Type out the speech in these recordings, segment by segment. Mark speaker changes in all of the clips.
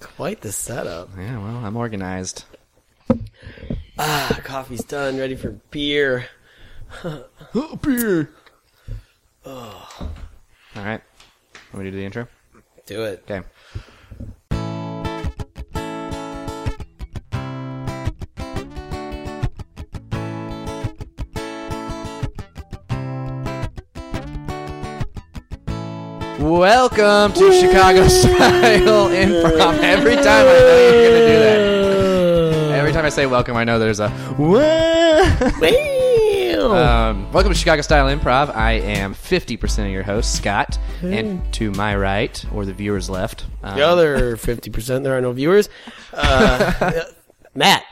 Speaker 1: Quite the setup.
Speaker 2: Yeah, well, I'm organized.
Speaker 1: Ah, coffee's done, ready for beer.
Speaker 2: Beer. All right. Want me to do the intro?
Speaker 1: Do it.
Speaker 2: Okay. Welcome to Chicago Style Improv. Every time I know you're gonna do that. Every time I say welcome, I know there's a "Wah." um, welcome to Chicago Style Improv. I am 50% of your host, Scott, and to my right, or the viewer's left, um,
Speaker 1: the other 50%, there are no viewers. Uh, Matt.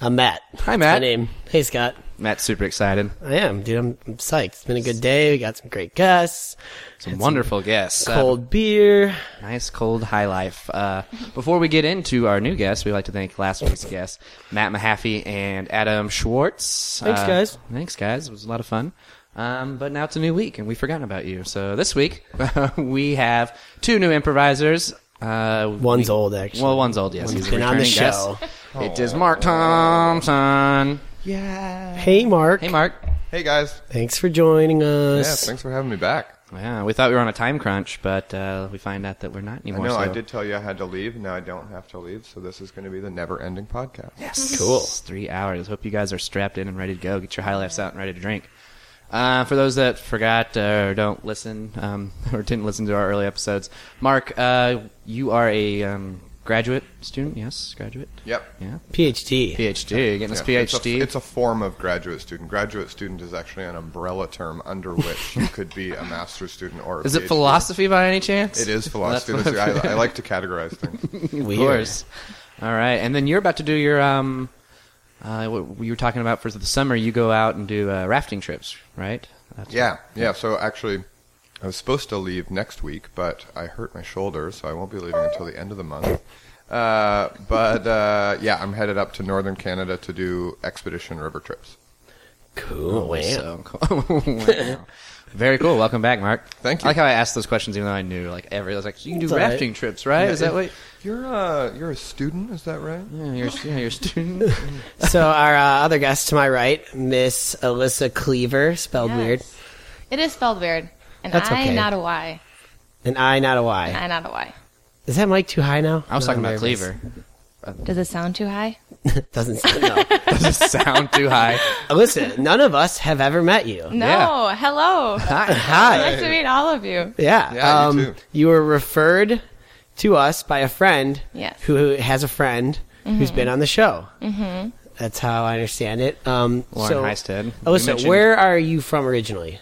Speaker 1: I'm Matt.
Speaker 2: Hi, Matt.
Speaker 1: My name. Hey, Scott.
Speaker 2: Matt's super excited.
Speaker 1: I am, dude. I'm, I'm psyched. It's been a good day. We got some great guests,
Speaker 2: Some wonderful guests. Uh,
Speaker 1: cold beer.
Speaker 2: nice cold high life. Uh, before we get into our new guests, we'd like to thank last week's guests, Matt Mahaffey and Adam Schwartz.
Speaker 1: Thanks,
Speaker 2: Uh,
Speaker 1: guys.
Speaker 2: Thanks, guys. It was a lot of fun. Um, but now it's a new week, and we've forgotten about you. So this week we have two new improvisers. Uh,
Speaker 1: One's old, actually.
Speaker 2: well, one's old, yes. He's a
Speaker 1: been on the
Speaker 2: returning guest.
Speaker 1: show.
Speaker 2: It is Mark Thompson.
Speaker 1: hey, Mark.
Speaker 2: Hey, Mark.
Speaker 3: Hey guys.
Speaker 1: Thanks for joining
Speaker 3: Yeah,
Speaker 1: us.
Speaker 3: thanks for having me back.
Speaker 2: Yeah, we thought we were on a time crunch, but uh, we find out that we're not
Speaker 3: I
Speaker 2: anymore.
Speaker 3: know I
Speaker 2: so-
Speaker 3: did tell you I had to leave, and now I don't have to leave, so this is going to be the never ending podcast.
Speaker 2: Yes. Cool. Three hours. Hope you guys are strapped in and ready to go. Get your high lifes out and ready to drink. Uh, for those that forgot uh, or don't listen um, or didn't listen to our early episodes, Mark, uh, you are a um, graduate student. Yes, graduate.
Speaker 3: Yep.
Speaker 2: Yeah.
Speaker 1: PhD.
Speaker 2: PhD. Getting his
Speaker 3: Yeah, It's
Speaker 2: PhD.
Speaker 3: a, it's a form of graduate student. Graduate student is actually an umbrella term under which you could be a master's student or a
Speaker 2: Is it
Speaker 3: PhD.
Speaker 2: philosophy by any chance?
Speaker 3: It is philosophy.
Speaker 2: That's what
Speaker 3: That's- I, I like to categorize things.
Speaker 1: Weird.
Speaker 2: Of course. All right, and then you're about to do your um, uh, what you were talking about for the summer. You go out and do uh, rafting trips, right? That's
Speaker 3: yeah, yeah. So actually, I was supposed to leave next week, but I hurt my shoulder, so I won't be leaving until the end of the month. Uh, but uh, yeah, I'm headed up to northern Canada to do expedition river trips.
Speaker 1: Cool. man.
Speaker 2: Oh, So cool. Wow. Very cool. Welcome back, Mark.
Speaker 3: Thank
Speaker 2: I
Speaker 3: you.
Speaker 2: like how I asked those questions, even though I knew like every. I was like, "You can do
Speaker 1: It's all right.
Speaker 2: rafting trips, right?
Speaker 3: Yeah,
Speaker 2: is that what?
Speaker 3: You're a you're a student, is that right?
Speaker 2: Yeah, you're, yeah, you're a student.
Speaker 1: So our uh, other guest to my right, Miss Alyssa Cleaver, spelled
Speaker 4: Yes.
Speaker 1: weird,
Speaker 4: It is spelled weird. An
Speaker 1: That's
Speaker 4: I,
Speaker 1: okay.
Speaker 4: not a Y.
Speaker 1: and I, not a Y.
Speaker 4: I, not a Y.
Speaker 1: Is that mic too high now?
Speaker 2: I was
Speaker 1: No,
Speaker 2: talking
Speaker 1: I'm
Speaker 2: about
Speaker 1: nervous.
Speaker 2: Cleaver.
Speaker 4: Does it sound too high?
Speaker 1: Doesn't sound. No.
Speaker 2: Does it sound too high?
Speaker 1: Alyssa, none of us have ever met you.
Speaker 4: No.
Speaker 2: Yeah.
Speaker 4: Hello.
Speaker 1: Hi.
Speaker 4: Nice to meet all of you.
Speaker 1: Yeah.
Speaker 3: Yeah,
Speaker 1: um,
Speaker 3: you too.
Speaker 1: were referred to us by a friend
Speaker 4: Yes.
Speaker 1: who has a friend who's been on the show. Mm-hmm. That's how I understand it. Um,
Speaker 2: Lauren
Speaker 1: so,
Speaker 2: Heisted.
Speaker 1: Alyssa,
Speaker 2: You mentioned-
Speaker 1: where are you from originally?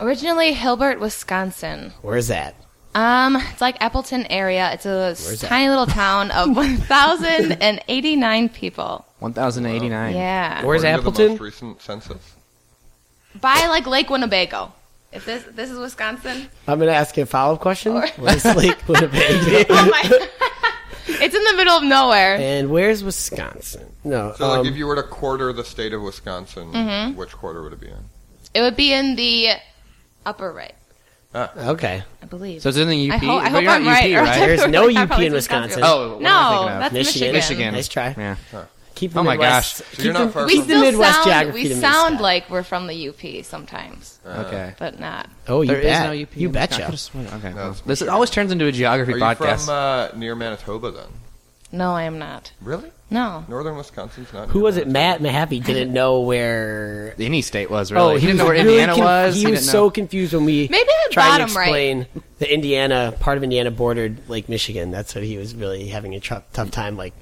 Speaker 4: Originally Hilbert, Wisconsin.
Speaker 1: Where's that?
Speaker 4: Um, it's like Appleton area. It's a
Speaker 1: Where's that?
Speaker 4: tiny little town of 1,089 people.
Speaker 2: One thousand eighty-nine.
Speaker 4: Yeah.
Speaker 1: Where's
Speaker 3: According to
Speaker 1: Appleton?
Speaker 3: The most recent census.
Speaker 4: By like Lake Winnebago. If this this is Wisconsin.
Speaker 1: I'm going to ask you a follow up question.
Speaker 4: Or-
Speaker 1: Where's Lake Winnebago?
Speaker 4: Oh my. it's in the middle of nowhere.
Speaker 1: And where's Wisconsin? No.
Speaker 3: So,
Speaker 1: um, Mm-hmm.
Speaker 3: like, if you were to quarter the state of Wisconsin, which quarter would it be in?
Speaker 4: It would be in the upper right,
Speaker 1: okay.
Speaker 4: I believe.
Speaker 2: So it's in the UP.
Speaker 4: I, ho- I
Speaker 2: but
Speaker 4: hope
Speaker 2: you're
Speaker 4: I'm
Speaker 2: not
Speaker 4: right.
Speaker 2: UP,
Speaker 4: or
Speaker 2: right?
Speaker 4: else I
Speaker 1: There's
Speaker 4: would
Speaker 1: no
Speaker 4: probably
Speaker 1: UP in
Speaker 4: probably
Speaker 1: Wisconsin.
Speaker 2: Oh, what am I thinking
Speaker 4: no,
Speaker 2: of?
Speaker 4: that's
Speaker 1: Michigan.
Speaker 4: Michigan.
Speaker 2: Michigan.
Speaker 1: Nice try.
Speaker 2: Yeah.
Speaker 1: Keep the
Speaker 2: Oh my
Speaker 1: Midwest-
Speaker 2: gosh.
Speaker 3: So you're
Speaker 1: keep
Speaker 3: not
Speaker 1: the,
Speaker 3: far
Speaker 4: We
Speaker 1: keep
Speaker 3: from-
Speaker 1: the
Speaker 4: still
Speaker 1: Midwest
Speaker 4: sound,
Speaker 1: geography
Speaker 4: we
Speaker 1: to me,
Speaker 4: sound
Speaker 1: Scott.
Speaker 4: like we're from the UP sometimes,
Speaker 3: Uh,
Speaker 2: Okay.
Speaker 4: but not.
Speaker 1: Oh, you
Speaker 2: There is
Speaker 1: bet.
Speaker 2: no UP.
Speaker 1: you
Speaker 2: in Wisconsin. I
Speaker 1: betcha.
Speaker 2: could've sworn- Okay. well,
Speaker 3: it's
Speaker 2: this always turns into a geography
Speaker 3: Are
Speaker 2: podcast.
Speaker 3: you from uh, near Manitoba then?
Speaker 4: No, I am not.
Speaker 3: Really?
Speaker 4: No.
Speaker 3: Northern Wisconsin's not.
Speaker 1: Who
Speaker 3: near
Speaker 1: was it?
Speaker 3: Manitoba.
Speaker 1: Matt Mahaffey didn't know where.
Speaker 2: Any state was really. Oh, he, didn't know where
Speaker 1: really
Speaker 2: Indiana
Speaker 1: conf-
Speaker 2: was.
Speaker 1: He, was
Speaker 2: didn't
Speaker 1: so
Speaker 2: know-
Speaker 1: confused when we
Speaker 4: Maybe the
Speaker 1: tried to
Speaker 4: bottom right.
Speaker 1: explain the Indiana part of Indiana bordered Lake Michigan. That's what he was really having a tr- tough time like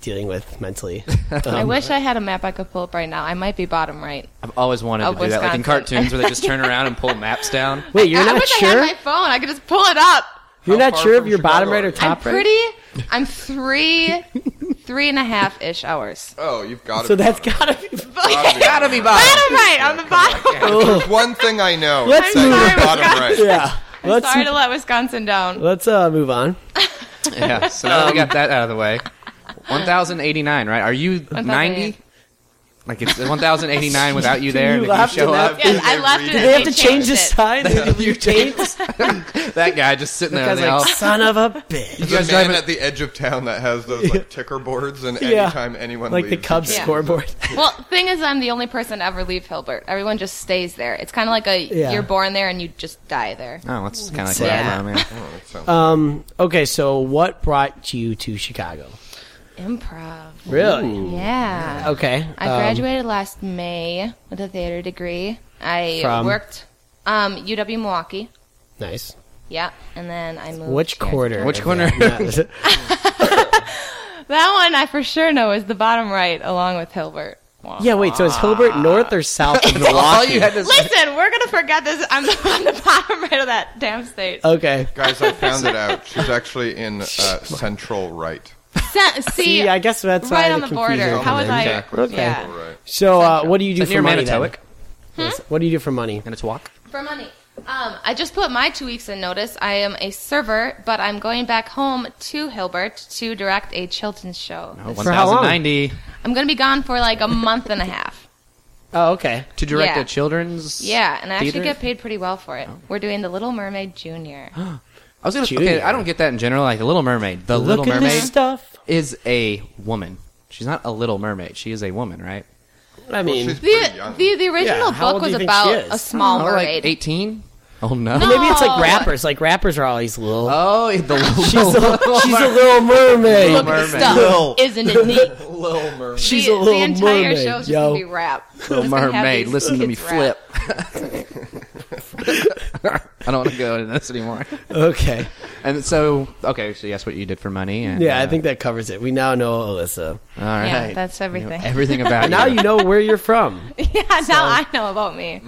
Speaker 1: dealing with mentally. Um,
Speaker 4: I wish I had a map I could pull up right now. I might be bottom right.
Speaker 2: I've always wanted to
Speaker 4: Of
Speaker 2: do that, like in
Speaker 4: Wisconsin.
Speaker 2: cartoons where they just turn around and pull maps down.
Speaker 1: Wait, you're
Speaker 4: I, I
Speaker 1: not
Speaker 4: wish
Speaker 1: sure?
Speaker 4: I had my phone. I could just pull it up.
Speaker 1: you're
Speaker 3: How
Speaker 1: not
Speaker 3: far
Speaker 1: sure if
Speaker 3: from
Speaker 1: you're bottom
Speaker 3: Chicago
Speaker 1: right
Speaker 3: are
Speaker 1: or
Speaker 3: you?
Speaker 1: top
Speaker 4: I'm
Speaker 1: right.
Speaker 4: pretty. I'm three, three and a half ish hours.
Speaker 3: Oh, you've got to.
Speaker 1: So that's gotta be.
Speaker 2: Gotta be bottom.
Speaker 4: Bottom right on the bottom.
Speaker 3: There's one thing I know.
Speaker 1: Let's
Speaker 3: it's that
Speaker 1: move.
Speaker 3: you're bottom right.
Speaker 1: Yeah. Let's
Speaker 4: Sorry to let Wisconsin down.
Speaker 1: let's uh, move on.
Speaker 2: Yeah, so now we got that out of the way. 1,089, right? Are you 90? Like it's 1,089 without you there.
Speaker 1: You
Speaker 2: and if
Speaker 1: laughed
Speaker 2: you show
Speaker 1: at that
Speaker 2: up,
Speaker 4: Yes, I left it.
Speaker 1: Did
Speaker 4: and
Speaker 1: they have to change
Speaker 4: changed
Speaker 1: the
Speaker 4: it.
Speaker 1: sign? They did blue paint?
Speaker 2: that guy just sitting there.
Speaker 1: Guy's
Speaker 2: in the
Speaker 1: like,
Speaker 2: house.
Speaker 1: son of a bitch.
Speaker 3: The
Speaker 2: guys
Speaker 3: man
Speaker 2: driving-
Speaker 3: at the edge of town that has those like ticker boards, and
Speaker 1: Yeah.
Speaker 3: anytime anyone
Speaker 1: Like the
Speaker 3: leaves,
Speaker 1: Cubs
Speaker 4: Yeah.
Speaker 1: scoreboard.
Speaker 4: Well, thing is, I'm the only person to ever leave Hilbert. Everyone just stays there. It's kind of like a
Speaker 1: Yeah.
Speaker 4: you're born there and you just die there.
Speaker 2: oh, that's kind of like
Speaker 1: Sad.
Speaker 2: yeah. man.
Speaker 3: Oh, that sounds-
Speaker 1: Um, okay, so what brought you to Chicago?
Speaker 4: Improv.
Speaker 1: Really?
Speaker 4: Yeah.
Speaker 1: Okay.
Speaker 4: I
Speaker 1: um,
Speaker 4: graduated last May with a theater degree. I
Speaker 1: From?
Speaker 4: worked um, UW Milwaukee.
Speaker 1: nice.
Speaker 4: Yeah, and then I moved.
Speaker 1: Which
Speaker 4: here to
Speaker 1: quarter?
Speaker 2: Which
Speaker 1: of
Speaker 2: corner?
Speaker 1: that?
Speaker 4: That one I for sure know is the bottom right, along with Hilbert. Wow.
Speaker 1: yeah, wait,
Speaker 4: Ah.
Speaker 1: so is Hilbert north or south of
Speaker 2: All you
Speaker 1: Milwaukee?
Speaker 2: had to say.
Speaker 4: Listen, we're gonna forget this. I'm the, I'm the bottom right of that damn state.
Speaker 1: okay.
Speaker 3: guys, I found it out. She's actually in uh, central right.
Speaker 4: Se- see,
Speaker 1: Yeah, I guess that's why
Speaker 4: right on the
Speaker 1: confused
Speaker 4: border.
Speaker 1: it.
Speaker 4: How was I?
Speaker 3: Exactly,
Speaker 1: Okay.
Speaker 4: Yeah.
Speaker 3: Central right.
Speaker 1: So, uh, what do you do
Speaker 2: Is it
Speaker 1: for
Speaker 2: near
Speaker 1: money? then?
Speaker 2: Manitowoc?
Speaker 4: Hmm?
Speaker 1: Yes. What do you do for money?
Speaker 2: And it's walk.
Speaker 4: For money. Um, I just put my two weeks in notice. I am a server, but I'm going back home to Hilbert to direct a children's show.
Speaker 2: Oh,
Speaker 1: For how long?
Speaker 2: 1,090
Speaker 4: I'm going to be gone for like a month and a half.
Speaker 1: Oh, okay.
Speaker 2: to direct
Speaker 4: Yeah.
Speaker 2: a children's.
Speaker 4: Yeah, and I actually
Speaker 2: theater?
Speaker 4: get paid pretty well for it. We're doing The Little Mermaid Junior.
Speaker 2: I was gonna. Okay,
Speaker 1: Junior.
Speaker 2: I don't get that in general. Like the Little Mermaid. The Little
Speaker 1: Look at
Speaker 2: Mermaid
Speaker 1: this stuff.
Speaker 2: is a woman. She's not a little mermaid. She is a woman, right?
Speaker 1: I mean,
Speaker 3: she's-
Speaker 4: The,
Speaker 3: Pretty young.
Speaker 4: the, the original
Speaker 1: Yeah, how old
Speaker 4: book
Speaker 1: do you
Speaker 4: was
Speaker 1: think she
Speaker 4: about
Speaker 1: is?
Speaker 4: a small
Speaker 2: Oh, like
Speaker 4: mermaid.
Speaker 2: 18? Oh no.
Speaker 4: No.
Speaker 1: maybe it's like
Speaker 4: Oh.
Speaker 1: rappers. Like rappers are always little.
Speaker 2: Oh, the little,
Speaker 1: she's, a, she's a little mermaid.
Speaker 4: Look
Speaker 2: Little
Speaker 4: at the
Speaker 2: Mermaid.
Speaker 4: stuff.
Speaker 1: Little.
Speaker 4: Isn't it neat?
Speaker 3: Little mermaid.
Speaker 1: She's
Speaker 4: the,
Speaker 1: a little
Speaker 4: the entire
Speaker 1: mermaid,
Speaker 4: show's just
Speaker 1: yo.
Speaker 4: gonna be rap.
Speaker 2: little
Speaker 4: Just gonna have
Speaker 2: mermaid.
Speaker 4: these
Speaker 2: Listen to me
Speaker 4: kids rap.
Speaker 2: flip. I don't want to go into this anymore.
Speaker 1: Okay.
Speaker 2: And so, okay, so that's what you did for money. And,
Speaker 1: Yeah, I
Speaker 2: uh,
Speaker 1: think that covers it. We now know Alyssa.
Speaker 2: All right.
Speaker 4: Yeah, that's
Speaker 2: You know
Speaker 4: everything.
Speaker 2: everything about
Speaker 1: Now
Speaker 2: you.
Speaker 1: you know where you're from.
Speaker 4: yeah, now I know about me.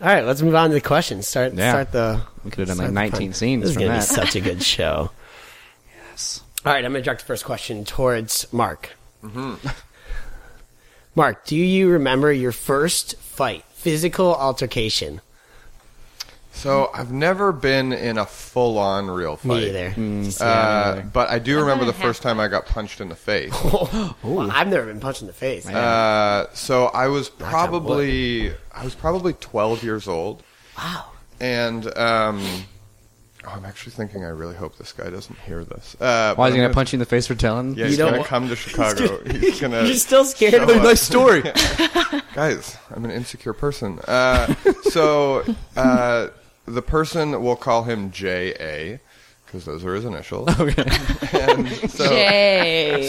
Speaker 1: All right, let's move on to the questions. Start
Speaker 2: Yeah.
Speaker 1: start the.
Speaker 2: We could have done
Speaker 1: start the
Speaker 2: like 19
Speaker 1: fun.
Speaker 2: scenes
Speaker 1: This is
Speaker 2: from
Speaker 1: gonna
Speaker 2: that.
Speaker 1: be such a good show. All right, I'm going to direct the first question towards Mark.
Speaker 2: Mm-hmm.
Speaker 1: Mark, do you remember your first fight, physical altercation?
Speaker 3: So I've never been in a full-on real fight.
Speaker 1: Me either.
Speaker 2: Mm,
Speaker 3: Uh, but I do remember
Speaker 4: in
Speaker 3: the
Speaker 4: half
Speaker 3: first time I got punched in the face.
Speaker 1: Oh,
Speaker 2: uh,
Speaker 1: Well, I've never been punched in the face.
Speaker 3: Uh, so I was
Speaker 1: on
Speaker 3: probably I was probably 12 years old,
Speaker 1: wow.
Speaker 3: and um, oh, I'm actually thinking I really hope this guy doesn't hear this. Uh,
Speaker 2: Why is he
Speaker 3: but I'm
Speaker 2: gonna punch you in the face for telling?
Speaker 1: You
Speaker 3: Yeah, he's
Speaker 1: don't
Speaker 3: gonna
Speaker 1: wa-
Speaker 3: come to Chicago. He's gonna.
Speaker 1: You're still scared
Speaker 3: show
Speaker 1: of him.
Speaker 3: up.
Speaker 1: Nice
Speaker 2: story.
Speaker 3: guys, I'm an insecure person. Uh, so uh, the person we'll call him J.A. because those are his initials. Okay. and so,
Speaker 4: Yay.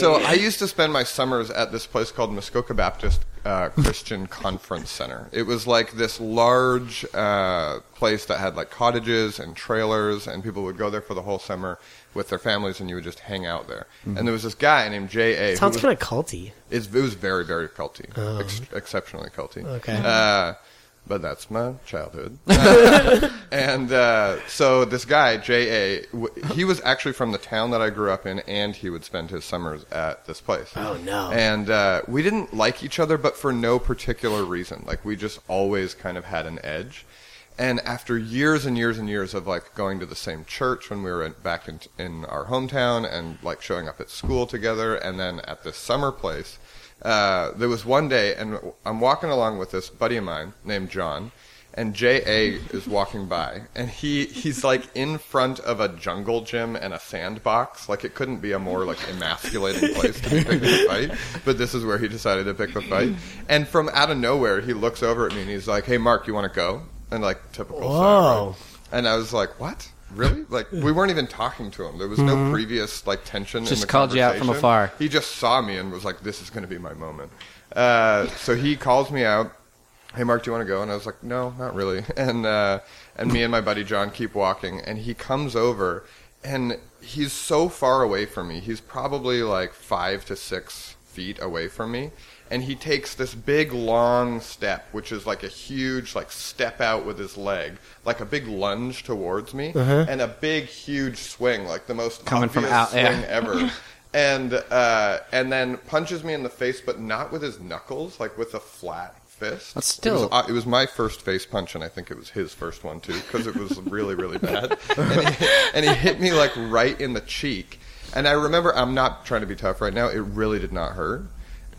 Speaker 3: so I used to spend my summers at this place called Muskoka Baptist uh, Christian Conference Center. It was like this large uh, place that had like cottages and trailers, and people would go there for the whole summer with their families, and you would just hang out there. And there was this guy named J.A. who
Speaker 1: Mm-hmm. Sounds
Speaker 3: was-
Speaker 1: kind of culty.
Speaker 3: it's, it was very, very culty, Ex- exceptionally culty.
Speaker 1: Okay.
Speaker 3: Uh, but that's my childhood. Uh, and uh, so this guy, J.A., w- he was actually from the town that I grew up in, and he would spend his summers at this place.
Speaker 1: Oh, no.
Speaker 3: And uh, we didn't like each other, but for no particular reason. Like, we just always kind of had an edge. And after years and years and years of like going to the same church when we were in, back in, in our hometown and like showing up at school together and then at this summer place, uh, there was one day, and I'm walking along with this buddy of mine named John, and J.A. is walking by, and he, he's like in front of a jungle gym and a sandbox. Like it couldn't be a more like emasculating place to be picking a fight, but this is where he decided to pick the fight. And from out of nowhere, he looks over at me and he's like, "Hey, Mark, you want to go?" And like typical.
Speaker 1: Whoa.
Speaker 3: Cyrus. And I was like, "What? Really? Like we weren't even talking to him. There was no previous like tension. in
Speaker 2: Just
Speaker 3: the
Speaker 2: called you out from
Speaker 3: conversation.
Speaker 2: afar.
Speaker 3: He just saw me and was like, "This is going to be my moment." Uh, so he calls me out. Hey, Mark, do you want to go? And I was like, "No, not really." And uh, and me and my buddy John keep walking, and he comes over, and he's so far away from me. He's probably like five to six feet away from me. And he takes this big long step, which is like a huge like step out with his leg, like a big lunge towards me, and a big huge swing, like the most
Speaker 2: Coming from
Speaker 3: obvious
Speaker 2: out- yeah.
Speaker 3: swing ever. and uh, and then punches me in the face, but not with his knuckles, like with a flat fist.
Speaker 2: That's
Speaker 3: It was-
Speaker 2: still-
Speaker 3: uh, it was, my first face punch, and I think it was his first one too, because it was really really bad. and, he, and he hit me like right in the cheek.
Speaker 5: And I remember, I'm not trying to be tough right now. It really did not hurt.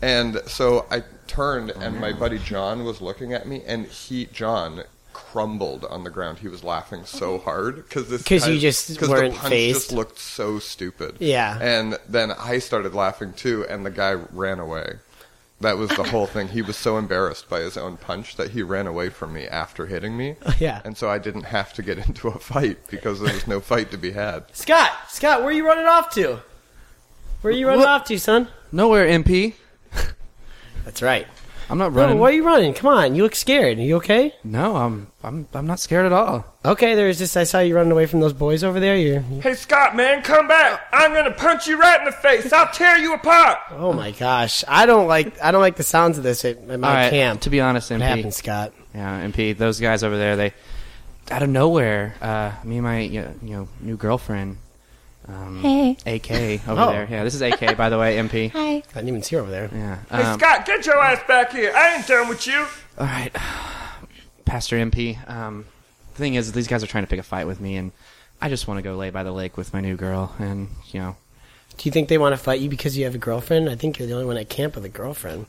Speaker 5: And so I turned,
Speaker 1: Oh,
Speaker 5: and my buddy John was looking at me, and he, John, crumbled on the ground. He was laughing so hard because this
Speaker 1: 'Cause
Speaker 5: guy-
Speaker 1: you just
Speaker 5: 'cause
Speaker 1: weren't
Speaker 5: the punch
Speaker 1: phased.
Speaker 5: just looked so stupid.
Speaker 1: Yeah.
Speaker 5: And then I started laughing too, and the guy ran away. That was the whole thing. He was so embarrassed by his own punch that he ran away from me after hitting me.
Speaker 1: Yeah.
Speaker 5: And so I didn't have to get into a fight because there was no fight to be had.
Speaker 1: Scott, Scott, where are you running off to? Where are you running
Speaker 2: What?
Speaker 1: off to, son?
Speaker 2: Nowhere, MP.
Speaker 1: That's right.
Speaker 2: I'm not
Speaker 1: Bro,
Speaker 2: running.
Speaker 1: why are you running? Come on, you look scared. Are you okay?
Speaker 2: No, I'm I'm I'm not scared at all.
Speaker 1: Okay, there's just I saw you running away from those boys over there. You're
Speaker 3: Hey, Scott, man, come back. I'm going to punch you right in the face. I'll tear you apart.
Speaker 1: Oh my gosh. I don't like I don't like the sounds of this at, at my
Speaker 2: all right,
Speaker 1: camp.
Speaker 2: to be honest,
Speaker 1: What
Speaker 2: MP.
Speaker 1: happened, Scott?
Speaker 2: Yeah, MP. Those guys over there, they out of nowhere. Uh, me and my you know, you know new girlfriend. Um,
Speaker 4: Hey.
Speaker 2: AK over
Speaker 1: Oh.
Speaker 2: there. Yeah, this is AK by the way, MP.
Speaker 4: Hi.
Speaker 1: I didn't even see her over there.
Speaker 2: Yeah.
Speaker 3: Hey,
Speaker 2: Um,
Speaker 3: Scott, get your ass back here. I ain't done with you.
Speaker 2: all right, Pastor MP. Um, the thing is, these guys are trying to pick a fight with me, and I just want to go lay by the lake with my new girl, and you know,
Speaker 1: Do you think they want to fight you because you have a girlfriend? I think you're the only one at camp with a girlfriend.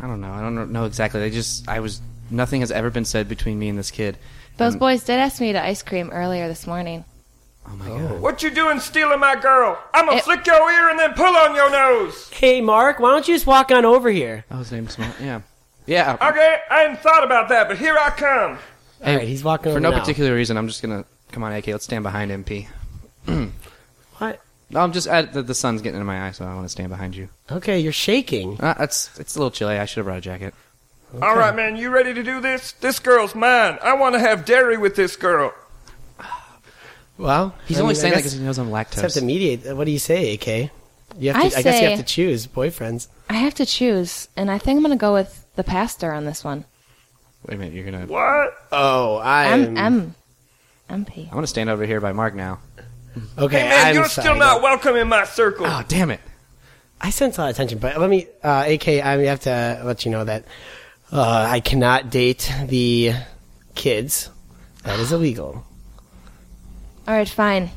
Speaker 2: I don't know. I don't know exactly. They just I was nothing has ever been said between me and this kid.
Speaker 4: Those
Speaker 3: Mm.
Speaker 4: boys did ask me to ice cream earlier this morning.
Speaker 2: Oh my god.
Speaker 3: What you doing stealing my girl? I'm
Speaker 1: Eh.
Speaker 3: going
Speaker 4: It-
Speaker 3: to flick your ear and then pull on your nose.
Speaker 1: Hey Mark, why don't you just walk on over here?
Speaker 2: Oh, his name's Mark. Yeah. Yeah.
Speaker 3: Okay, I hadn't thought about that, but here I come.
Speaker 2: Hey,
Speaker 1: All right, he's walking
Speaker 2: For
Speaker 1: over
Speaker 2: no
Speaker 1: now.
Speaker 2: particular reason, I'm just gonna come on, AK. Let's stand behind MP.
Speaker 1: What?
Speaker 2: No, I'm just I, the, the sun's getting in my eye, so I want to stand behind you.
Speaker 1: Okay, you're shaking.
Speaker 2: Uh, it's it's a little chilly. I should have brought a jacket.
Speaker 3: All right, man, you ready to do this? This girl's mine. I want to have dairy with this girl.
Speaker 1: Well,
Speaker 2: He's
Speaker 1: I
Speaker 2: only
Speaker 1: mean, I
Speaker 2: saying that
Speaker 1: guess-
Speaker 2: because he knows I'm lactose.
Speaker 1: Except immediate. What do you say, AK? You have to,
Speaker 4: I
Speaker 1: I, guess you
Speaker 4: say-
Speaker 1: have to choose boyfriends.
Speaker 4: I have to choose, and I think I'm gonna go with the pastor on this one.
Speaker 2: Wait a minute, you're gonna.
Speaker 3: What?
Speaker 1: Oh,
Speaker 4: I'm
Speaker 3: Um,
Speaker 1: I'm,
Speaker 4: M. MP.
Speaker 2: I want to stand over here by Mark now.
Speaker 1: okay.
Speaker 3: Hey, man,
Speaker 1: I'm
Speaker 3: you're still
Speaker 1: sorry.
Speaker 3: not welcome in my circle.
Speaker 2: Oh damn it!
Speaker 1: I sense a lot of tension, but let me, uh, AK, I have to let you know that uh, I cannot date the kids. That is illegal.
Speaker 4: All right, fine.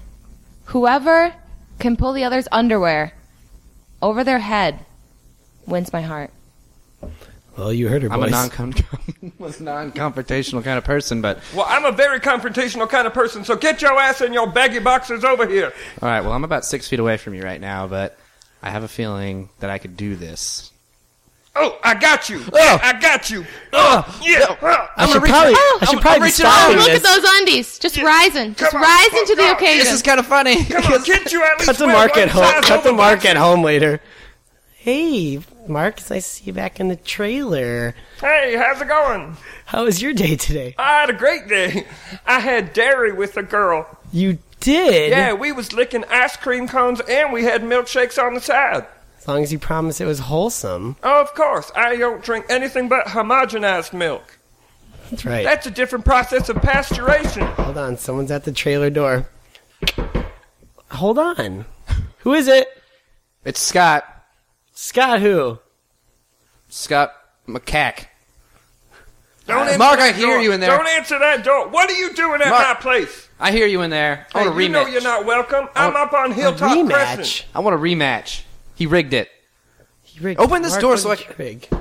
Speaker 4: Whoever can pull the other's underwear over their head wins my heart.
Speaker 1: Well, you heard her,
Speaker 2: I'm
Speaker 1: boys.
Speaker 2: a non-con- non-confrontational kind of person, but
Speaker 3: Well, I'm a very confrontational kind of person, so get your ass and your baggy boxers over here.
Speaker 2: all right. Well, I'm about six feet away from you right now, but I have a feeling that I could do this.
Speaker 3: Oh, I got you.
Speaker 2: Oh.
Speaker 3: I got you. Oh, yeah. Oh.
Speaker 1: I should
Speaker 2: reach-
Speaker 1: probably, I
Speaker 2: Oh, I'm-
Speaker 1: should
Speaker 2: I'm
Speaker 1: probably be
Speaker 2: reaching out.
Speaker 1: stopping
Speaker 4: Look
Speaker 1: this.
Speaker 4: at those undies, just rising, just
Speaker 3: Come on,
Speaker 4: rising to the
Speaker 3: fuck off.
Speaker 4: occasion.
Speaker 2: This is kind of funny.
Speaker 3: Come on, get you at least
Speaker 1: Cut the
Speaker 3: wear
Speaker 1: mark
Speaker 3: one
Speaker 1: at home.
Speaker 3: size
Speaker 1: Cut the
Speaker 3: over
Speaker 1: mark
Speaker 3: my-
Speaker 1: at home later. Hey, Mark, it's nice to see you back in the trailer.
Speaker 3: Hey, how's it going?
Speaker 1: How was your day today?
Speaker 3: I had a great day. I had dairy with a girl.
Speaker 1: You did.
Speaker 3: Yeah, we was licking ice cream cones and we had milkshakes on the side.
Speaker 1: As long as you promise it was wholesome.
Speaker 3: Oh, of course, I don't drink anything but homogenized milk.
Speaker 1: That's right.
Speaker 3: That's a different process of pasteurization.
Speaker 1: Hold on, someone's at the trailer door. Hold on. Who is it?
Speaker 2: It's Scott.
Speaker 1: Scott who?
Speaker 2: Scott Macaque.
Speaker 3: Don't answer
Speaker 2: Mark,
Speaker 3: that
Speaker 2: I hear
Speaker 3: door.
Speaker 2: you in there.
Speaker 3: Don't answer that door. What are you doing at
Speaker 2: Mark,
Speaker 3: my place?
Speaker 2: I hear you in there. I want
Speaker 3: Hey,
Speaker 2: a rematch.
Speaker 3: you know you're not welcome. I'm
Speaker 2: want-
Speaker 3: up on Hilltop Crescent.
Speaker 1: Rematch.
Speaker 2: I want a rematch. He rigged it.
Speaker 1: He rigged-
Speaker 2: Open this
Speaker 1: Mark
Speaker 2: door so I
Speaker 1: rigged-
Speaker 2: can-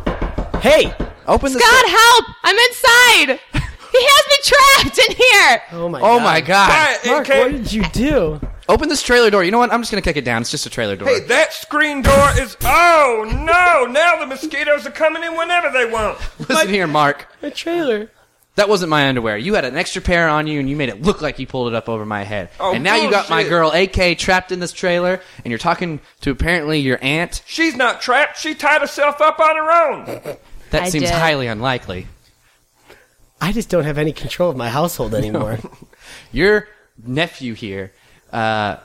Speaker 1: rigged. Hey!
Speaker 2: Open the
Speaker 4: God help! I'm inside. he has me trapped in here.
Speaker 1: Oh my
Speaker 2: Oh
Speaker 1: god.
Speaker 2: my god.
Speaker 3: Alright,
Speaker 1: Mark,
Speaker 3: AK.
Speaker 1: what did you do?
Speaker 2: Open this trailer door. You know what? I'm just gonna kick it down. It's just a trailer door.
Speaker 3: Hey, that screen door is. Oh no! Now the mosquitoes are coming in whenever they want.
Speaker 2: Listen here, Mark.
Speaker 1: A trailer.
Speaker 2: That wasn't my underwear. You had an extra pair on you, and you made it look like you pulled it up over my head.
Speaker 3: Oh,
Speaker 2: and now you got my
Speaker 3: bullshit.
Speaker 2: girl AK trapped in this trailer, and you're talking to apparently your aunt.
Speaker 3: She's not trapped. She tied herself up on her own.
Speaker 2: That
Speaker 4: I
Speaker 2: seems
Speaker 4: did.
Speaker 2: highly unlikely.
Speaker 1: I just don't have any control of my household anymore.
Speaker 2: Your nephew here uh,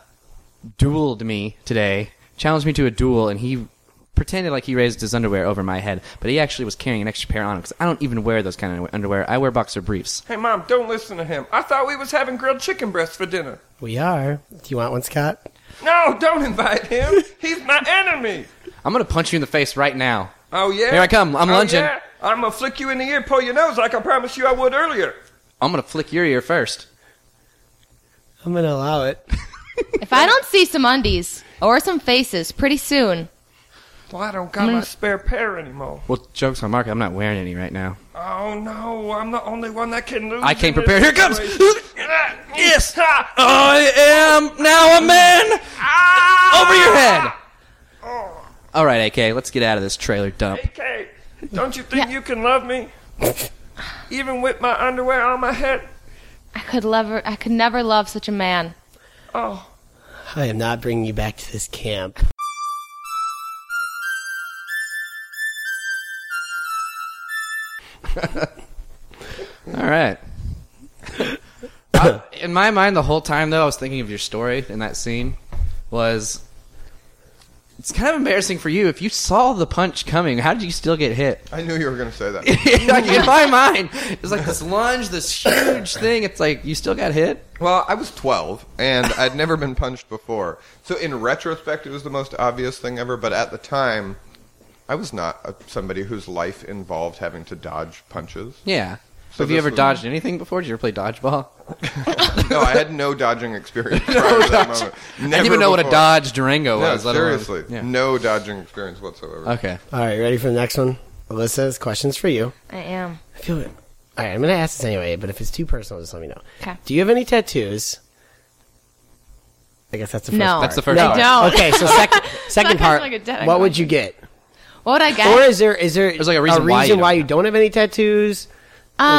Speaker 2: dueled me today, challenged me to a duel, and he pretended like he raised his underwear over my head, but he actually was carrying an extra pair on him because I don't even wear those kind of underwear. I wear boxer briefs.
Speaker 3: Hey, mom, don't listen to him. I thought we was having grilled chicken breasts for dinner.
Speaker 1: we are. Do you want one, Scott?
Speaker 3: No, don't invite him. He's my enemy.
Speaker 2: I'm gonna punch you in the face right now.
Speaker 3: Oh yeah.
Speaker 2: Here I come. I'm
Speaker 3: Oh,
Speaker 2: lunging.
Speaker 3: yeah? I'm gonna flick you in the ear, pull your nose, like I promised you I would earlier.
Speaker 2: I'm gonna flick your ear first.
Speaker 1: I'm gonna allow it.
Speaker 4: If I don't see some undies, or some faces pretty soon.
Speaker 3: Well, I don't got my spare pair anymore.
Speaker 2: Well, jokes on Mark. I'm not wearing any right now.
Speaker 3: Oh no, I'm the only one that can lose.
Speaker 2: I came
Speaker 3: in this
Speaker 2: prepared. Here it comes.
Speaker 3: situation. Ah! yes.
Speaker 2: I am now a man. Over
Speaker 3: Ah.
Speaker 2: your head.
Speaker 3: Oh,
Speaker 2: All right, AK. Let's get out of this trailer dump.
Speaker 3: AK, don't you think
Speaker 4: Yeah.
Speaker 3: you can love me? Even with my underwear on my head?
Speaker 4: I could love I could never love such a man.
Speaker 3: Oh,
Speaker 1: I am not bringing you back to this camp.
Speaker 2: All right. I- in my mind, the whole time though, I was thinking of your story in that scene. Was it's kind of embarrassing for you if you saw the punch coming? How did you still get hit?
Speaker 5: I knew you were going to say that.
Speaker 2: like in my mind, it's like this lunge, this huge thing. It's like you still got hit.
Speaker 5: Well, I was 12, and I'd never been punched before. So, in retrospect, it was the most obvious thing ever, but at the time, I was not a, somebody whose life involved having to dodge punches.
Speaker 2: Yeah.
Speaker 5: So
Speaker 2: Have you
Speaker 5: this
Speaker 2: ever
Speaker 5: was-
Speaker 2: dodged anything before? Did you ever play dodgeball?
Speaker 5: No, I had no dodging experience prior to that moment.
Speaker 2: I didn't even know what a dodge Durango
Speaker 5: No,
Speaker 2: was. let alone-
Speaker 5: seriously.
Speaker 2: Yeah.
Speaker 5: No dodging experience whatsoever.
Speaker 2: Okay.
Speaker 1: All right, ready for the next one? Alyssa's questions for you.
Speaker 4: I am.
Speaker 1: I feel it. All right, I'm going to ask this anyway, but if it's too personal, just let me know.
Speaker 4: 'Kay.
Speaker 1: Do you have any tattoos? I guess that's the first
Speaker 4: No.
Speaker 1: part.
Speaker 4: That's
Speaker 2: the first
Speaker 1: no.
Speaker 2: part.
Speaker 4: I don't.
Speaker 1: Okay, so second, second
Speaker 4: Second
Speaker 1: part,
Speaker 4: like a dead
Speaker 1: what
Speaker 4: eye.
Speaker 1: would you get?
Speaker 4: What would I get?
Speaker 1: Or is there is there
Speaker 2: There's like a reason why you don't
Speaker 1: you don't have any tattoos? Like,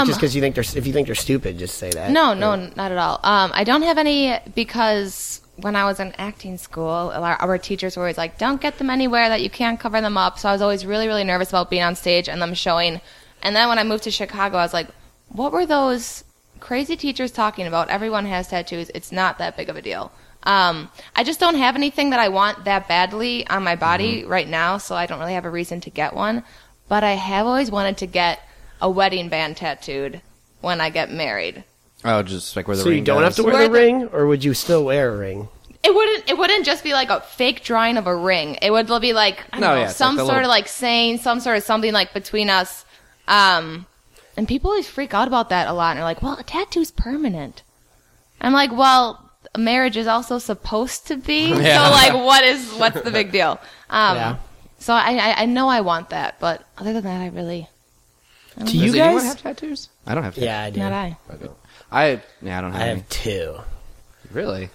Speaker 4: Um,
Speaker 1: just because you think they're if you think they're stupid, just say that.
Speaker 4: No, no, not at all. Um, I don't have any because when I was in acting school, our, our teachers were always like, "Don't get them anywhere that you can't cover them up." So I was always really, really nervous about being on stage and them showing. And then when I moved to Chicago, I was like, "What were those crazy teachers talking about? Everyone has tattoos. It's not that big of a deal." Um, I just don't have anything that I want that badly on my body right now, so I don't really have a reason to get one. But I have always wanted to get a wedding band tattooed when I get married.
Speaker 2: Oh, just like where the
Speaker 1: So
Speaker 2: ring
Speaker 1: you don't have
Speaker 2: goes.
Speaker 1: to wear
Speaker 4: Where
Speaker 1: the
Speaker 4: the-
Speaker 1: ring, or would you still wear a ring?
Speaker 4: It wouldn't. It wouldn't just be like a fake drawing of a ring. It would be like I don't
Speaker 2: No,
Speaker 4: know,
Speaker 2: yeah, it's like
Speaker 4: some
Speaker 2: the
Speaker 4: sort
Speaker 2: little-
Speaker 4: of like saying, some sort of something like between us. Um, and people always freak out about that a lot, and are like, "Well, a tattoo's permanent." I'm like, "Well, a marriage is also supposed to be."
Speaker 2: Yeah.
Speaker 4: So, like, what is what's the big deal? Um,
Speaker 1: Yeah.
Speaker 4: So I, I I know I want that, but other than that, I really
Speaker 1: Do you
Speaker 2: Does anyone
Speaker 1: guys?
Speaker 2: have tattoos? I don't have. Tattoos.
Speaker 1: yeah, I do.
Speaker 4: not I.
Speaker 2: I yeah, I don't have.
Speaker 1: I
Speaker 2: any.
Speaker 1: have two.
Speaker 2: Really?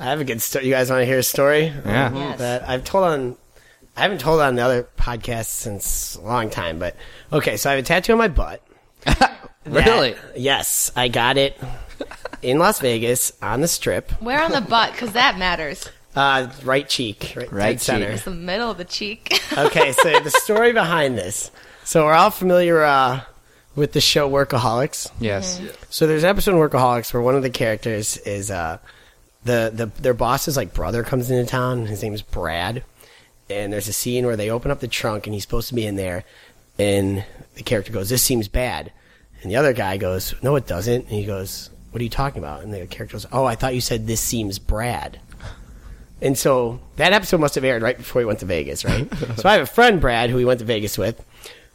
Speaker 1: I have a good story. You guys want to hear a story? Um,
Speaker 2: Yeah.
Speaker 4: Yes.
Speaker 1: That I've told on. I haven't told on the other podcast since a long time, but okay. So I have a tattoo on my butt. that-
Speaker 2: Really?
Speaker 1: Yes, I got it in Las Vegas on the Strip,
Speaker 4: Where on the butt? Because that matters.
Speaker 1: uh, right cheek, right,
Speaker 2: Right
Speaker 1: dead center.
Speaker 2: cheek.
Speaker 4: It's the middle of the cheek.
Speaker 1: okay, so the story behind this. So we're all familiar uh, with the show Workaholics.
Speaker 2: Yes.
Speaker 1: So there's an episode in Workaholics where one of the characters is uh, the the their boss's like brother comes into town. His name's Brad, and there's a scene where they open up the trunk and he's supposed to be in there, and the character goes, "This seems bad," and the other guy goes, "No, it doesn't," and he goes, "What are you talking about?" And the character goes, "Oh, I thought you said this seems Brad." And so that episode must have aired right before he went to Vegas, right? so I have a friend, Brad, who we went to Vegas with.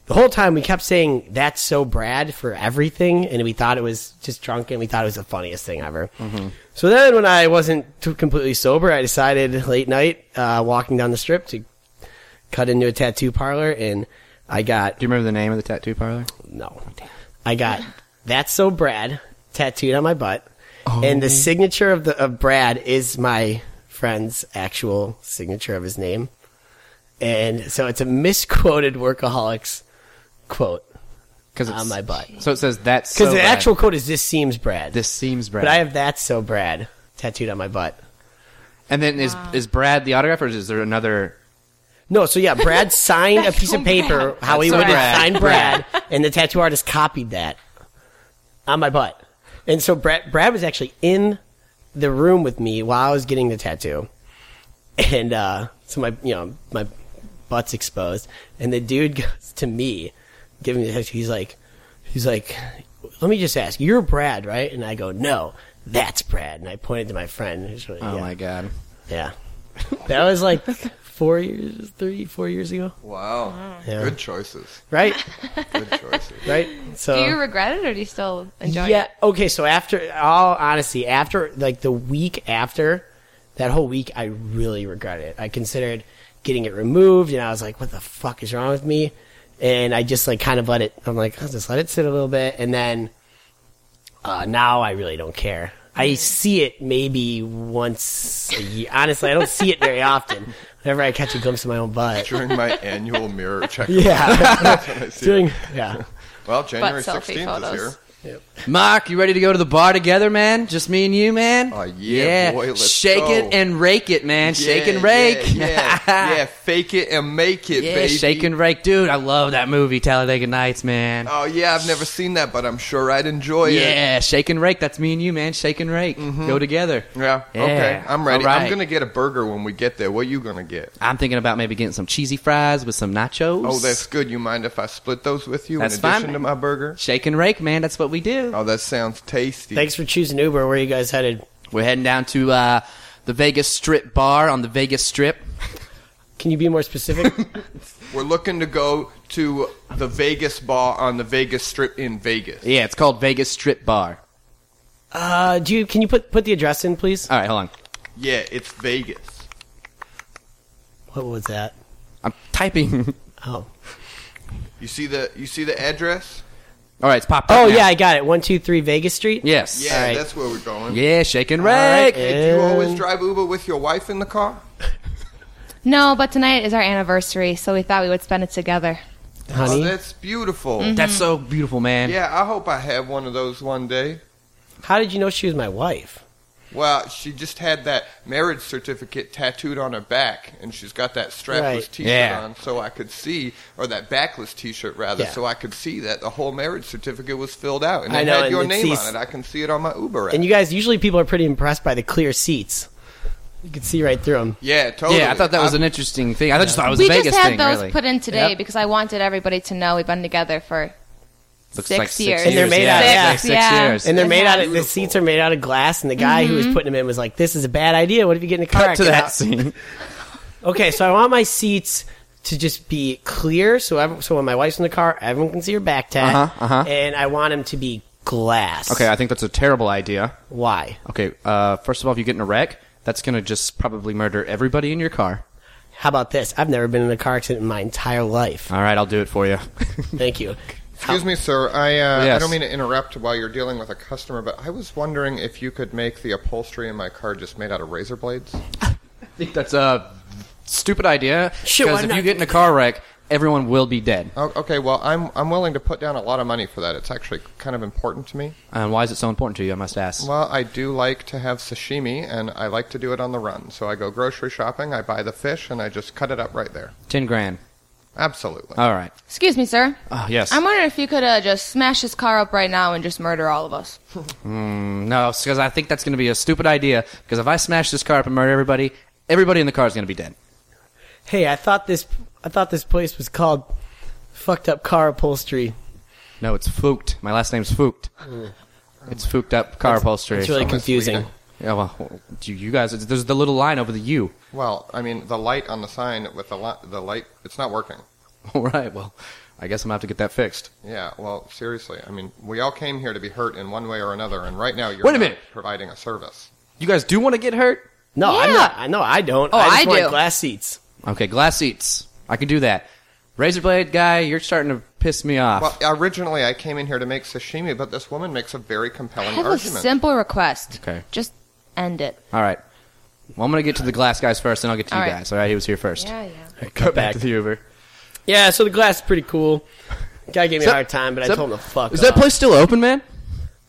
Speaker 1: The whole time we kept saying, that's so Brad for everything. And we thought it was just drunk and we thought it was the funniest thing ever. So then when I wasn't too completely sober, I decided late night, uh, walking down the strip to cut into a tattoo parlor and I got
Speaker 2: Do you remember the name of the tattoo parlor?
Speaker 1: no. I got that's so Brad tattooed on my butt, and the
Speaker 2: Oh.
Speaker 1: signature of the of Brad is my friend's actual signature of his name, and so it's a misquoted workaholics quote
Speaker 2: Because
Speaker 5: Uh,
Speaker 1: on my butt because
Speaker 2: So it says that's because
Speaker 1: the actual quote is this seems Brad.
Speaker 2: this seems Brad.
Speaker 1: but I have that's so Brad tattooed on my butt.
Speaker 2: and then is is Brad the autograph or is there another?
Speaker 1: No, so yeah, Brad signed a piece of paper how he
Speaker 2: That's
Speaker 1: would
Speaker 2: Brad.
Speaker 1: have signed Brad,
Speaker 2: Brad.
Speaker 1: and the tattoo artist copied that on my butt. And so Brad, Brad was actually in the room with me while I was getting the tattoo, and uh, so my you know my butt's exposed, and the dude goes to me, giving me the tattoo. He's like, he's like, let me just ask, you're Brad, right? And I go, no, that's Brad, and I pointed to my friend. Who's really-
Speaker 2: Oh
Speaker 1: yeah.
Speaker 2: my god!
Speaker 1: Yeah. That was like four years, three, four years ago.
Speaker 5: Wow.
Speaker 1: Yeah.
Speaker 5: Good choices.
Speaker 1: Right?
Speaker 5: Good choices.
Speaker 1: Right? So.
Speaker 4: Do you regret it or do you still enjoy
Speaker 1: yeah.
Speaker 4: it?
Speaker 1: Okay. So after all honesty, after like the week after, that whole week, I really regret it. I considered getting it removed, and I was like, "What the fuck is wrong with me?" And I just like kind of let it. I'm like, I'll just let it sit a little bit, and then uh, now I really don't care. I see it maybe once a year. Honestly, I don't see it very often. Whenever I catch a glimpse of my own butt,
Speaker 5: during my annual mirror check.
Speaker 1: yeah, doing yeah.
Speaker 5: Well, January
Speaker 4: selfie
Speaker 5: 16th
Speaker 4: photos.
Speaker 5: is here.
Speaker 2: Mark, you ready to go to the bar together, man? Just me and you, man.
Speaker 5: Oh, yeah, boy, let's
Speaker 2: shake it
Speaker 5: go.
Speaker 2: and rake it, man. shake
Speaker 5: Yeah,
Speaker 2: and rake.
Speaker 5: Yeah, yeah, yeah, fake it and make it,
Speaker 2: Yeah,
Speaker 5: baby.
Speaker 2: shake and rake, dude. I love that movie, Talladega Nights, man.
Speaker 5: Oh yeah, I've never seen that, but I'm sure I'd enjoy it.
Speaker 2: yeah, shake and rake. That's me and you, man. Shake and rake. Go together.
Speaker 5: Mm-hmm. Yeah.
Speaker 2: Yeah.
Speaker 5: Okay. I'm ready.
Speaker 2: All right.
Speaker 5: I'm gonna get a burger when we get there. What you gonna get?
Speaker 2: I'm thinking about maybe getting some cheesy fries with some nachos.
Speaker 5: Oh, that's good. You mind if I split those with you
Speaker 2: That's
Speaker 5: in
Speaker 2: fine,
Speaker 5: addition to
Speaker 2: man.
Speaker 5: my burger?
Speaker 2: shake and rake, man. That's what we do.
Speaker 5: Oh, that sounds tasty.
Speaker 1: Thanks for choosing Uber. Where are you guys headed?
Speaker 2: We're heading down to uh, the Vegas Strip bar on the Vegas Strip.
Speaker 1: Can you be more specific?
Speaker 5: We're looking to go to the Vegas bar on the Vegas Strip in Vegas.
Speaker 2: Yeah, it's called Vegas Strip Bar.
Speaker 1: uh, do you, can you put put the address in, please?
Speaker 2: All right, hold on.
Speaker 5: Yeah, it's Vegas.
Speaker 1: What was that?
Speaker 2: I'm typing.
Speaker 1: Oh,
Speaker 5: You see the you see the address?
Speaker 2: All right, it's popped up.
Speaker 1: oh
Speaker 2: now.
Speaker 1: yeah, I got it. One two three Vegas Street.
Speaker 2: Yes.
Speaker 5: Yeah,
Speaker 1: Alright.
Speaker 5: that's where we're going.
Speaker 2: Yeah, shake and
Speaker 1: right.
Speaker 2: rake.
Speaker 1: Yeah.
Speaker 5: Hey, do you always drive Uber with your wife in the car?
Speaker 4: No, but tonight is our anniversary, so we thought we would spend it together.
Speaker 5: Oh,
Speaker 1: honey.
Speaker 5: that's beautiful.
Speaker 2: That's so beautiful, man.
Speaker 5: Yeah, I hope I have one of those one day.
Speaker 1: How did you know she was my wife?
Speaker 5: Well, she just had that marriage certificate tattooed on her back, and she's got that strapless
Speaker 1: Right.
Speaker 5: T-shirt
Speaker 2: Yeah.
Speaker 5: on, so I could see, or that backless T-shirt rather,
Speaker 1: Yeah.
Speaker 5: so I could see that the whole marriage certificate was filled out, and
Speaker 1: I
Speaker 5: it
Speaker 1: know,
Speaker 5: had your
Speaker 1: and it
Speaker 5: name
Speaker 1: sees-
Speaker 5: on it. I can see it on my Uber app.
Speaker 1: And you guys usually people are pretty impressed by the clear seats. You can see right through them.
Speaker 5: yeah, totally.
Speaker 2: Yeah, I thought that was
Speaker 5: I'm-
Speaker 2: an interesting thing. I just thought it was
Speaker 4: we
Speaker 2: a Vegas
Speaker 4: just had
Speaker 2: thing,
Speaker 4: those
Speaker 2: really.
Speaker 4: put in today
Speaker 1: Yep.
Speaker 4: because I wanted everybody to know we've been together for
Speaker 2: Looks
Speaker 4: six
Speaker 2: like six
Speaker 4: years.
Speaker 1: And they're made out of-
Speaker 4: six,
Speaker 1: yeah.
Speaker 2: Six
Speaker 4: yeah.
Speaker 2: years.
Speaker 1: And they're made out of the
Speaker 5: Beautiful.
Speaker 1: seats are made out of glass, and the guy who was putting them in was like, "This is a bad idea. What if you get in a car?"
Speaker 2: Cut to
Speaker 1: accident?"
Speaker 2: that scene.
Speaker 1: Okay, so I want my seats to just be clear, so ev- so when my wife's in the car, everyone can see her back tag,
Speaker 2: Uh-huh, uh-huh.
Speaker 1: and I want them to be glass.
Speaker 2: Okay, I think that's a terrible idea.
Speaker 1: why?
Speaker 2: Okay, uh, first of all, if you get in a wreck, that's going to just probably murder everybody in your car.
Speaker 1: How about this? I've never been in a car accident in my entire life.
Speaker 2: All right, I'll do it for you.
Speaker 1: Thank you.
Speaker 5: Excuse me, sir. I uh, I
Speaker 2: Yes.
Speaker 5: don't mean to interrupt while you're dealing with a customer, but I was wondering if you could make the upholstery in my car just made out of razor blades.
Speaker 2: I think that's a stupid idea.
Speaker 1: Shit, why
Speaker 2: Because if
Speaker 1: not?
Speaker 2: you get in a car wreck, everyone will be dead.
Speaker 5: Oh, okay, well, I'm I'm willing to put down a lot of money for that. It's actually kind of important to me.
Speaker 2: And why is it so important to you, I must ask?
Speaker 5: Well, I do like to have sashimi, and I like to do it on the run. So I go grocery shopping, I buy the fish, and I just cut it up right there.
Speaker 2: Ten grand.
Speaker 5: Absolutely.
Speaker 2: All right.
Speaker 4: Excuse me, sir.
Speaker 2: Oh, yes.
Speaker 4: I'm wondering if you could uh, just smash this car up right now and just murder all of us.
Speaker 2: Mm, No, because I think that's going to be a stupid idea. Because if I smash this car up and murder everybody, everybody in the car is going to be dead.
Speaker 1: Hey, I thought this I thought this place was called Fucked Up Car Upholstery.
Speaker 2: No, it's Fucht. My last name's Fucht. It's Fucht up car upholstery. Oh,
Speaker 1: It's really
Speaker 5: So
Speaker 1: confusing.
Speaker 5: misleading.
Speaker 2: yeah, well, you, you guys, there's the little line over the U.
Speaker 5: Well, I mean, the light on the sign with the li- the light, it's not working.
Speaker 2: All right, well, I guess I'm going to have to get that fixed.
Speaker 5: Yeah. Well, seriously, I mean, we all came here to be hurt in one way or another, and right now you're
Speaker 2: Wait a
Speaker 5: not
Speaker 2: minute.
Speaker 5: providing a service.
Speaker 2: You guys do want to get hurt?
Speaker 1: No, I'm
Speaker 4: Yeah.
Speaker 1: not. I no, I don't.
Speaker 4: Oh,
Speaker 1: I just
Speaker 4: I
Speaker 1: want
Speaker 4: do.
Speaker 1: glass seats.
Speaker 2: Okay, glass seats. I can do that. Razor blade guy, you're starting to piss me off.
Speaker 5: Well, originally I came in here to make sashimi, but this woman makes a very
Speaker 4: I
Speaker 5: compelling
Speaker 4: have a
Speaker 5: argument.
Speaker 4: simple request.
Speaker 2: Okay.
Speaker 4: Just end it.
Speaker 2: all right. Well, I'm going to get to the glass guys first, and I'll get to
Speaker 4: All
Speaker 2: you
Speaker 4: right.
Speaker 2: guys. All right, he was here first.
Speaker 4: Yeah, yeah.
Speaker 2: Cut
Speaker 1: back.
Speaker 2: back to the Uber.
Speaker 1: Yeah, so the glass is pretty cool. Guy gave me a hard time, but I
Speaker 2: Is that-
Speaker 1: told him to fuck
Speaker 2: Is that
Speaker 1: off.
Speaker 2: place still open, man?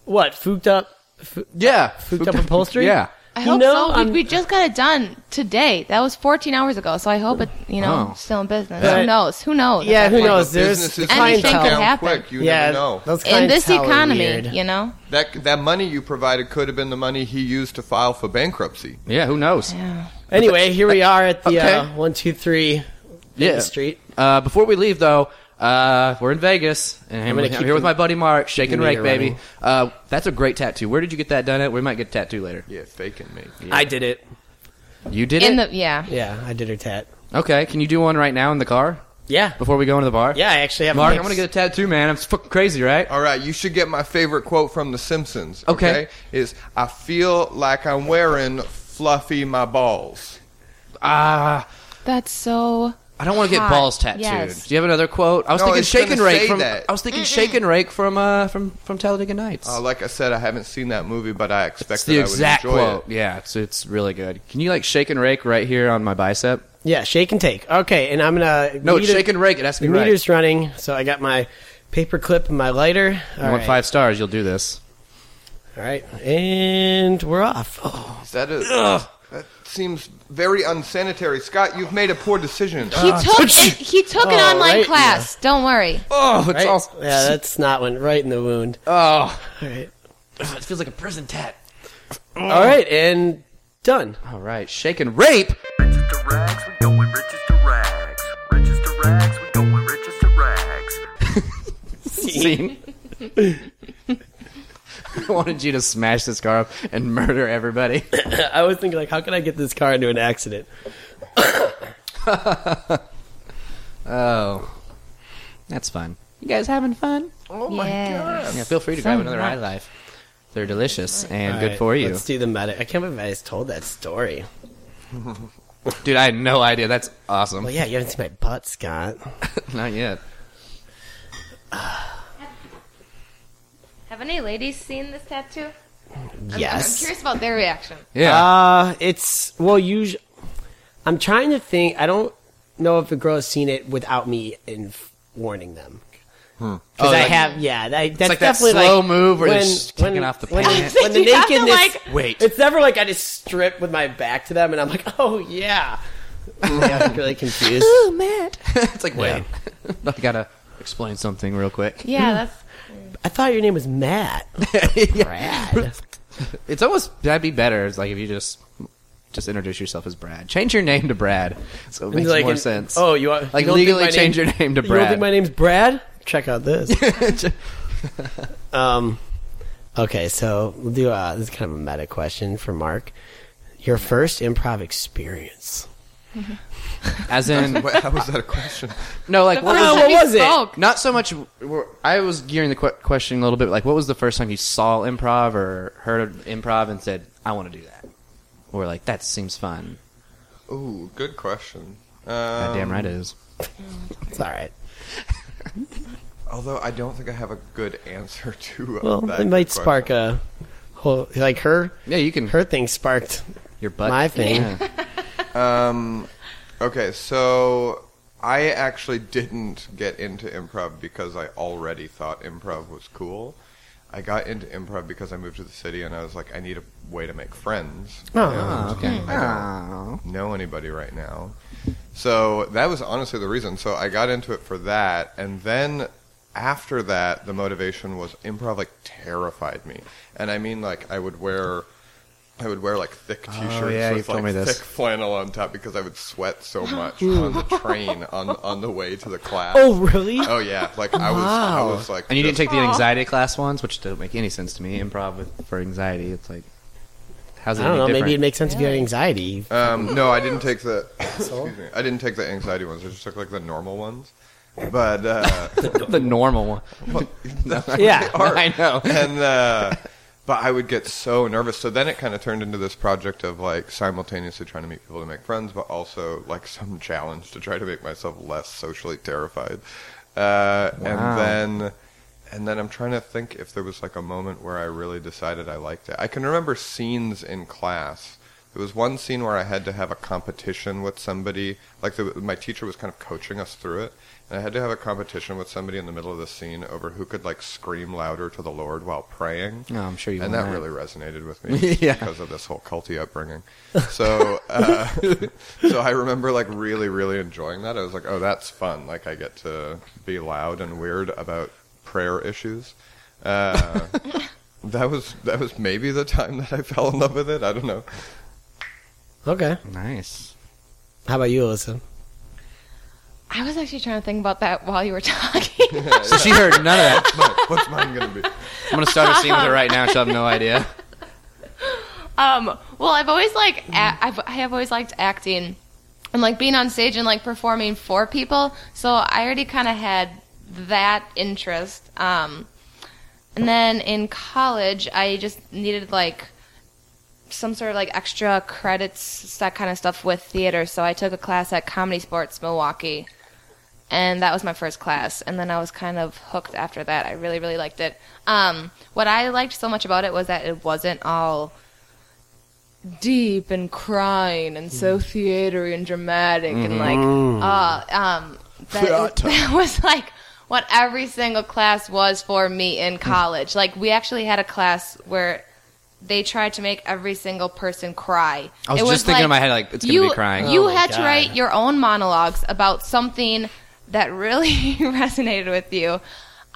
Speaker 1: What? Fucked up? Fu-
Speaker 2: Yeah.
Speaker 1: Fucked up upholstery?
Speaker 2: Yeah.
Speaker 4: I
Speaker 1: You
Speaker 4: hope
Speaker 1: know,
Speaker 4: so. We,
Speaker 1: I'm-
Speaker 4: we just got it done today. That was 14 hours ago, so I hope it, you know,
Speaker 2: Oh.
Speaker 4: still in business.
Speaker 1: But-
Speaker 4: who knows? Who knows?
Speaker 1: Yeah, who
Speaker 5: Like,
Speaker 1: knows?
Speaker 5: the
Speaker 1: There's
Speaker 5: businesses
Speaker 4: Anything could
Speaker 5: down
Speaker 4: happen.
Speaker 5: Quick, you
Speaker 1: yeah,
Speaker 5: never know.
Speaker 1: those
Speaker 4: In this
Speaker 1: clientele are
Speaker 4: economy,
Speaker 1: weird.
Speaker 4: you know?
Speaker 5: That that money you provided could have been the money he used to file for bankruptcy.
Speaker 2: Yeah, who knows?
Speaker 4: Yeah.
Speaker 1: Anyway, here we are at the uh,
Speaker 2: Okay.
Speaker 1: one, two, three
Speaker 2: Yeah.
Speaker 1: street.
Speaker 2: Uh, before we leave, though, uh, we're in Vegas, and I'm,
Speaker 1: gonna keep
Speaker 2: here with
Speaker 1: the-
Speaker 2: my buddy Mark, shake and
Speaker 1: the
Speaker 2: rake,
Speaker 1: meter
Speaker 2: baby.
Speaker 1: running.
Speaker 2: Uh, that's a great tattoo. Where did you get that done at? We might get a tattoo later.
Speaker 5: Yeah, faking me.
Speaker 1: I did it.
Speaker 2: You did
Speaker 4: In
Speaker 2: it?
Speaker 4: the, yeah.
Speaker 1: Yeah, I did her tat.
Speaker 2: okay, can you do one right now in the car
Speaker 1: Yeah.
Speaker 2: before we go into the bar?
Speaker 1: Yeah, I actually have a
Speaker 2: Mark,
Speaker 1: mix.
Speaker 2: I'm gonna get a tattoo, man. I'm fucking crazy, right?
Speaker 5: All right, you should get my favorite quote from The Simpsons.
Speaker 2: Okay.
Speaker 5: Is I feel like I'm wearing fluffy my balls.
Speaker 2: Ah,
Speaker 4: That's so.
Speaker 2: I don't want to get
Speaker 4: Hot.
Speaker 2: balls tattooed.
Speaker 4: Yes.
Speaker 2: Do you have another quote? I was
Speaker 5: No,
Speaker 2: thinking
Speaker 5: it's
Speaker 2: shake and
Speaker 5: gonna
Speaker 2: rake
Speaker 5: say
Speaker 2: from.
Speaker 5: that.
Speaker 2: I was thinking shake and rake from uh, from from Talladega Nights.
Speaker 5: Uh, like I said, I haven't seen that movie, but I
Speaker 2: That's
Speaker 5: expect
Speaker 2: the
Speaker 5: that
Speaker 2: exact
Speaker 5: I would enjoy
Speaker 2: quote. Yeah, it's it's really good. Can you like shake and rake right here on my bicep?
Speaker 1: Yeah, shake and take. Okay, and I'm gonna
Speaker 2: No, it's shake and rake. It has to
Speaker 1: The
Speaker 2: be right.
Speaker 1: meter's running, so I got my paper clip and my lighter.
Speaker 2: You
Speaker 1: All
Speaker 2: want
Speaker 1: right.
Speaker 2: five stars? You'll do this.
Speaker 1: All right, and we're off. Oh,
Speaker 5: it. That is. That seems very unsanitary, Scott. You've made a poor decision. Uh,
Speaker 4: He
Speaker 1: Uh,
Speaker 4: took it, he took an
Speaker 1: Oh,
Speaker 4: online
Speaker 1: right,
Speaker 4: class. Don't worry.
Speaker 2: Oh, it's
Speaker 1: right?
Speaker 2: all.
Speaker 1: yeah, that's not went right in the wound.
Speaker 2: Oh,
Speaker 1: All right,
Speaker 2: it feels like a prison tat.
Speaker 1: all right, and done.
Speaker 2: All right, shake and rape.
Speaker 6: Riches to rags, we going riches to rags. Riches to rags, we going riches to rags.
Speaker 2: Scene. I wanted you to smash this car up and murder everybody.
Speaker 1: I was thinking like, how can I get this car into an accident?
Speaker 2: Oh, that's fun. You guys having fun?
Speaker 5: Oh
Speaker 4: Yes.
Speaker 2: Yeah, feel free to
Speaker 4: So
Speaker 2: grab another
Speaker 4: nice.
Speaker 2: High Life. They're delicious and
Speaker 1: All
Speaker 2: good
Speaker 1: right,
Speaker 2: for you,
Speaker 1: Let's do the medic. I can't believe I just told that story.
Speaker 2: dude. I had no idea. That's awesome.
Speaker 1: Well, yeah, you haven't seen my butt, Scott.
Speaker 2: Not yet.
Speaker 4: Have any ladies seen this tattoo? I'm
Speaker 1: Yes.
Speaker 4: curious about their reaction.
Speaker 2: Yeah.
Speaker 1: Uh, it's well, usually. I'm trying to think. I don't know if the girl has seen it without me in warning them. Because
Speaker 2: Oh,
Speaker 1: I
Speaker 2: like-
Speaker 1: have, yeah, that, that's
Speaker 2: like that
Speaker 1: definitely
Speaker 2: slow
Speaker 1: like
Speaker 2: move where they're just kicking off the
Speaker 1: when,
Speaker 2: pant.
Speaker 1: when the
Speaker 4: You have to,
Speaker 1: nakedness.
Speaker 4: like-
Speaker 2: Wait.
Speaker 1: it's never like I just strip with my back to them and I'm like, oh yeah. yeah I'm really confused.
Speaker 2: it's like wait, I gotta explain something real quick.
Speaker 4: Yeah, that's
Speaker 1: I thought your name was Matt. Brad.
Speaker 2: It's almost that'd be better. It's like if you just just introduce yourself as Brad. Change your name to Brad, so it makes
Speaker 1: like
Speaker 2: more
Speaker 1: an-
Speaker 2: sense.
Speaker 1: Oh, you want
Speaker 2: Like,
Speaker 1: you don't think
Speaker 2: legally
Speaker 1: my
Speaker 2: change your name to
Speaker 1: You
Speaker 2: Brad.
Speaker 1: don't think my name's Brad? Check out this. um, okay, so we'll do uh, this is kind of a meta question for Mark. Your first improv experience.
Speaker 2: as in
Speaker 5: Wait, how was that a question?
Speaker 2: no, like
Speaker 4: the
Speaker 2: what
Speaker 4: first
Speaker 2: was
Speaker 4: time
Speaker 1: uh, what
Speaker 4: he
Speaker 1: was it?
Speaker 4: spoke.
Speaker 2: not so much. I was gearing the que- question a little bit. Like, what was the first time you saw improv or heard of improv and said, "I want to do that," or like that seems fun?
Speaker 5: Ooh, good question. Um,
Speaker 2: God damn right it is.
Speaker 1: It's all right.
Speaker 5: Although I don't think I have a good answer to. Uh,
Speaker 1: Well,
Speaker 5: that
Speaker 1: it might
Speaker 5: question.
Speaker 1: spark a whole like her
Speaker 2: Yeah, you can
Speaker 1: her thing sparked
Speaker 2: your butt.
Speaker 1: my thing.
Speaker 2: Yeah.
Speaker 5: Um, okay, so I actually didn't get into improv because I already thought improv was cool. I got into improv because I moved to the city and I was like, I need a way to make friends.
Speaker 1: Oh,
Speaker 2: Oh, okay.
Speaker 5: know anybody right now. So that was honestly the reason. So I got into it for that, and then after that, the motivation was improv. Like terrified me, and I mean like I would wear. I would wear like thick T-shirts
Speaker 2: Oh, yeah, you
Speaker 5: with
Speaker 2: told
Speaker 5: like
Speaker 2: me this.
Speaker 5: thick flannel on top because I would sweat so much on the train on on the way to the class.
Speaker 1: oh really?
Speaker 5: Oh, yeah, like I was I was like
Speaker 2: And you didn't
Speaker 5: just-
Speaker 2: take the anxiety class ones, which don't make any sense to me. Improv with, for anxiety, it's like, how's it
Speaker 1: I don't know.
Speaker 2: any
Speaker 1: Maybe
Speaker 2: different?
Speaker 1: it makes sense if you had anxiety.
Speaker 5: Um, no, I didn't take the. excuse me, I didn't take the anxiety ones. I just took like the normal ones. But uh,
Speaker 2: the normal one.
Speaker 1: yeah.
Speaker 2: I know.
Speaker 5: and uh, but I would get so nervous. So then it kind of turned into this project of like simultaneously trying to meet people to make friends, but also like some challenge to try to make myself less socially terrified. Uh,
Speaker 2: Wow.
Speaker 5: And then and then I'm trying to think if there was like a moment where I really decided I liked it. I can remember scenes in class. There was one scene where I had to have a competition with somebody. Like the, my teacher was kind of coaching us through it, and I had to have a competition with somebody in the middle of the scene over who could like scream louder to the Lord while praying.
Speaker 2: No, Oh, I'm sure you
Speaker 5: and
Speaker 2: want
Speaker 5: that,
Speaker 2: that.
Speaker 5: really resonated with me
Speaker 2: Yeah.
Speaker 5: because of this whole culty upbringing. So, uh, so I remember like really, really enjoying that. I was like, oh, that's fun. Like I get to be loud and weird about prayer issues. Uh, that was that was maybe the time that I fell in love with it. I don't know.
Speaker 1: Okay.
Speaker 2: Nice.
Speaker 1: How about you, Alyssa?
Speaker 4: I was actually trying to think about that while you were talking.
Speaker 2: So she heard none of that.
Speaker 5: But what's mine gonna be?
Speaker 2: I'm gonna start a scene with her right now. She'll have no idea.
Speaker 4: um, well, I've always like a- I've I have always liked acting and like being on stage and like performing for people. So I already kind of had that interest. Um, and then in college, I just needed like some sort of like extra credits that kind of stuff with theater. So I took a class at Comedy Sports Milwaukee, and that was my first class. And then I was kind of hooked after that. I really really liked it. Um, what I liked so much about it was that it wasn't all deep and crying and so
Speaker 1: Mm.
Speaker 4: theatery and dramatic and like
Speaker 1: Mm-hmm.
Speaker 4: uh, um, that,
Speaker 7: Theater.
Speaker 4: that was like what every single class was for me
Speaker 1: Mm.
Speaker 4: in college. Like we actually had a class where they tried to make every single person cry.
Speaker 7: I was just thinking in my head, like, it's gonna
Speaker 4: you,
Speaker 7: be crying.
Speaker 4: You
Speaker 1: Oh my
Speaker 4: had to
Speaker 1: God.
Speaker 4: write your own monologues about something that really resonated with you.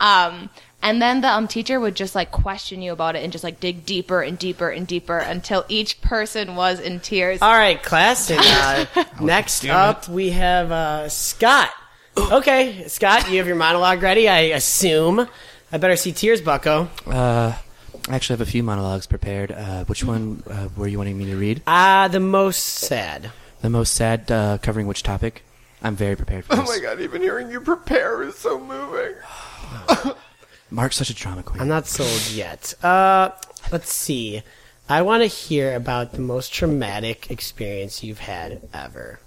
Speaker 4: Um, and then the um, teacher would just like question you about it and just like dig deeper and deeper and deeper until each person was in tears.
Speaker 1: All right, class. And, uh, next up, we have uh, Scott. Okay, Scott, you have your monologue ready, I assume. I better see tears, Bucko.
Speaker 2: Uh, I actually have a few monologues prepared. Uh, which one uh, were you wanting me to read?
Speaker 1: Ah, the most sad.
Speaker 2: The most sad, uh, covering which topic? I'm very prepared for
Speaker 3: Oh
Speaker 2: this.
Speaker 3: my god! Even hearing you prepare is so moving.
Speaker 2: Mark's such a drama queen.
Speaker 1: I'm not sold yet. Uh, let's see. I want to hear about the most traumatic experience you've had ever.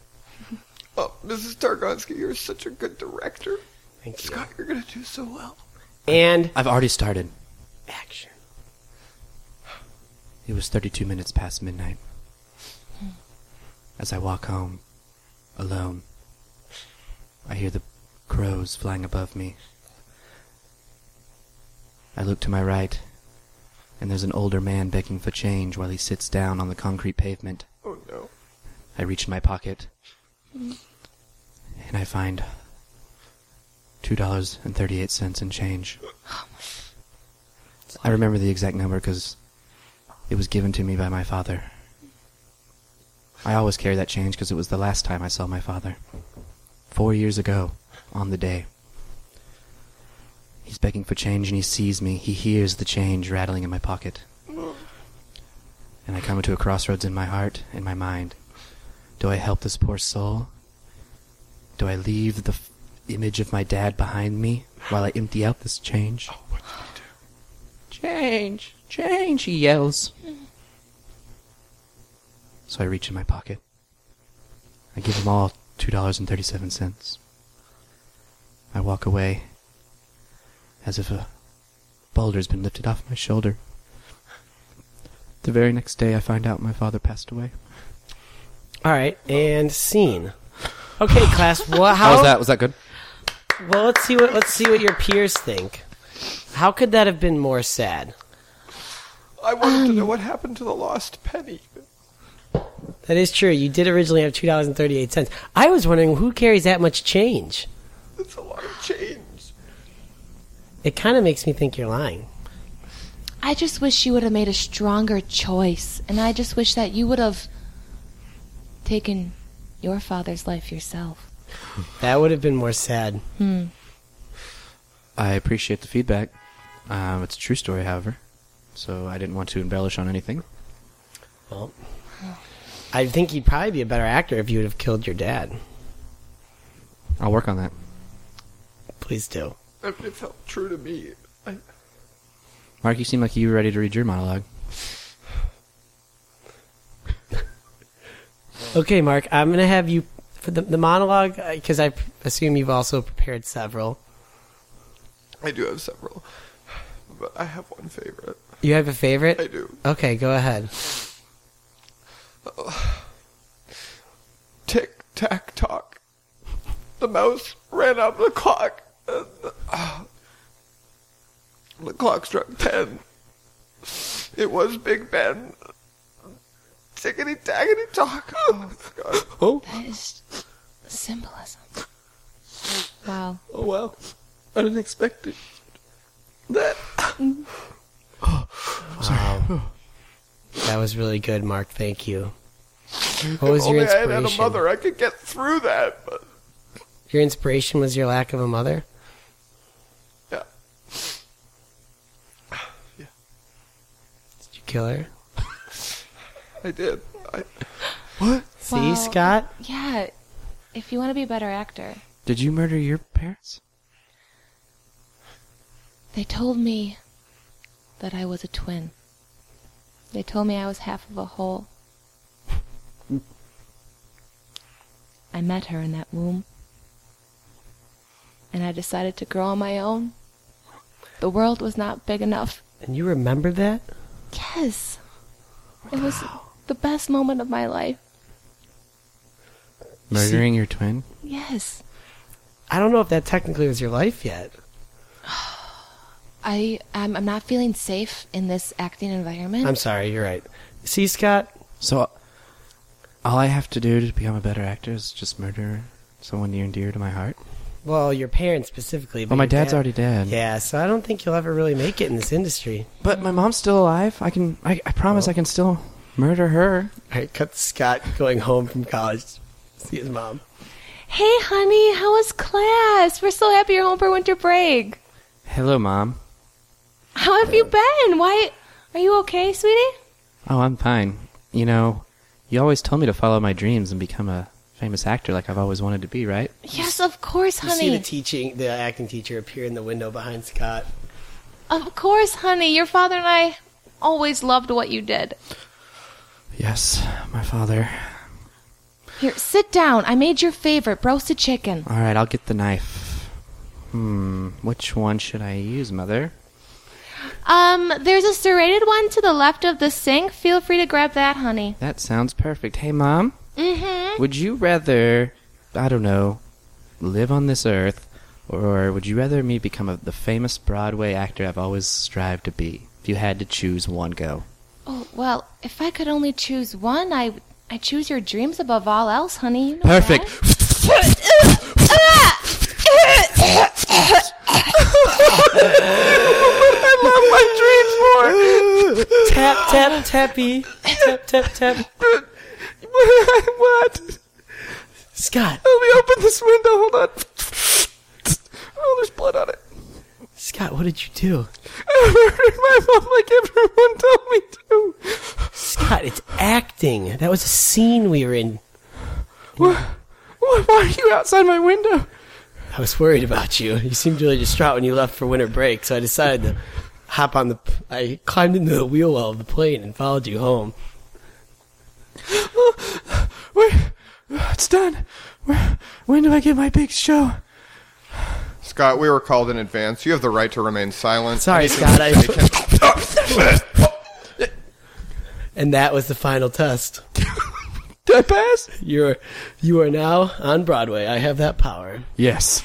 Speaker 3: Oh, Mrs. Targonski, you're such a good director.
Speaker 1: Thank you.
Speaker 3: Scott, you're gonna do so well.
Speaker 1: And
Speaker 2: I've already started.
Speaker 1: action.
Speaker 2: It was 32 minutes past midnight. As I walk home, alone, I hear the crows flying above me. I look to my right, and there's an older man begging for change while he sits down on the concrete pavement.
Speaker 3: Oh no.
Speaker 2: I reach in my pocket, and I find $2.38 in change. I remember the exact number because it was given to me by my father. I always carry that change because it was the last time I saw my father. Four years ago, on the day. He's begging for change and he sees me. He hears the change rattling in my pocket. And I come to a crossroads in my heart and my mind. Do I help this poor soul? Do I leave the f- image of my dad behind me while I empty out this change? Change! Change! He yells. So I reach in my pocket. I give him all $2.37. I walk away as if a boulder's been lifted off my shoulder. The very next day, I find out my father passed away.
Speaker 1: All right, and scene. Okay, class. What? How?
Speaker 7: How was that? Was that good?
Speaker 1: Well, let's see what let's see what your peers think. How could that have been more sad?
Speaker 3: I wanted to know what happened to the lost penny.
Speaker 1: That is true. You did originally have two dollars and thirty eight cents. I was wondering who carries that much change.
Speaker 3: That's a lot of change.
Speaker 1: It kind of makes me think you're lying.
Speaker 4: I just wish you would have made a stronger choice, and I just wish that you would have taken your father's life yourself.
Speaker 1: That would have been more sad.
Speaker 2: I appreciate the feedback. Um, it's a true story, however, so I didn't want to embellish on anything.
Speaker 1: Well, I think you'd probably be a better actor if you would have killed your dad.
Speaker 2: I'll work on that.
Speaker 1: Please do.
Speaker 3: It it felt true to me. I,
Speaker 2: Mark, you seem like you were ready to read your monologue.
Speaker 1: Okay, Mark. I'm gonna have you for the, the monologue because I p- assume you've also prepared several.
Speaker 3: I do have several, but I have one favorite.
Speaker 1: You have a
Speaker 3: I
Speaker 1: favorite?
Speaker 3: do.
Speaker 1: Okay, go ahead.
Speaker 3: Tick tack tock. The mouse ran up the clock. and The, ah. the clock struck ten. It was Big Ben. Tickety tackety tock. Oh, God.
Speaker 4: That is symbolism. Wow.
Speaker 3: Oh wow. I didn't expect it. That
Speaker 1: That was really good, Mark. Thank you. What was your
Speaker 3: only I had
Speaker 1: inspiration?
Speaker 3: had a mother, I could get through that. But
Speaker 1: Your inspiration was your lack of a mother.
Speaker 3: yeah,
Speaker 1: Did you kill her?
Speaker 3: I did. I,
Speaker 1: See,
Speaker 4: Well-
Speaker 1: Scott.
Speaker 4: Yeah, if you want to be a better actor,
Speaker 2: Did you murder your parents?
Speaker 4: they told me that I was a twin. They told me I was half of a whole. I met her in that womb. And I decided to grow on my own. The world was not big enough.
Speaker 1: And you remember that?
Speaker 4: Yes. It was the best moment of my life.
Speaker 2: Murdering your twin?
Speaker 4: Yes.
Speaker 1: I don't know if that technically was your life yet.
Speaker 4: I I'm, I'm not feeling safe in this acting environment.
Speaker 1: I'm sorry, you're right. See, Scott,
Speaker 2: So, all I have to do to become a better actor is just murder someone near and dear to my heart?
Speaker 1: well, your parents specifically. but
Speaker 2: Well, my
Speaker 1: your
Speaker 2: dad's
Speaker 1: dad-
Speaker 2: already dead.
Speaker 1: Yeah, so I don't think you'll ever really make it in this industry.
Speaker 2: But my mom's still alive. I can. I, I promise I can still murder her.
Speaker 1: I cut Scott going home from college to see his mom.
Speaker 4: hey, honey, how was class? We're so happy you're home for winter break.
Speaker 2: Hello, mom.
Speaker 4: How have you been? Why are you okay, sweetie?
Speaker 2: Oh, I'm fine. You know, you always told me to follow my dreams and become a famous actor like I've always wanted to be, right?
Speaker 4: Yes, of course,
Speaker 1: You see the
Speaker 4: honey.
Speaker 1: teaching, the acting teacher appear in the window behind Scott.
Speaker 4: of course, honey. Your father and I always loved what you did.
Speaker 2: Yes, my father.
Speaker 4: Here, sit down. I made your favorite roasted chicken.
Speaker 2: All right, I'll get the knife. Hmm, which one should I use, mother?
Speaker 4: Um, there's a serrated one to the left of the sink. Feel free to grab that, honey.
Speaker 2: That sounds perfect. Hey, mom,
Speaker 4: Mm-hmm.
Speaker 2: would you rather, I don't know, live on this earth, or would you rather me become a, the famous Broadway actor I've always strived to be? If you had to choose one, go.
Speaker 4: Oh well, if I could only choose one, I I choose your dreams above all else, honey. You know
Speaker 2: Perfect.
Speaker 4: that.
Speaker 1: Tap, tap, tappy. Tap, tap, tap.
Speaker 2: what?
Speaker 1: Scott,
Speaker 2: Let me open this window. Hold on. Oh, there's blood on it.
Speaker 1: Scott, what did you do?
Speaker 2: I murdered my mom like everyone told me to.
Speaker 1: Scott, it's acting. That was a scene we were in.
Speaker 2: Why, why are you outside my window?
Speaker 1: I was worried about you. You seemed really distraught when you left for winter break, so I decided to hop on the. I climbed into the wheel well of the plane and followed you home.
Speaker 2: Wait, it's done. Where, when do I get my big show?
Speaker 5: Scott, we were called in advance. You have the right to remain silent.
Speaker 1: Sorry, Scott. I. and that was the final test.
Speaker 2: Did I pass?
Speaker 1: You're, you are now on Broadway. I have that power.
Speaker 2: Yes.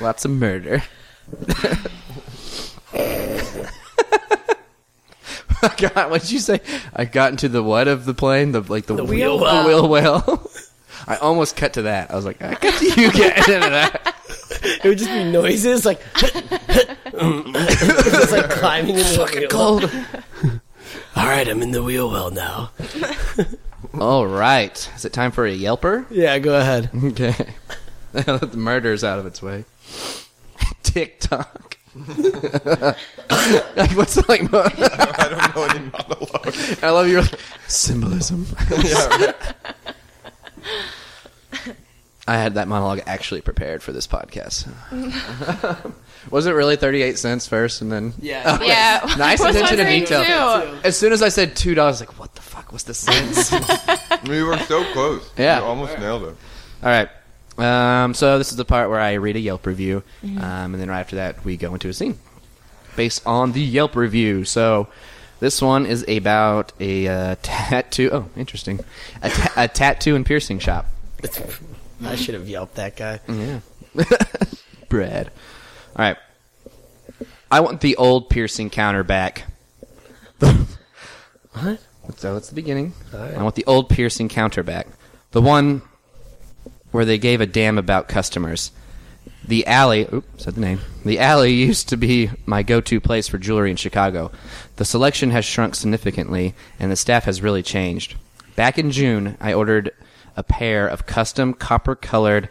Speaker 2: Lots of murder. God, what'd you say? I got into the what of the plane? The like the,
Speaker 1: wheel
Speaker 2: the wheel well. I almost cut to that. I was like, I cut to you getting into that.
Speaker 1: It would just be noises like. just like climbing into the wheel.
Speaker 2: Cold.
Speaker 1: All right, I'm in the wheel well now.
Speaker 2: All right. Is it time for a Yelper?
Speaker 1: Yeah, go ahead.
Speaker 2: Okay. Let the murder's out of its way. TikTok. like, what's the, like? mo-
Speaker 5: I don't know any monologue.
Speaker 2: I love your like, symbolism. I had that monologue actually prepared for this podcast. was it really thirty-eight cents first, and then Uh,
Speaker 1: Yeah.
Speaker 4: Yeah.
Speaker 2: Oh, Nice
Speaker 4: I was
Speaker 2: attention to
Speaker 4: wondering
Speaker 2: detail.
Speaker 4: too.
Speaker 2: as soon as I said two dollars, like what the fuck was the cents? All
Speaker 5: We were so close.
Speaker 2: Yeah.
Speaker 5: You almost nailed it.
Speaker 2: right. Um, so this is the part where I read a Yelp review, um, and then right after that we go into a scene. based on the Yelp review. So this one is about a uh, tattoo. Oh, interesting. A, ta- a tattoo and piercing shop.
Speaker 1: I should have yelped that guy.
Speaker 2: Bread. All right. I want the old piercing counter back.
Speaker 1: What?
Speaker 2: So that's the beginning.
Speaker 1: right.
Speaker 2: I want the old piercing counter back. The one where they gave a damn about customers. The alley, oops, said the name. The alley used to be my go-to place for jewelry in Chicago. The selection has shrunk significantly, and the staff has really changed. Back in June, I ordered a pair of custom copper-colored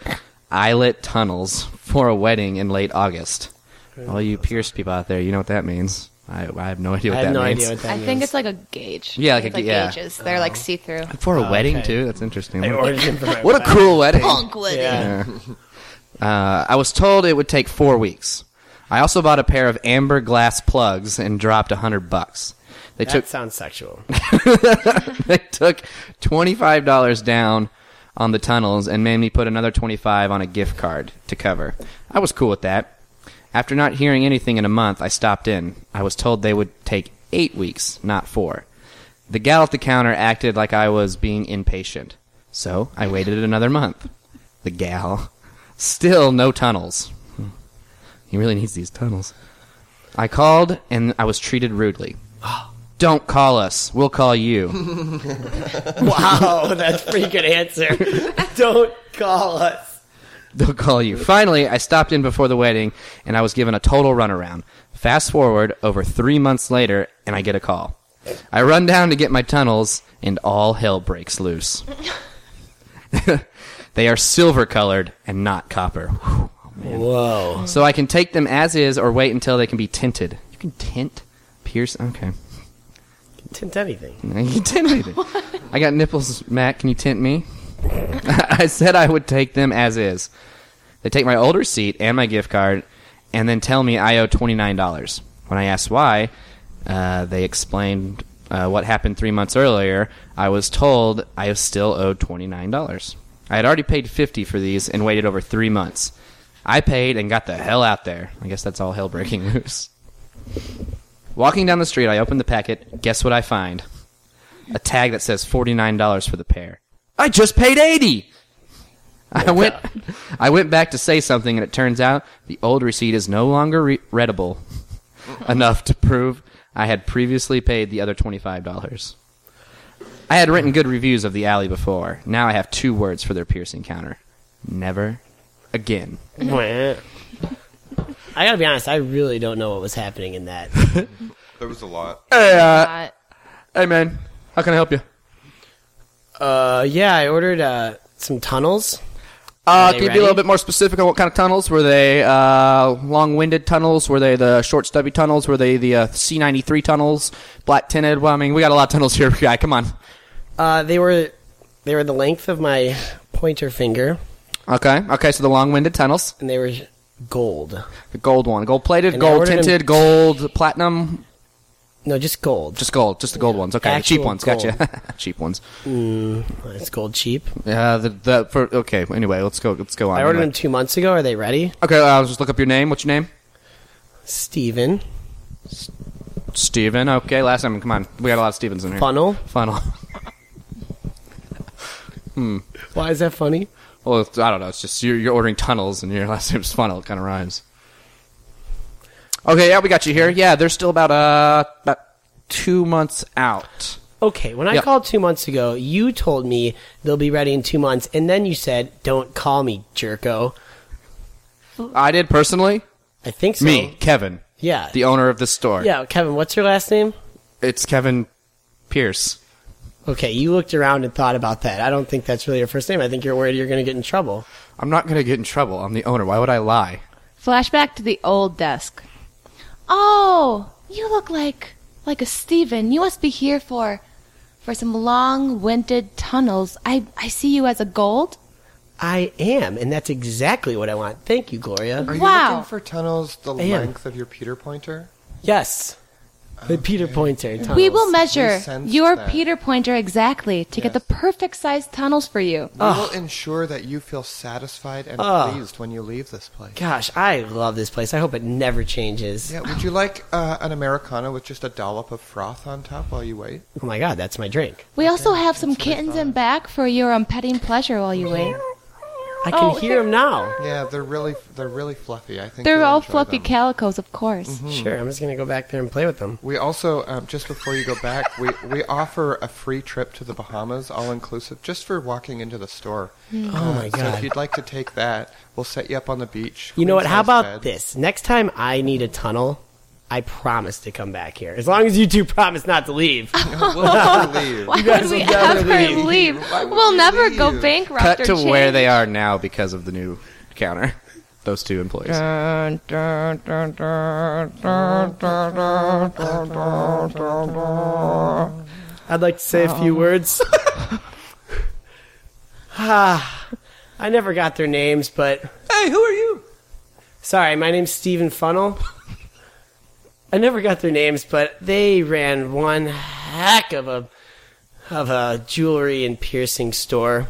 Speaker 2: eyelet tunnels for a wedding in late August. All you pierced people out there, you know what that means. I, I have no idea what
Speaker 1: I have
Speaker 2: that
Speaker 1: no
Speaker 2: means.
Speaker 1: idea what that
Speaker 4: I
Speaker 1: means.
Speaker 4: think it's like a gauge.
Speaker 2: Yeah, like a
Speaker 4: It's
Speaker 2: ga- yeah.
Speaker 4: gauges. They're
Speaker 5: Oh.
Speaker 4: like see through.
Speaker 2: For a wedding
Speaker 1: Ah, okay.
Speaker 2: too. That's interesting.
Speaker 1: I ordered it from my
Speaker 2: What a
Speaker 1: website.
Speaker 2: cool wedding.
Speaker 4: wedding.
Speaker 1: Yeah.
Speaker 2: Yeah. Uh, I was told it would take four weeks. I also bought a pair of amber glass plugs and dropped a hundred bucks. They
Speaker 1: That
Speaker 2: took
Speaker 1: sounds sexual.
Speaker 2: they took twenty five dollars down on the tunnels and made me put another twenty five on a gift card to cover. I was cool with that. After not hearing anything in a month, I stopped in. I was told they would take eight weeks, not four. The gal at the counter acted like I was being impatient, so I waited another month. The gal, still no tunnels. Hmm. He really needs these tunnels. I called and I was treated rudely. Don't call us. We'll call you.
Speaker 1: wow, that's a pretty good answer. Don't call us.
Speaker 2: They'll call you. Finally, I stopped in before the wedding and I was given a total runaround. Fast forward over three months later and I get a call. I run down to get my tunnels and all hell breaks loose. they are silver colored and not copper. Whew.
Speaker 1: Whoa.
Speaker 2: So I can take them as is or wait until they can be tinted. You can tint? Pierce? Okay.
Speaker 1: Tint anything.
Speaker 2: And He tinted me. I got nipples, Matt. Can you tint me? I said I would take them as is. They take my old receipt and my gift card, and then tell me I owe twenty nine dollars. When I asked why, uh, they explained uh, what happened three months earlier. I was told I still owed twenty nine dollars. I had already paid fifty for these and waited over three months. I paid and got the hell out there. I guess that's all hell breaking loose. Walking down the street, I open the packet. Guess what I find? a tag that says forty nine dollars for the pair. I just paid eighty. I went, I went back to say something, and it turns out the old receipt is no longer re- readable enough to prove I had previously paid the other twenty five dollars. I had written good reviews of the alley before. Now I have two words for their piercing counter: never again.
Speaker 1: Wah. I gotta be honest, I really don't know what was happening in that.
Speaker 5: There was a lot.
Speaker 4: Not-
Speaker 2: Hey man, how can I help you?
Speaker 1: Uh, yeah, I ordered uh, some tunnels.
Speaker 2: Uh,
Speaker 1: Are they
Speaker 2: can you be a little
Speaker 1: ready?
Speaker 2: bit more specific on what kind of tunnels? Were they uh, long-winded tunnels? Were they the short, stubby tunnels? Were they the uh, C-93 tunnels? Black tinted? Well, I mean, we got a lot of tunnels here, guy. Come on.
Speaker 1: Uh, they were they were the length of my pointer finger,
Speaker 2: Okay, okay. So the long-winded tunnels,
Speaker 1: and they were gold.
Speaker 2: the gold one, gold-plated,
Speaker 1: And I ordered
Speaker 2: gold-tinted,
Speaker 1: them-
Speaker 2: gold platinum,
Speaker 1: No, just gold.
Speaker 2: just gold, just the gold ones. Okay, the cheap
Speaker 1: Actual
Speaker 2: ones. Gotcha. cheap ones.
Speaker 1: It's gold cheap.
Speaker 2: Yeah. The, the for okay. Anyway, let's go. Let's go on.
Speaker 1: I ordered
Speaker 2: anyway.
Speaker 1: them two months ago. Are they ready?
Speaker 2: Okay, uh, I'll just look up your name. What's your name?
Speaker 1: Steven.
Speaker 2: Steven. Okay, last name. Come on. We got a lot of Stevens in here.
Speaker 1: Funnel.
Speaker 2: Funnel.
Speaker 1: Why is that funny?
Speaker 2: Well, it's- I don't know. It's just you're, you're ordering tunnels, and your last name's Funnel. It kind of rhymes. Okay, yeah, we got you here. Yeah, they're still about uh about two months out.
Speaker 1: Okay, when I
Speaker 2: Yeah.
Speaker 1: called two months ago, you told me they'll be ready in two months, and then you said, "Don't call me, jerko."
Speaker 2: I did personally.
Speaker 1: I think so.
Speaker 2: Me, Kevin,
Speaker 1: Yeah.
Speaker 2: the owner of this store.
Speaker 1: yeah, Kevin. What's your last name?
Speaker 2: it's Kevin Pierce.
Speaker 1: Okay, you looked around and thought about that. I don't think that's really your first name. I think you're worried you're going to get in trouble.
Speaker 2: I'm not gonna get in trouble. I'm the owner. Why would I lie?
Speaker 4: Flashback to the old desk. Oh, you look like like a Steven. You must be here for for some long winded tunnels. I I see you as a gold.
Speaker 1: I am, and that's exactly what I want. Thank you, Gloria.
Speaker 5: Are you
Speaker 4: Wow.
Speaker 5: looking for tunnels the
Speaker 1: am.
Speaker 5: length of your Peter pointer?
Speaker 1: Yes. The Peter Pointer. Tunnels.
Speaker 4: We will measure
Speaker 5: We sensed
Speaker 4: your
Speaker 5: that.
Speaker 4: Peter Pointer exactly to get the perfect size tunnels for you.
Speaker 5: We will ensure that you feel satisfied and
Speaker 1: Ugh.
Speaker 5: pleased when you leave this place.
Speaker 1: Gosh, I love this place. I hope it never changes.
Speaker 5: Yeah, would you like uh, an Americano with just a dollop of froth on top while you wait?
Speaker 1: Oh my god, that's my drink.
Speaker 4: We also have some kittens in back for your um, petting pleasure while you wait.
Speaker 1: I can
Speaker 4: Oh,
Speaker 1: hear him now.
Speaker 5: Yeah, they're really they're really fluffy. I think
Speaker 4: They're
Speaker 5: you'll
Speaker 4: all
Speaker 5: enjoy
Speaker 4: fluffy
Speaker 5: them.
Speaker 4: calicos, of course.
Speaker 1: Sure, I'm just going to go back there and play with them.
Speaker 5: we also um, just before you go back, we we offer a free trip to the Bahamas, all inclusive, just for walking into the store.
Speaker 4: Mm-hmm.
Speaker 1: Oh my
Speaker 5: So if
Speaker 1: god.
Speaker 5: you'd like to take that, we'll set you up on the beach.
Speaker 1: You know what? How
Speaker 5: queen-size
Speaker 1: about
Speaker 5: bed.
Speaker 1: this? Next time I need a tunnel, I promise to come back here. As long as you two promise not to leave.
Speaker 5: We'll never leave.
Speaker 4: Why would we ever leave?
Speaker 5: Why would
Speaker 4: We'll
Speaker 5: we
Speaker 4: never go
Speaker 5: leave?
Speaker 4: bankrupt
Speaker 2: Cut
Speaker 4: or
Speaker 2: to where
Speaker 4: change.
Speaker 2: they are now because of the new counter. those two employees.
Speaker 1: I'd like to say a few words. Ah, I never got their names, but
Speaker 2: Hey, who are you?
Speaker 1: sorry, my name's Stephen Funnel. I never got their names, but they ran one heck of a of a jewelry and piercing store.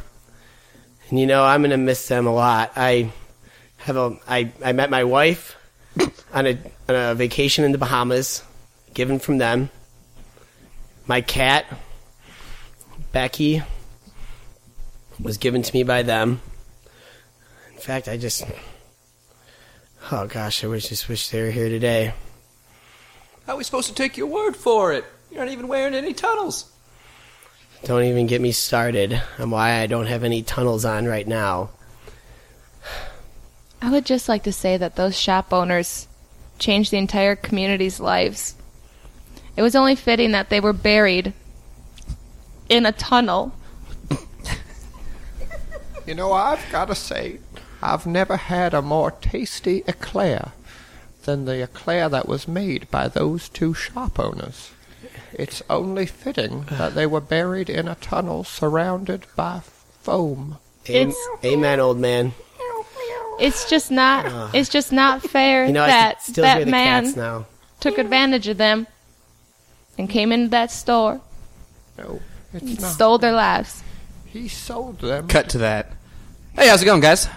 Speaker 1: And you know, I'm gonna miss them a lot. I have a I, I met my wife on a on a vacation in the Bahamas, given from them. My cat, Becky, was given to me by them. In fact, I just Oh gosh, I wish just wish they were here today.
Speaker 2: How are we supposed to take your word for it? You're not even wearing any tunnels.
Speaker 1: Don't even get me started on why I don't have any tunnels on right now.
Speaker 4: I would just like to say that those shop owners changed the entire community's lives. It was only fitting that they were buried in a tunnel.
Speaker 5: You know, I've got to say, I've never had a more tasty eclair than the eclair that was made by those two shop owners. It's only fitting that they were buried in a tunnel surrounded by foam.
Speaker 1: Am-
Speaker 4: It's-
Speaker 1: Amen, old man.
Speaker 4: It's just not. It's just not fair
Speaker 1: You know, I
Speaker 4: that
Speaker 1: can still hear
Speaker 4: that
Speaker 1: the
Speaker 4: man
Speaker 1: cats now.
Speaker 4: took advantage of them and came into that store
Speaker 5: No,
Speaker 4: and
Speaker 5: it's not.
Speaker 4: stole their lives.
Speaker 5: He sold them.
Speaker 2: Cut to that. Hey, how's it going, guys?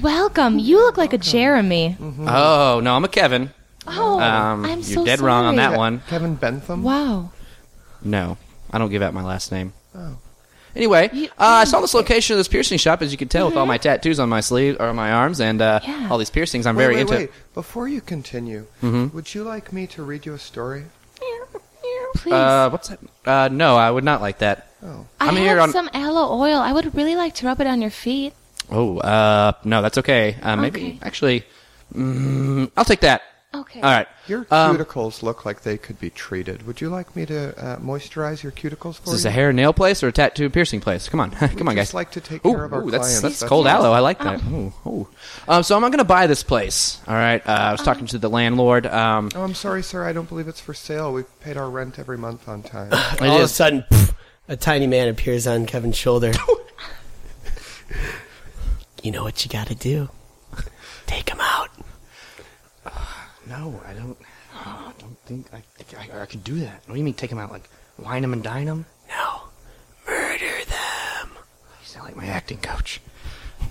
Speaker 4: Welcome. You look like a Jeremy.
Speaker 2: Oh no, I'm a Kevin.
Speaker 4: Oh,
Speaker 2: Um,
Speaker 4: I'm
Speaker 2: you're
Speaker 4: so
Speaker 2: dead wrong on
Speaker 4: sorry.
Speaker 2: that one.
Speaker 5: Kevin Bentham?
Speaker 4: Wow.
Speaker 2: No, I don't give out my last name.
Speaker 5: Oh.
Speaker 2: Anyway,
Speaker 4: You- Mm-hmm.
Speaker 2: uh, I saw this location of this piercing shop, as you can tell, with all my tattoos on my sleeve or on my arms and uh,
Speaker 4: Yeah.
Speaker 2: all these piercings. I'm
Speaker 5: Wait,
Speaker 2: very
Speaker 5: wait,
Speaker 2: into.
Speaker 5: wait. Before you continue,
Speaker 2: Mhm.
Speaker 5: would you like me to read you a story?
Speaker 4: Please.
Speaker 2: Uh, what's that? Uh, no, I would not like that.
Speaker 5: Oh.
Speaker 4: I
Speaker 2: I'm
Speaker 4: have
Speaker 2: here on-
Speaker 4: some aloe oil. I would really like to rub it on your feet.
Speaker 2: Oh, uh, no, that's okay. Uh, maybe
Speaker 4: Okay.
Speaker 2: actually, mm, I'll take that.
Speaker 4: Okay.
Speaker 2: All right.
Speaker 5: Your
Speaker 2: Um,
Speaker 5: cuticles look like they could be treated. Would you like me to uh, moisturize your cuticles for
Speaker 2: Is this
Speaker 5: you?
Speaker 2: a hair and nail place or a tattoo piercing place? Come on,
Speaker 5: We
Speaker 2: come on,
Speaker 5: just
Speaker 2: guys.
Speaker 5: like to take
Speaker 2: Ooh,
Speaker 5: care of our
Speaker 2: ooh, that's,
Speaker 5: clients.
Speaker 2: that's
Speaker 5: That's Oh.
Speaker 2: cold
Speaker 5: all.
Speaker 2: aloe. I like that. Ooh, ooh. Um, so I'm not going to buy this place. All right. Uh, I was
Speaker 5: Uh-huh.
Speaker 2: talking to the landlord. Um,
Speaker 5: Oh, I'm sorry, sir. I don't believe it's for sale. We've paid our rent every month on time.
Speaker 2: it
Speaker 1: All of a
Speaker 2: is-
Speaker 1: sudden, pff, a tiny man appears on Kevin's shoulder. you know what you got to do? Take him out.
Speaker 8: Uh, No, I don't. I don't think I, I, I could do that. What do you mean, take him out? Like, wine him and dine him?
Speaker 1: No, murder them.
Speaker 8: You sound like my acting coach.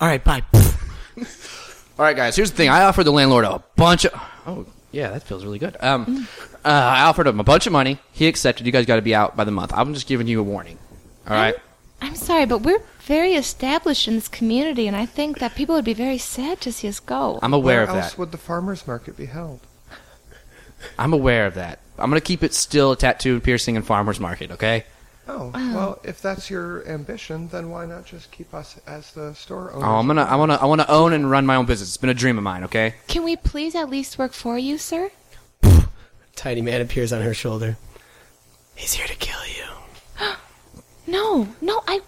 Speaker 1: All right, bye. Pff.
Speaker 2: All right, guys. Here's the thing. I offered the landlord a bunch of. Oh, yeah, that feels really good.
Speaker 5: Mm.
Speaker 2: Um, uh, I offered him a bunch of money. He accepted. You guys got to be out by the month. I'm just giving you a warning. All right.
Speaker 4: I'm sorry, but we're very established in this community, and I think that people would be very sad to see us go.
Speaker 2: I'm aware
Speaker 5: Where
Speaker 2: of that.
Speaker 5: else would the farmers market be held?
Speaker 2: I'm aware of that. I'm gonna keep it still a tattoo and piercing and farmers market. Okay.
Speaker 5: Oh, well, if that's your ambition, then why not just keep us as the store owner?
Speaker 2: Oh, I'm gonna. I wanna. I wanna own and run my own business. It's been a dream of mine. Okay.
Speaker 4: Can we please at least work for you, sir?
Speaker 1: Tiny man appears on her shoulder. He's here to kill you.
Speaker 4: No, no, I,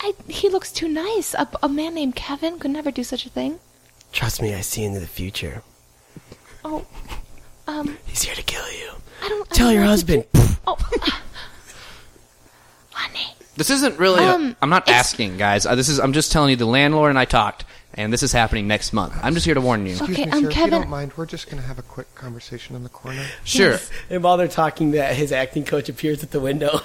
Speaker 4: I. He looks too nice. A, a man named Kevin could never do such a thing.
Speaker 1: Trust me, I see into the future.
Speaker 4: Oh, um,
Speaker 1: He's here to kill you.
Speaker 4: I don't. I
Speaker 1: Tell
Speaker 4: don't
Speaker 1: your
Speaker 4: like
Speaker 1: husband.
Speaker 4: to do- Oh, honey.
Speaker 2: This isn't really. a-
Speaker 4: Um,
Speaker 2: I'm not
Speaker 4: it's-
Speaker 2: asking, guys. Uh, this is. I'm just telling you. The landlord and I talked, and this is happening next month. I'm just here to warn you.
Speaker 5: Excuse
Speaker 4: Okay,
Speaker 5: me,
Speaker 4: um,
Speaker 5: sir. If you
Speaker 4: Kevin-
Speaker 5: don't mind, we're just going to have a quick conversation in the corner.
Speaker 2: Sure.
Speaker 1: And while they're talking, that his acting coach appears at the window.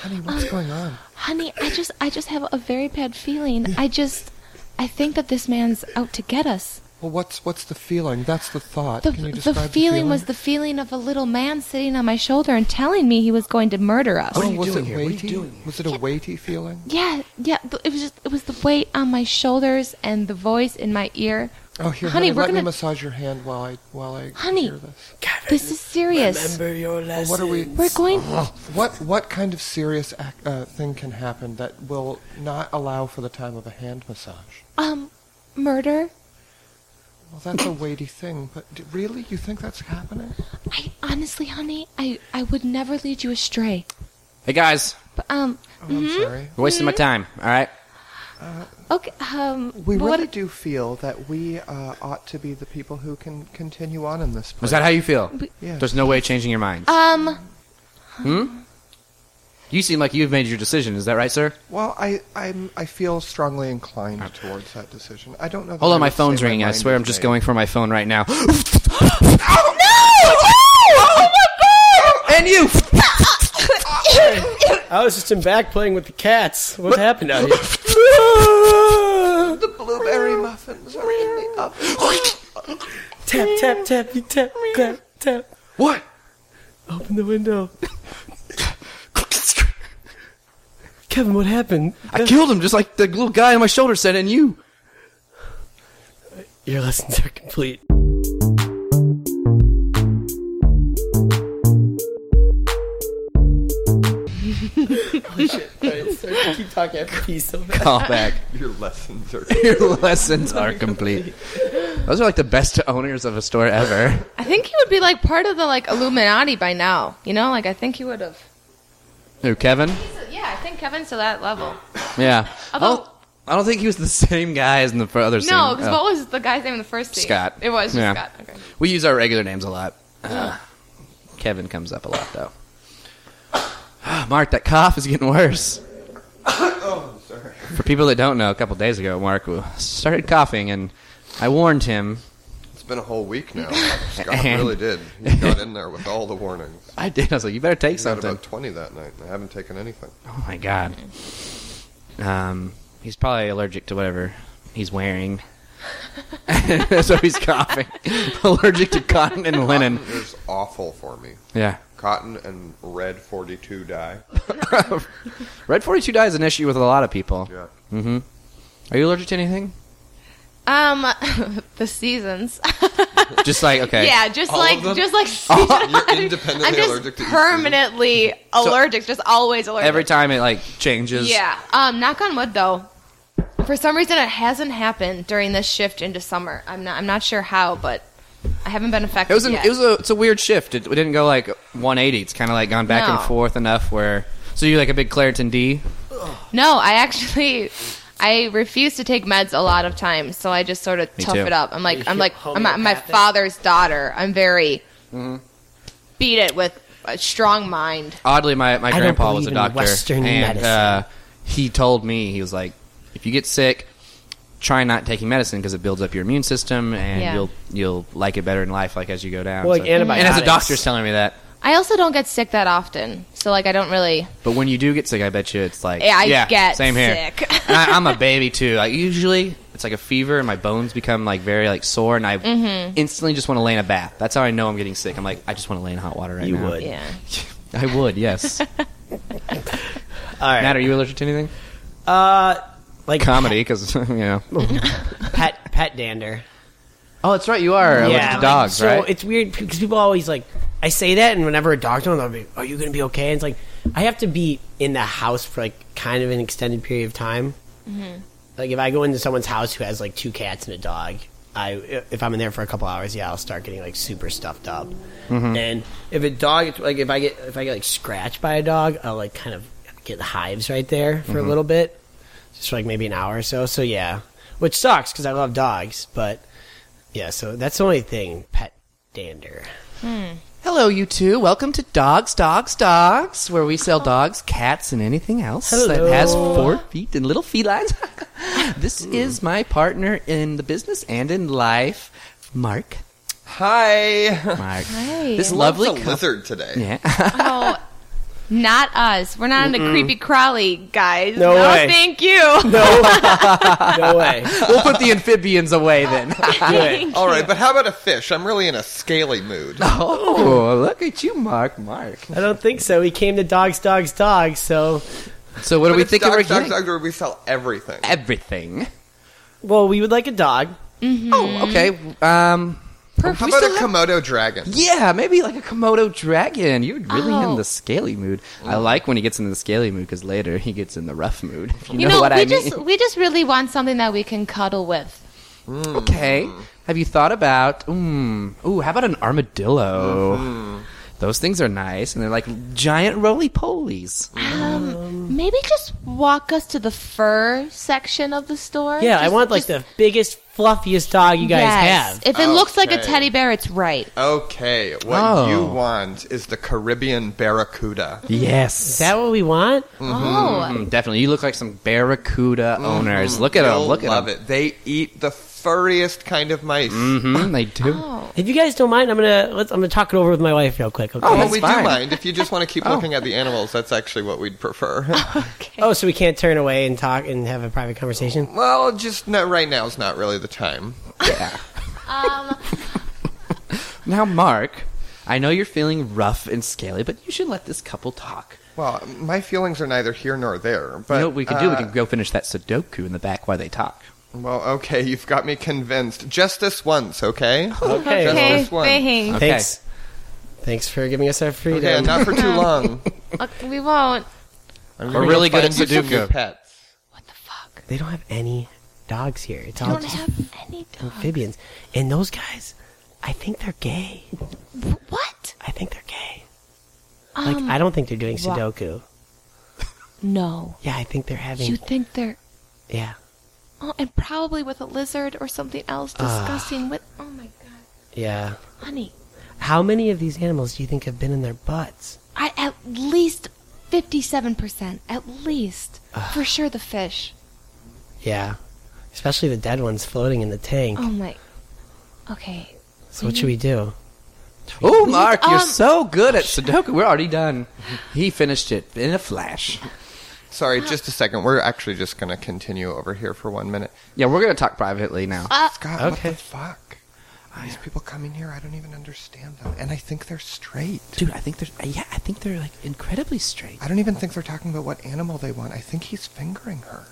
Speaker 5: Honey,
Speaker 4: Um,
Speaker 5: what's going on?
Speaker 4: Honey, I just I just have a very bad feeling. I just I think that this man's out to get us.
Speaker 5: Well, what's what's the feeling? That's the thought.
Speaker 4: The,
Speaker 5: Can you
Speaker 4: the
Speaker 5: describe
Speaker 4: feeling,
Speaker 5: the feeling
Speaker 4: was the feeling of a little man sitting on my shoulder and telling me he was going to murder us.
Speaker 5: Oh, was it weighty? Was it a weighty feeling?
Speaker 4: Yeah, yeah, th- it was just it was the weight on my shoulders and the voice in my ear.
Speaker 5: Oh, here,
Speaker 4: honey,
Speaker 5: honey,
Speaker 4: we're
Speaker 5: let me
Speaker 4: gonna-
Speaker 5: massage your hand while I while I
Speaker 4: Honey.
Speaker 5: hear this.
Speaker 4: This is serious.
Speaker 1: Remember your lesson.
Speaker 5: What are we?
Speaker 4: We're going
Speaker 5: What what kind of serious ac- uh, thing can happen that will not allow for the time of a hand massage?
Speaker 4: um murder.
Speaker 5: Well, that's a weighty thing, but d- really, you think that's happening? Oh,
Speaker 4: I honestly, honey, I I would never lead you astray.
Speaker 2: Hey, guys.
Speaker 4: But um
Speaker 5: Oh, I'm sorry.
Speaker 4: Mm-hmm. Hmm?
Speaker 2: You're wasting my time. All right.
Speaker 4: Okay. Um.
Speaker 9: We
Speaker 4: but what-
Speaker 9: really do feel that we uh, ought to be the people who can continue on in this. Place.
Speaker 2: Is that how you feel?
Speaker 9: Yeah.
Speaker 2: There's no way of changing your mind.
Speaker 4: Um.
Speaker 2: You seem like you've made your decision. Is that right, sir?
Speaker 9: Well, I I'm, I feel strongly inclined towards that decision. I don't know. that
Speaker 2: Ah. Hold
Speaker 9: I
Speaker 2: on, my
Speaker 9: would say
Speaker 2: phone's ringing. I
Speaker 9: mind
Speaker 2: swear
Speaker 9: is
Speaker 2: I'm just
Speaker 9: made.
Speaker 2: going for my phone right now.
Speaker 4: Oh,
Speaker 2: And you!
Speaker 1: I was just in back playing with the cats. What happened out here?
Speaker 9: The blueberry muffins are in the oven.
Speaker 1: tap, tap, tap, you tap, clap, tap.
Speaker 2: What?
Speaker 1: Open the window. Kevin, what happened?
Speaker 2: I killed him just like the little guy on my shoulder said, and you.
Speaker 1: Your lessons are complete. Holy shit. Sorry, sorry, keep talking. I have to pee so bad.
Speaker 2: Call back.
Speaker 5: Your lessons are.
Speaker 2: Your lessons are complete. Those are like the best owners of a store ever.
Speaker 4: I think he would be like part of the like Illuminati by now. You know, like I think he would have.
Speaker 2: Who, Kevin?
Speaker 4: Yeah, I think Kevin's to that level.
Speaker 2: Yeah. I, don't,
Speaker 4: Although-
Speaker 2: I don't think he was the same guy as in the fir- other scene.
Speaker 4: No, because
Speaker 2: Oh.
Speaker 4: what was the guy's name in the first scene?
Speaker 2: Scott.
Speaker 4: It was just
Speaker 2: Yeah.
Speaker 4: Scott. Okay.
Speaker 2: We use our regular names a lot. Uh, Kevin comes up a lot, though. Mark, that cough is getting worse. For people that don't know, a couple days ago, Mark started coughing, and I warned him.
Speaker 5: It's been a whole week now. Scott really did. He got in there with all the warnings.
Speaker 2: I did. I was like, "You better take
Speaker 5: He got
Speaker 2: something."
Speaker 5: about twenty that night. and I haven't taken anything.
Speaker 2: Oh my god. Um, he's probably allergic to whatever he's wearing. so he's coughing. allergic to cotton and linen.
Speaker 5: It was awful for me.
Speaker 2: Yeah.
Speaker 5: Cotton and red forty-two dye.
Speaker 2: Red 42 dye is an issue with a lot of people.
Speaker 5: Yeah.
Speaker 2: Mm-hmm. Are you allergic to anything?
Speaker 4: Um, the seasons.
Speaker 2: Just like, okay.
Speaker 4: Yeah, just
Speaker 5: All of
Speaker 4: like
Speaker 5: them?
Speaker 4: just like
Speaker 5: You're independently
Speaker 4: I'm just
Speaker 5: allergic to each
Speaker 4: permanently allergic, just always allergic.
Speaker 2: Every time it like changes.
Speaker 4: Yeah. Um, knock on wood though. For some reason, it hasn't happened during this shift into summer. I'm not. I'm not sure how, but I haven't been affected.
Speaker 2: It was an,
Speaker 4: yet.
Speaker 2: it was a it's a weird shift. It, it didn't go like 180. It's kind of like gone back
Speaker 4: No.
Speaker 2: and forth enough where so you like a big Claritin D.
Speaker 4: no, I actually. I refuse to take meds a lot of times, so I just sort of
Speaker 2: Me
Speaker 4: tough
Speaker 2: too.
Speaker 4: it up. I'm like, I'm like, I'm, I'm my
Speaker 1: Homeopathic?
Speaker 4: father's daughter. I'm very beat it with a strong mind.
Speaker 2: Oddly, my, my
Speaker 1: don't
Speaker 2: grandpa
Speaker 1: believe
Speaker 2: was a
Speaker 1: in
Speaker 2: doctor,
Speaker 1: Western
Speaker 2: and
Speaker 1: medicine.
Speaker 2: uh, he told me he was like, if you get sick, try not taking medicine because it builds up your immune system, and
Speaker 4: Yeah.
Speaker 2: you'll you'll like it better in life, like as you go down.
Speaker 1: Well, like
Speaker 2: and as a
Speaker 1: antibiotics.
Speaker 2: doctor's telling me that.
Speaker 4: I also don't get sick that often, so like I don't really.
Speaker 2: But when you do get sick, I bet you it's like
Speaker 4: Yeah, I
Speaker 2: yeah,
Speaker 4: get
Speaker 2: same here.
Speaker 4: sick.
Speaker 2: and I, I'm a baby too. Like usually, it's like a fever, and my bones become like very like sore, and I
Speaker 4: Mm-hmm.
Speaker 2: instantly just want to lay in a bath. That's how I know I'm getting sick. I'm like, I just want to lay in hot water right
Speaker 1: You
Speaker 2: now.
Speaker 1: would.
Speaker 4: Yeah.
Speaker 2: I would, yes.
Speaker 1: All right.
Speaker 2: Matt, are you allergic to anything?
Speaker 1: Uh, like
Speaker 2: Comedy, because you know.
Speaker 1: pet pet dander.
Speaker 2: Oh, that's right. You are allergic to
Speaker 1: like,
Speaker 2: dogs,
Speaker 1: so
Speaker 2: right?
Speaker 1: it's weird because people always like I say that, and whenever a dog comes, they'll be, "Are you going to be okay?" And it's like I have to be in the house for like kind of an extended period of time. Like if I go into someone's house who has like two cats and a dog, I if I'm in there for a couple hours, yeah, I'll start getting like super stuffed up.
Speaker 2: Mm-hmm.
Speaker 1: And if a dog, like if I get if I get like scratched by a dog, I'll like kind of get hives right there
Speaker 2: Mm-hmm.
Speaker 1: for a little bit, just for like maybe an hour or so. So yeah, which sucks because I love dogs, but. Yeah, so that's the only thing, pet dander.
Speaker 2: Hello, you two. Welcome to Dogs, Dogs, Dogs, where we sell dogs, cats, and anything else that has four feet and little felines. this
Speaker 5: Hmm.
Speaker 2: is my partner in the business and in life, Mark.
Speaker 5: Hi.
Speaker 2: Mark.
Speaker 4: Hey.
Speaker 2: This lovely
Speaker 5: It's a
Speaker 2: couple-
Speaker 5: lizard today.
Speaker 2: Yeah.
Speaker 4: Oh, not us. We're not into creepy crawly guys.
Speaker 1: No
Speaker 4: No,
Speaker 1: way.
Speaker 4: thank you.
Speaker 1: No way.
Speaker 2: we'll put the amphibians away then.
Speaker 5: All right, but how about a fish? I'm really in a scaly mood.
Speaker 2: oh, look at you, Mark. Mark.
Speaker 1: I don't think so. He came to dogs, dogs, dogs. So,
Speaker 2: So, what do
Speaker 5: But
Speaker 2: we
Speaker 5: it's
Speaker 2: think
Speaker 5: Doc-
Speaker 2: we're
Speaker 5: Doc-
Speaker 2: getting?
Speaker 5: Doc, where we sell everything.
Speaker 2: Everything.
Speaker 1: well, we would like a dog.
Speaker 2: Oh, okay. Um,
Speaker 5: How
Speaker 2: we
Speaker 5: about
Speaker 2: still
Speaker 5: a Komodo dragon?
Speaker 2: Yeah, maybe like a Komodo dragon. You're really in
Speaker 4: Oh.
Speaker 2: the scaly mood. I like when he gets into the scaly mood because later he gets in the rough mood. if You,
Speaker 4: You
Speaker 2: know,
Speaker 4: know,
Speaker 2: what
Speaker 4: we
Speaker 2: I
Speaker 4: just
Speaker 2: mean?
Speaker 4: we just really want something that we can cuddle with.
Speaker 2: Okay. Have you thought about? Mm, ooh, how about an armadillo? Those things are nice, and they're like giant roly polies.
Speaker 4: Um, Maybe just walk us to the fur section of the store.
Speaker 1: Yeah, I
Speaker 4: Just-
Speaker 1: want like
Speaker 4: just-
Speaker 1: the biggest, fluffiest dog you guys
Speaker 4: Yes.
Speaker 1: have.
Speaker 4: If it looks like a
Speaker 10: Okay.
Speaker 4: teddy bear, it's right.
Speaker 10: Okay, what
Speaker 2: Oh.
Speaker 10: you want is the Caribbean Barracuda.
Speaker 1: Is
Speaker 2: Yes.
Speaker 1: that what we want?
Speaker 4: Oh,
Speaker 2: Mm, definitely. You look like some barracuda owners. Look at
Speaker 10: You'll
Speaker 2: them. Look at
Speaker 10: love
Speaker 2: them.
Speaker 10: it. They eat the furriest kind of mice.
Speaker 2: Mm-hmm, they do.
Speaker 4: oh.
Speaker 1: If you guys don't mind, I'm gonna let's, I'm gonna talk it over with my wife real quick. Okay.
Speaker 2: Oh,
Speaker 10: Well,
Speaker 2: that's
Speaker 10: we
Speaker 2: fine.
Speaker 10: do mind if you just want to
Speaker 2: Oh.
Speaker 10: keep looking at the animals. That's actually what we'd prefer.
Speaker 1: Oh, so we can't turn away and talk and have a private conversation.
Speaker 10: well, just not, right now is not really the time.
Speaker 2: Now, Mark, I know you're feeling rough and scaly, but you should let this couple talk.
Speaker 10: Well, my feelings are neither here nor there. But
Speaker 2: you know what we can do? We
Speaker 10: uh,
Speaker 2: can go finish that Sudoku in the back while they talk.
Speaker 10: Well, okay, you've got me convinced. Just this once, okay?
Speaker 1: Okay.
Speaker 10: Just
Speaker 4: Okay,
Speaker 10: this one.
Speaker 4: thanks.
Speaker 2: Okay.
Speaker 1: Thanks. Thanks for giving us our freedom.
Speaker 10: Okay, not for too long.
Speaker 4: Look, we won't.
Speaker 10: I'm
Speaker 2: We're
Speaker 10: gonna
Speaker 2: really good
Speaker 10: find
Speaker 2: at
Speaker 10: you some
Speaker 2: Sudoku.
Speaker 10: new pets.
Speaker 4: What the fuck?
Speaker 1: they don't have any dogs here. It's
Speaker 4: We
Speaker 1: all
Speaker 4: don't
Speaker 1: just
Speaker 4: have any dogs.
Speaker 1: amphibians. And those guys, I think they're gay.
Speaker 4: What?
Speaker 1: I think they're gay. Like
Speaker 4: Um,
Speaker 1: I don't think they're doing
Speaker 4: wha-
Speaker 1: Sudoku.
Speaker 4: no.
Speaker 1: Yeah, I think they're having.
Speaker 4: You think they're.
Speaker 1: yeah,
Speaker 4: Oh, and probably with a lizard or something else
Speaker 1: Ah.
Speaker 4: disgusting with. Oh my god.
Speaker 1: yeah.
Speaker 4: Honey,
Speaker 1: How many of these animals do you think have been in their butts?
Speaker 4: I at least 57%. At least.
Speaker 1: Ah.
Speaker 4: For sure the fish.
Speaker 1: Yeah, especially the dead ones floating in the tank.
Speaker 4: Oh my. Okay.
Speaker 1: so what should we do?
Speaker 2: Oh, Mark, you're
Speaker 4: um,
Speaker 2: so good at Sudoku. We're already done. He finished it in a flash. Ah.
Speaker 10: Sorry, just a second. We're actually just going to continue over here for one minute.
Speaker 2: Yeah, we're going to talk privately now.
Speaker 10: Uh, Scott, what
Speaker 1: Okay.
Speaker 10: the fuck? These people come in here, I don't even understand them. And I think they're straight.
Speaker 11: Dude, I think they're yeah, I think they're like incredibly straight.
Speaker 10: I don't even think they're talking about what animal they want. I think he's fingering her.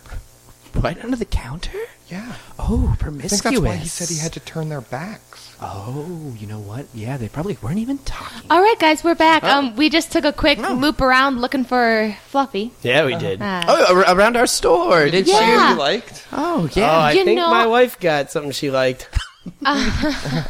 Speaker 11: Right under the counter?
Speaker 10: Yeah.
Speaker 11: Oh,
Speaker 10: I
Speaker 11: promiscuous.
Speaker 10: think that's why he said he had to turn their backs.
Speaker 11: Oh, you know what? Yeah, they probably weren't even talking.
Speaker 4: All right, guys, we're back. Um, we just took a quick loop around looking for Fluffy.
Speaker 1: Yeah, we did.
Speaker 4: Uh,
Speaker 2: Oh, ar- around our store. Did
Speaker 4: Yeah.
Speaker 2: you?
Speaker 10: She liked.
Speaker 11: Oh
Speaker 1: Oh,
Speaker 11: yeah.
Speaker 1: I
Speaker 4: You
Speaker 1: think
Speaker 4: know-
Speaker 1: my wife got something she liked.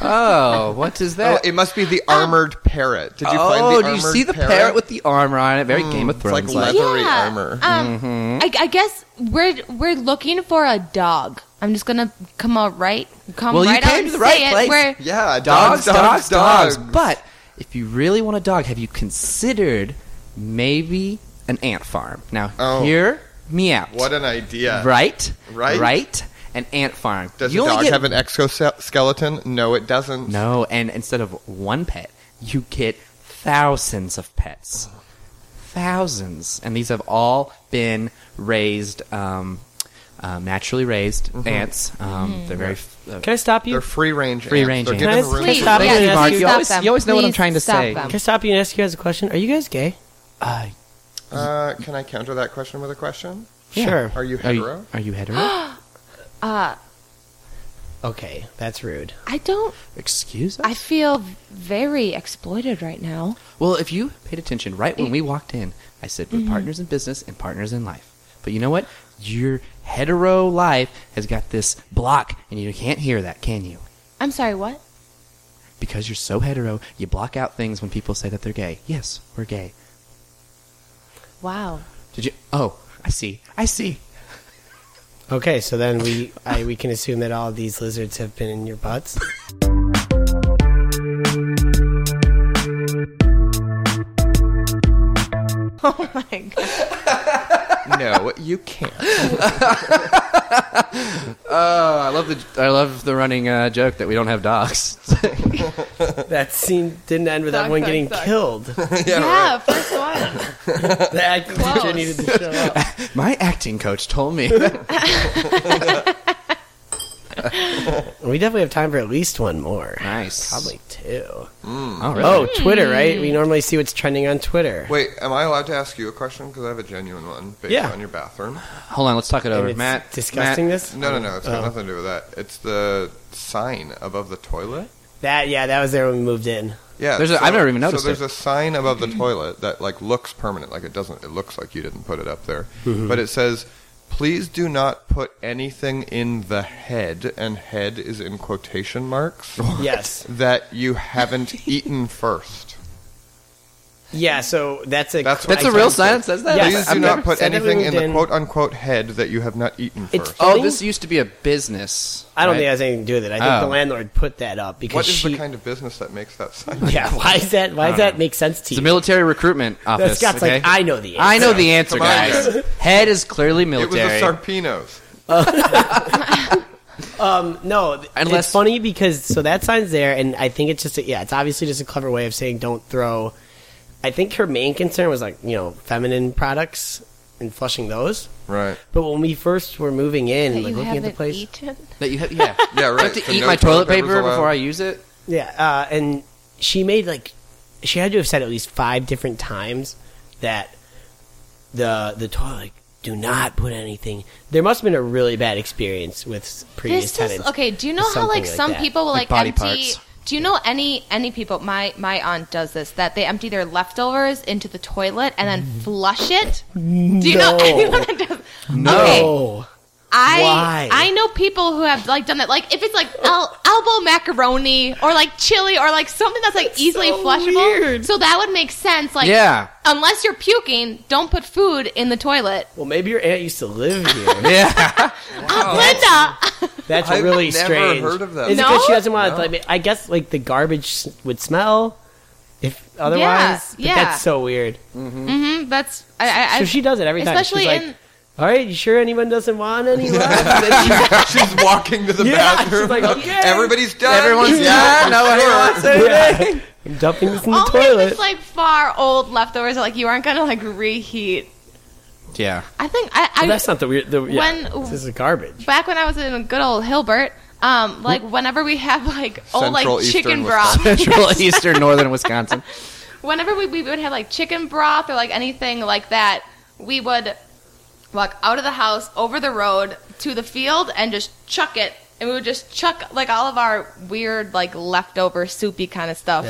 Speaker 2: Oh, what is
Speaker 10: Oh,
Speaker 2: that?
Speaker 10: it must be the armored parrot. Did you find the
Speaker 2: oh,
Speaker 10: armored Hmm,
Speaker 2: do you see the parrot? with the armor on it? Very
Speaker 5: Mm,
Speaker 2: Game of
Speaker 10: it's like
Speaker 2: Thrones.
Speaker 10: leather. Furry armor.
Speaker 4: Um,
Speaker 2: Mm-hmm.
Speaker 4: I, I guess we're we're looking for a dog. I'm just gonna come out right. Come
Speaker 2: Well, you
Speaker 4: right out
Speaker 2: came
Speaker 4: and
Speaker 2: to the right
Speaker 4: say it.
Speaker 2: place.
Speaker 4: We're-
Speaker 10: Yeah,
Speaker 2: dogs, dogs, dogs, But if you really want a dog, have you considered maybe an ant farm? Now,
Speaker 10: Oh.
Speaker 2: hear me out.
Speaker 10: What an idea.
Speaker 2: right?
Speaker 10: Right?
Speaker 2: Right? An ant farm.
Speaker 10: Does
Speaker 2: You
Speaker 10: a
Speaker 2: only
Speaker 10: dog
Speaker 2: get-
Speaker 10: have an exoskeleton? No, it doesn't.
Speaker 2: No, and instead of one pet, you get thousands of pets. Thousands. And these have all been raised, um, um, naturally raised
Speaker 10: Mm-hmm.
Speaker 2: ants. Um, They're very. f- Uh,
Speaker 1: Can I stop you?
Speaker 10: They're free range.
Speaker 2: Free
Speaker 10: ants.
Speaker 2: range
Speaker 10: They're
Speaker 2: ants.
Speaker 10: given
Speaker 1: Can I-
Speaker 10: room.
Speaker 1: can I
Speaker 10: to-
Speaker 1: stop
Speaker 2: Thank
Speaker 1: you
Speaker 2: you,
Speaker 1: and
Speaker 2: Mark.
Speaker 1: ask
Speaker 2: You
Speaker 1: you?
Speaker 4: stop
Speaker 2: always,
Speaker 4: them.
Speaker 2: you always know what I'm
Speaker 4: Please
Speaker 2: trying to
Speaker 4: stop
Speaker 2: say.
Speaker 4: them.
Speaker 1: Can I stop you and ask you guys a question? Are you guys gay?
Speaker 11: Uh,
Speaker 10: Uh, can I counter that question with a question?
Speaker 1: Sure.
Speaker 10: Are you
Speaker 2: are you-
Speaker 10: hetero?
Speaker 2: Are you hetero?
Speaker 1: Okay, that's rude.
Speaker 4: I don't.
Speaker 11: Excuse us?
Speaker 4: I feel very exploited right now.
Speaker 2: well, if you paid attention right when we walked in, I said
Speaker 4: Mm-hmm.
Speaker 2: we're partners in business and partners in life. But you know what? Your hetero life has got this block, and you can't hear that, can you?
Speaker 4: I'm sorry. What?
Speaker 2: Because you're so hetero, you block out things when people say that they're gay. Yes, we're gay.
Speaker 4: Wow.
Speaker 2: Did you? Oh, I see. I see.
Speaker 1: Okay, so then we I, we can assume that all these lizards have been in your butts.
Speaker 10: no, you can't.
Speaker 2: Oh, I love the I love the running uh, joke that we don't have dogs.
Speaker 1: That scene didn't end with
Speaker 4: Dog,
Speaker 1: everyone
Speaker 4: dog,
Speaker 1: getting
Speaker 4: dog.
Speaker 1: killed.
Speaker 4: Yeah, first one.
Speaker 1: The acting teacher
Speaker 4: Close.
Speaker 1: needed to show up.
Speaker 2: My acting coach told me.
Speaker 1: We definitely have time for at least one more.
Speaker 2: nice.
Speaker 1: Probably two.
Speaker 2: Oh, really?
Speaker 1: Oh, Twitter, right? We normally see what's trending on Twitter.
Speaker 10: Wait, am I allowed to ask you a question? Because I have a genuine one based
Speaker 1: Yeah.
Speaker 10: on your bathroom.
Speaker 2: Hold on. Let's talk it
Speaker 1: And
Speaker 2: over.
Speaker 1: it's
Speaker 2: Matt.
Speaker 1: discussing
Speaker 2: Matt,
Speaker 1: this?
Speaker 10: No, no, no. It's got
Speaker 1: Oh.
Speaker 10: nothing to do with that. It's the sign above the toilet.
Speaker 1: That yeah, that was there when we moved in.
Speaker 10: Yeah,
Speaker 2: There's a- I've never even noticed
Speaker 10: So there's
Speaker 2: it.
Speaker 10: a sign above the toilet that like looks permanent, like it doesn't. It looks like you didn't put it up there, but it says, "Please do not put anything in the head," and "head" is in quotation marks.
Speaker 1: Yes.
Speaker 10: That you haven't eaten first.
Speaker 1: Yeah, so that's a
Speaker 5: That's-
Speaker 2: That's a real sign that says that?
Speaker 1: Yes.
Speaker 5: Please
Speaker 2: I've
Speaker 5: do
Speaker 2: never-
Speaker 5: not put
Speaker 1: said that we
Speaker 5: anything in
Speaker 1: moved
Speaker 5: the
Speaker 1: in.
Speaker 5: quote unquote head that you have not eaten
Speaker 1: It's-
Speaker 5: first.
Speaker 2: Oh, this used to be a business.
Speaker 1: I don't
Speaker 2: right?
Speaker 1: think it has anything to do with it. I think
Speaker 2: Oh.
Speaker 1: the landlord put that up because
Speaker 5: what is
Speaker 1: she.
Speaker 5: the kind of business that makes that sign?
Speaker 1: yeah, why is that? Why does that make sense to
Speaker 2: It's a
Speaker 1: you?
Speaker 2: military recruitment
Speaker 1: That
Speaker 2: office.
Speaker 1: Scott's
Speaker 2: okay?
Speaker 1: like, I know the. Answer.
Speaker 2: I know the answer,
Speaker 5: Come on,
Speaker 2: guys. Head is clearly
Speaker 5: It was
Speaker 2: military.
Speaker 5: the Sarpinos.
Speaker 1: No, th-
Speaker 2: Unless-
Speaker 1: it's funny because so that sign's there, and I think it's just a, yeah, it's obviously just a clever way of saying don't throw. I think her main concern was like you know feminine products and flushing those.
Speaker 5: Right.
Speaker 1: But when we first were moving in,
Speaker 4: That
Speaker 1: like
Speaker 4: you
Speaker 1: looking at the
Speaker 4: haven't
Speaker 1: place,
Speaker 4: eaten?
Speaker 2: that you have, yeah.
Speaker 5: Yeah,
Speaker 2: I
Speaker 5: right.
Speaker 2: have to
Speaker 5: So
Speaker 2: eat
Speaker 5: no
Speaker 2: my toilet
Speaker 5: paper's
Speaker 2: paper
Speaker 5: allowed.
Speaker 2: before I use it.
Speaker 1: yeah, uh, and she made like she had to have said at least five different times that the the toilet like, do not put anything. There must have been a really bad experience with s- previous
Speaker 4: This is
Speaker 1: tenants.
Speaker 4: okay. Do you know how
Speaker 1: Something like
Speaker 4: like some
Speaker 1: that.
Speaker 4: people will
Speaker 2: Like
Speaker 4: like,
Speaker 2: body
Speaker 4: empty?
Speaker 2: parts.
Speaker 4: Do you know any any people? My my aunt does this that they empty their leftovers into the toilet and then flush it. Do you know
Speaker 1: No.
Speaker 4: anyone that does?
Speaker 1: No.
Speaker 4: Okay,
Speaker 1: Oh.
Speaker 4: I
Speaker 1: Why?
Speaker 4: I know people who have like done that. Like if it's like el- elbow macaroni or like chili or like something that's like easily flushable. So that would make sense. Like
Speaker 2: Yeah.
Speaker 4: unless you're puking, don't put food in the toilet.
Speaker 1: Well, maybe your aunt used to live here.
Speaker 2: Yeah.
Speaker 4: Aunt Linda.
Speaker 1: That's
Speaker 5: I've
Speaker 1: really
Speaker 5: never
Speaker 1: strange.
Speaker 5: heard of that.
Speaker 1: Is it
Speaker 4: No?
Speaker 1: because she doesn't want
Speaker 5: No.
Speaker 1: to? Like, I guess like the garbage s- would smell if otherwise. but
Speaker 4: yeah.
Speaker 1: that's so weird.
Speaker 4: Mm, that's I. I, I
Speaker 1: so she does it every time.
Speaker 4: especially
Speaker 1: She's like,
Speaker 4: in.
Speaker 1: all right, you sure anyone doesn't want any left? And then she-
Speaker 5: She's walking to the
Speaker 1: yeah,
Speaker 5: bathroom.
Speaker 1: she's like, okay,
Speaker 5: Everybody's done.
Speaker 2: Everyone's done. No one wants anything.
Speaker 1: I'm dumping this in the
Speaker 4: Only if
Speaker 1: toilet.
Speaker 4: it's like far old leftovers, like you aren't gonna like reheat.
Speaker 2: Yeah.
Speaker 4: I think I, I
Speaker 1: Well, that's not the weird. The, yeah,
Speaker 4: When-
Speaker 1: this is garbage.
Speaker 4: back when I was in good old Hilbert. Um, like whenever we have like old
Speaker 5: Central
Speaker 4: like
Speaker 5: Eastern
Speaker 4: chicken
Speaker 5: Wisconsin.
Speaker 4: broth,
Speaker 2: Central, Eastern, Northern Wisconsin.
Speaker 4: whenever we, we would have like chicken broth or like anything like that, we would walk out of the house, over the road, to the field, and just chuck it. And we would just chuck like all of our weird like leftover soupy kind of stuff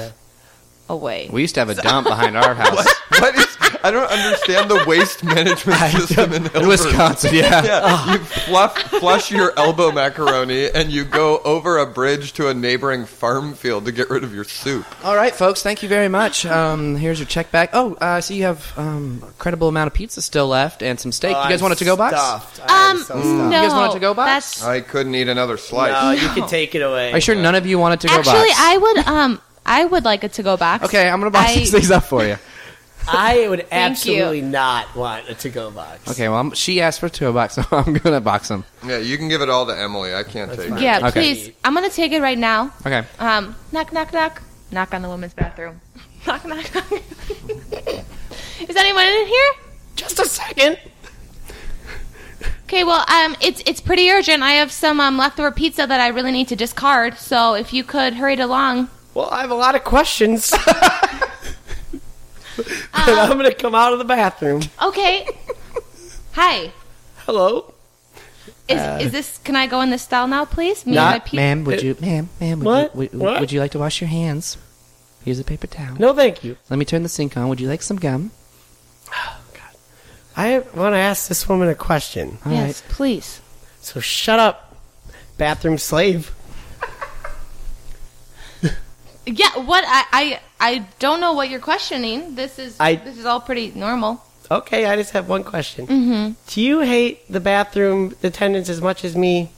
Speaker 4: away.
Speaker 2: We used to have a dump behind our house
Speaker 5: What is, I don't understand the waste management system in
Speaker 2: in
Speaker 5: Hillsborough.
Speaker 2: Wisconsin. Yeah.
Speaker 5: Yeah, you fluff, flush your elbow macaroni and you go over a bridge to a neighboring farm field to get rid of your soup.
Speaker 2: All right, folks. Thank you very much. Um, here's your check back. Oh, uh, I see you have um, a credible amount of pizza still left and some steak. you guys want a to go box?
Speaker 1: Oh, Stuffed. I am
Speaker 4: um,
Speaker 1: so
Speaker 4: no,
Speaker 1: stuffed.
Speaker 2: You guys want a to-go box?
Speaker 4: That's
Speaker 5: I couldn't eat another slice.
Speaker 1: Uh, you can take it away.
Speaker 2: Are you sure none of you wanted to go
Speaker 4: actually
Speaker 2: box?
Speaker 4: I would um I would like a to go box.
Speaker 2: Okay, I'm gonna box
Speaker 4: I-
Speaker 2: these things up for you.
Speaker 1: I would
Speaker 4: you.
Speaker 1: absolutely not want a to-go box.
Speaker 2: Okay, well, I'm, she asked for a to box, so I'm gonna box them.
Speaker 5: yeah, you can give it all to Emily. I can't take it.
Speaker 4: Yeah,
Speaker 2: Okay.
Speaker 4: please. I'm gonna take it right now.
Speaker 2: Okay,
Speaker 4: Um, knock, knock, knock. Knock on the women's bathroom. knock, knock, knock. Is anyone in here?
Speaker 1: Just a second.
Speaker 4: Okay, well, um, it's it's pretty urgent. I have some um, leftover pizza that I really need to discard. So if you could hurry it along,
Speaker 1: Well, I have a lot of questions. But I'm gonna come out of the bathroom.
Speaker 4: okay. Hi,
Speaker 1: Hello.
Speaker 4: is is this? Can I go in this stall now, please? Me
Speaker 1: Not
Speaker 4: and my pi-
Speaker 8: Ma'am, would you, ma'am, ma'am, would,
Speaker 1: What?
Speaker 8: You, would,
Speaker 1: What?
Speaker 8: would you like to wash your hands? Here's a paper towel.
Speaker 1: No, thank you.
Speaker 8: Let me turn the sink on. Would you like some gum?
Speaker 1: I want to ask this woman a question.
Speaker 8: All right.
Speaker 4: Yes, please.
Speaker 1: So shut up, bathroom slave.
Speaker 4: Yeah. What I, I I don't know what you're questioning. This is
Speaker 1: I-
Speaker 4: this is all pretty normal.
Speaker 1: Okay, I just have one question. Mm-hmm. Do you hate the bathroom attendants as much as me?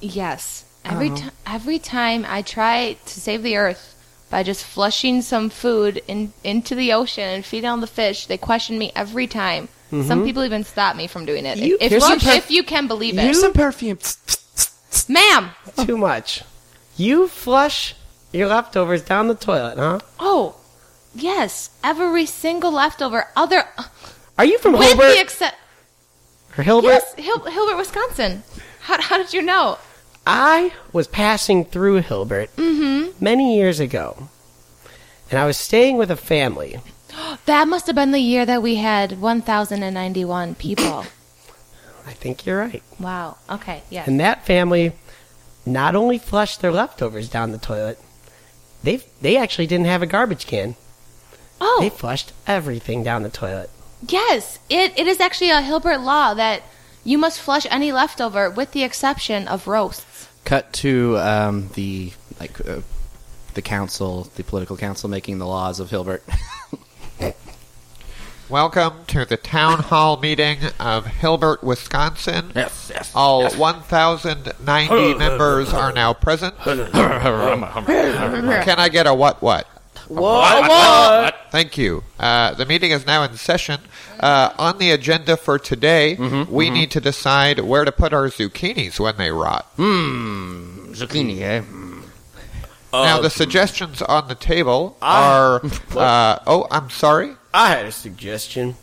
Speaker 4: Yes. Every
Speaker 1: Uh-huh.
Speaker 4: ti every time I try to save the earth by just flushing some food in, into the ocean and feeding all the fish, they question me every time. Some people even stop me from doing it.
Speaker 1: Mm-hmm. You-
Speaker 4: if,
Speaker 1: here's
Speaker 4: you,
Speaker 1: some perf-
Speaker 4: if you can believe it,
Speaker 8: Here's some perfume.
Speaker 4: ma'am.
Speaker 1: Too much. You flush your leftovers down the toilet, huh?
Speaker 4: Oh, yes. Every single leftover, other
Speaker 1: Are you from
Speaker 4: with
Speaker 1: Hilbert
Speaker 4: the except
Speaker 1: or Hilbert?
Speaker 4: yes, Hil- Hilbert, Wisconsin. How, how did you know?
Speaker 1: I was passing through Hilbert many years ago, and I was staying with a family.
Speaker 4: That must have been the year that we had 1,091 people.
Speaker 1: I think you're right.
Speaker 4: wow. Okay. Yes.
Speaker 1: And that family not only flushed their leftovers down the toilet, they they actually didn't have a garbage can.
Speaker 4: oh.
Speaker 1: They flushed everything down the toilet.
Speaker 4: Yes, it, it is actually a Hilbert law that you must flush any leftover with the exception of roasts.
Speaker 2: cut to um, the like uh, the council, the political council making the laws of Hilbert.
Speaker 10: Welcome to the town hall meeting of Hilbert, Wisconsin. All 1,090 members are now present. Can I get a what what? Thank you. Uh, the meeting is now in session. Uh, on the agenda for today,
Speaker 1: Mm-hmm,
Speaker 10: we need to decide where to put our zucchinis when they rot.
Speaker 2: Zucchini, eh?
Speaker 10: now, the suggestions on the table
Speaker 1: Ah.
Speaker 10: are. Uh, oh, I'm sorry.
Speaker 1: I had a suggestion.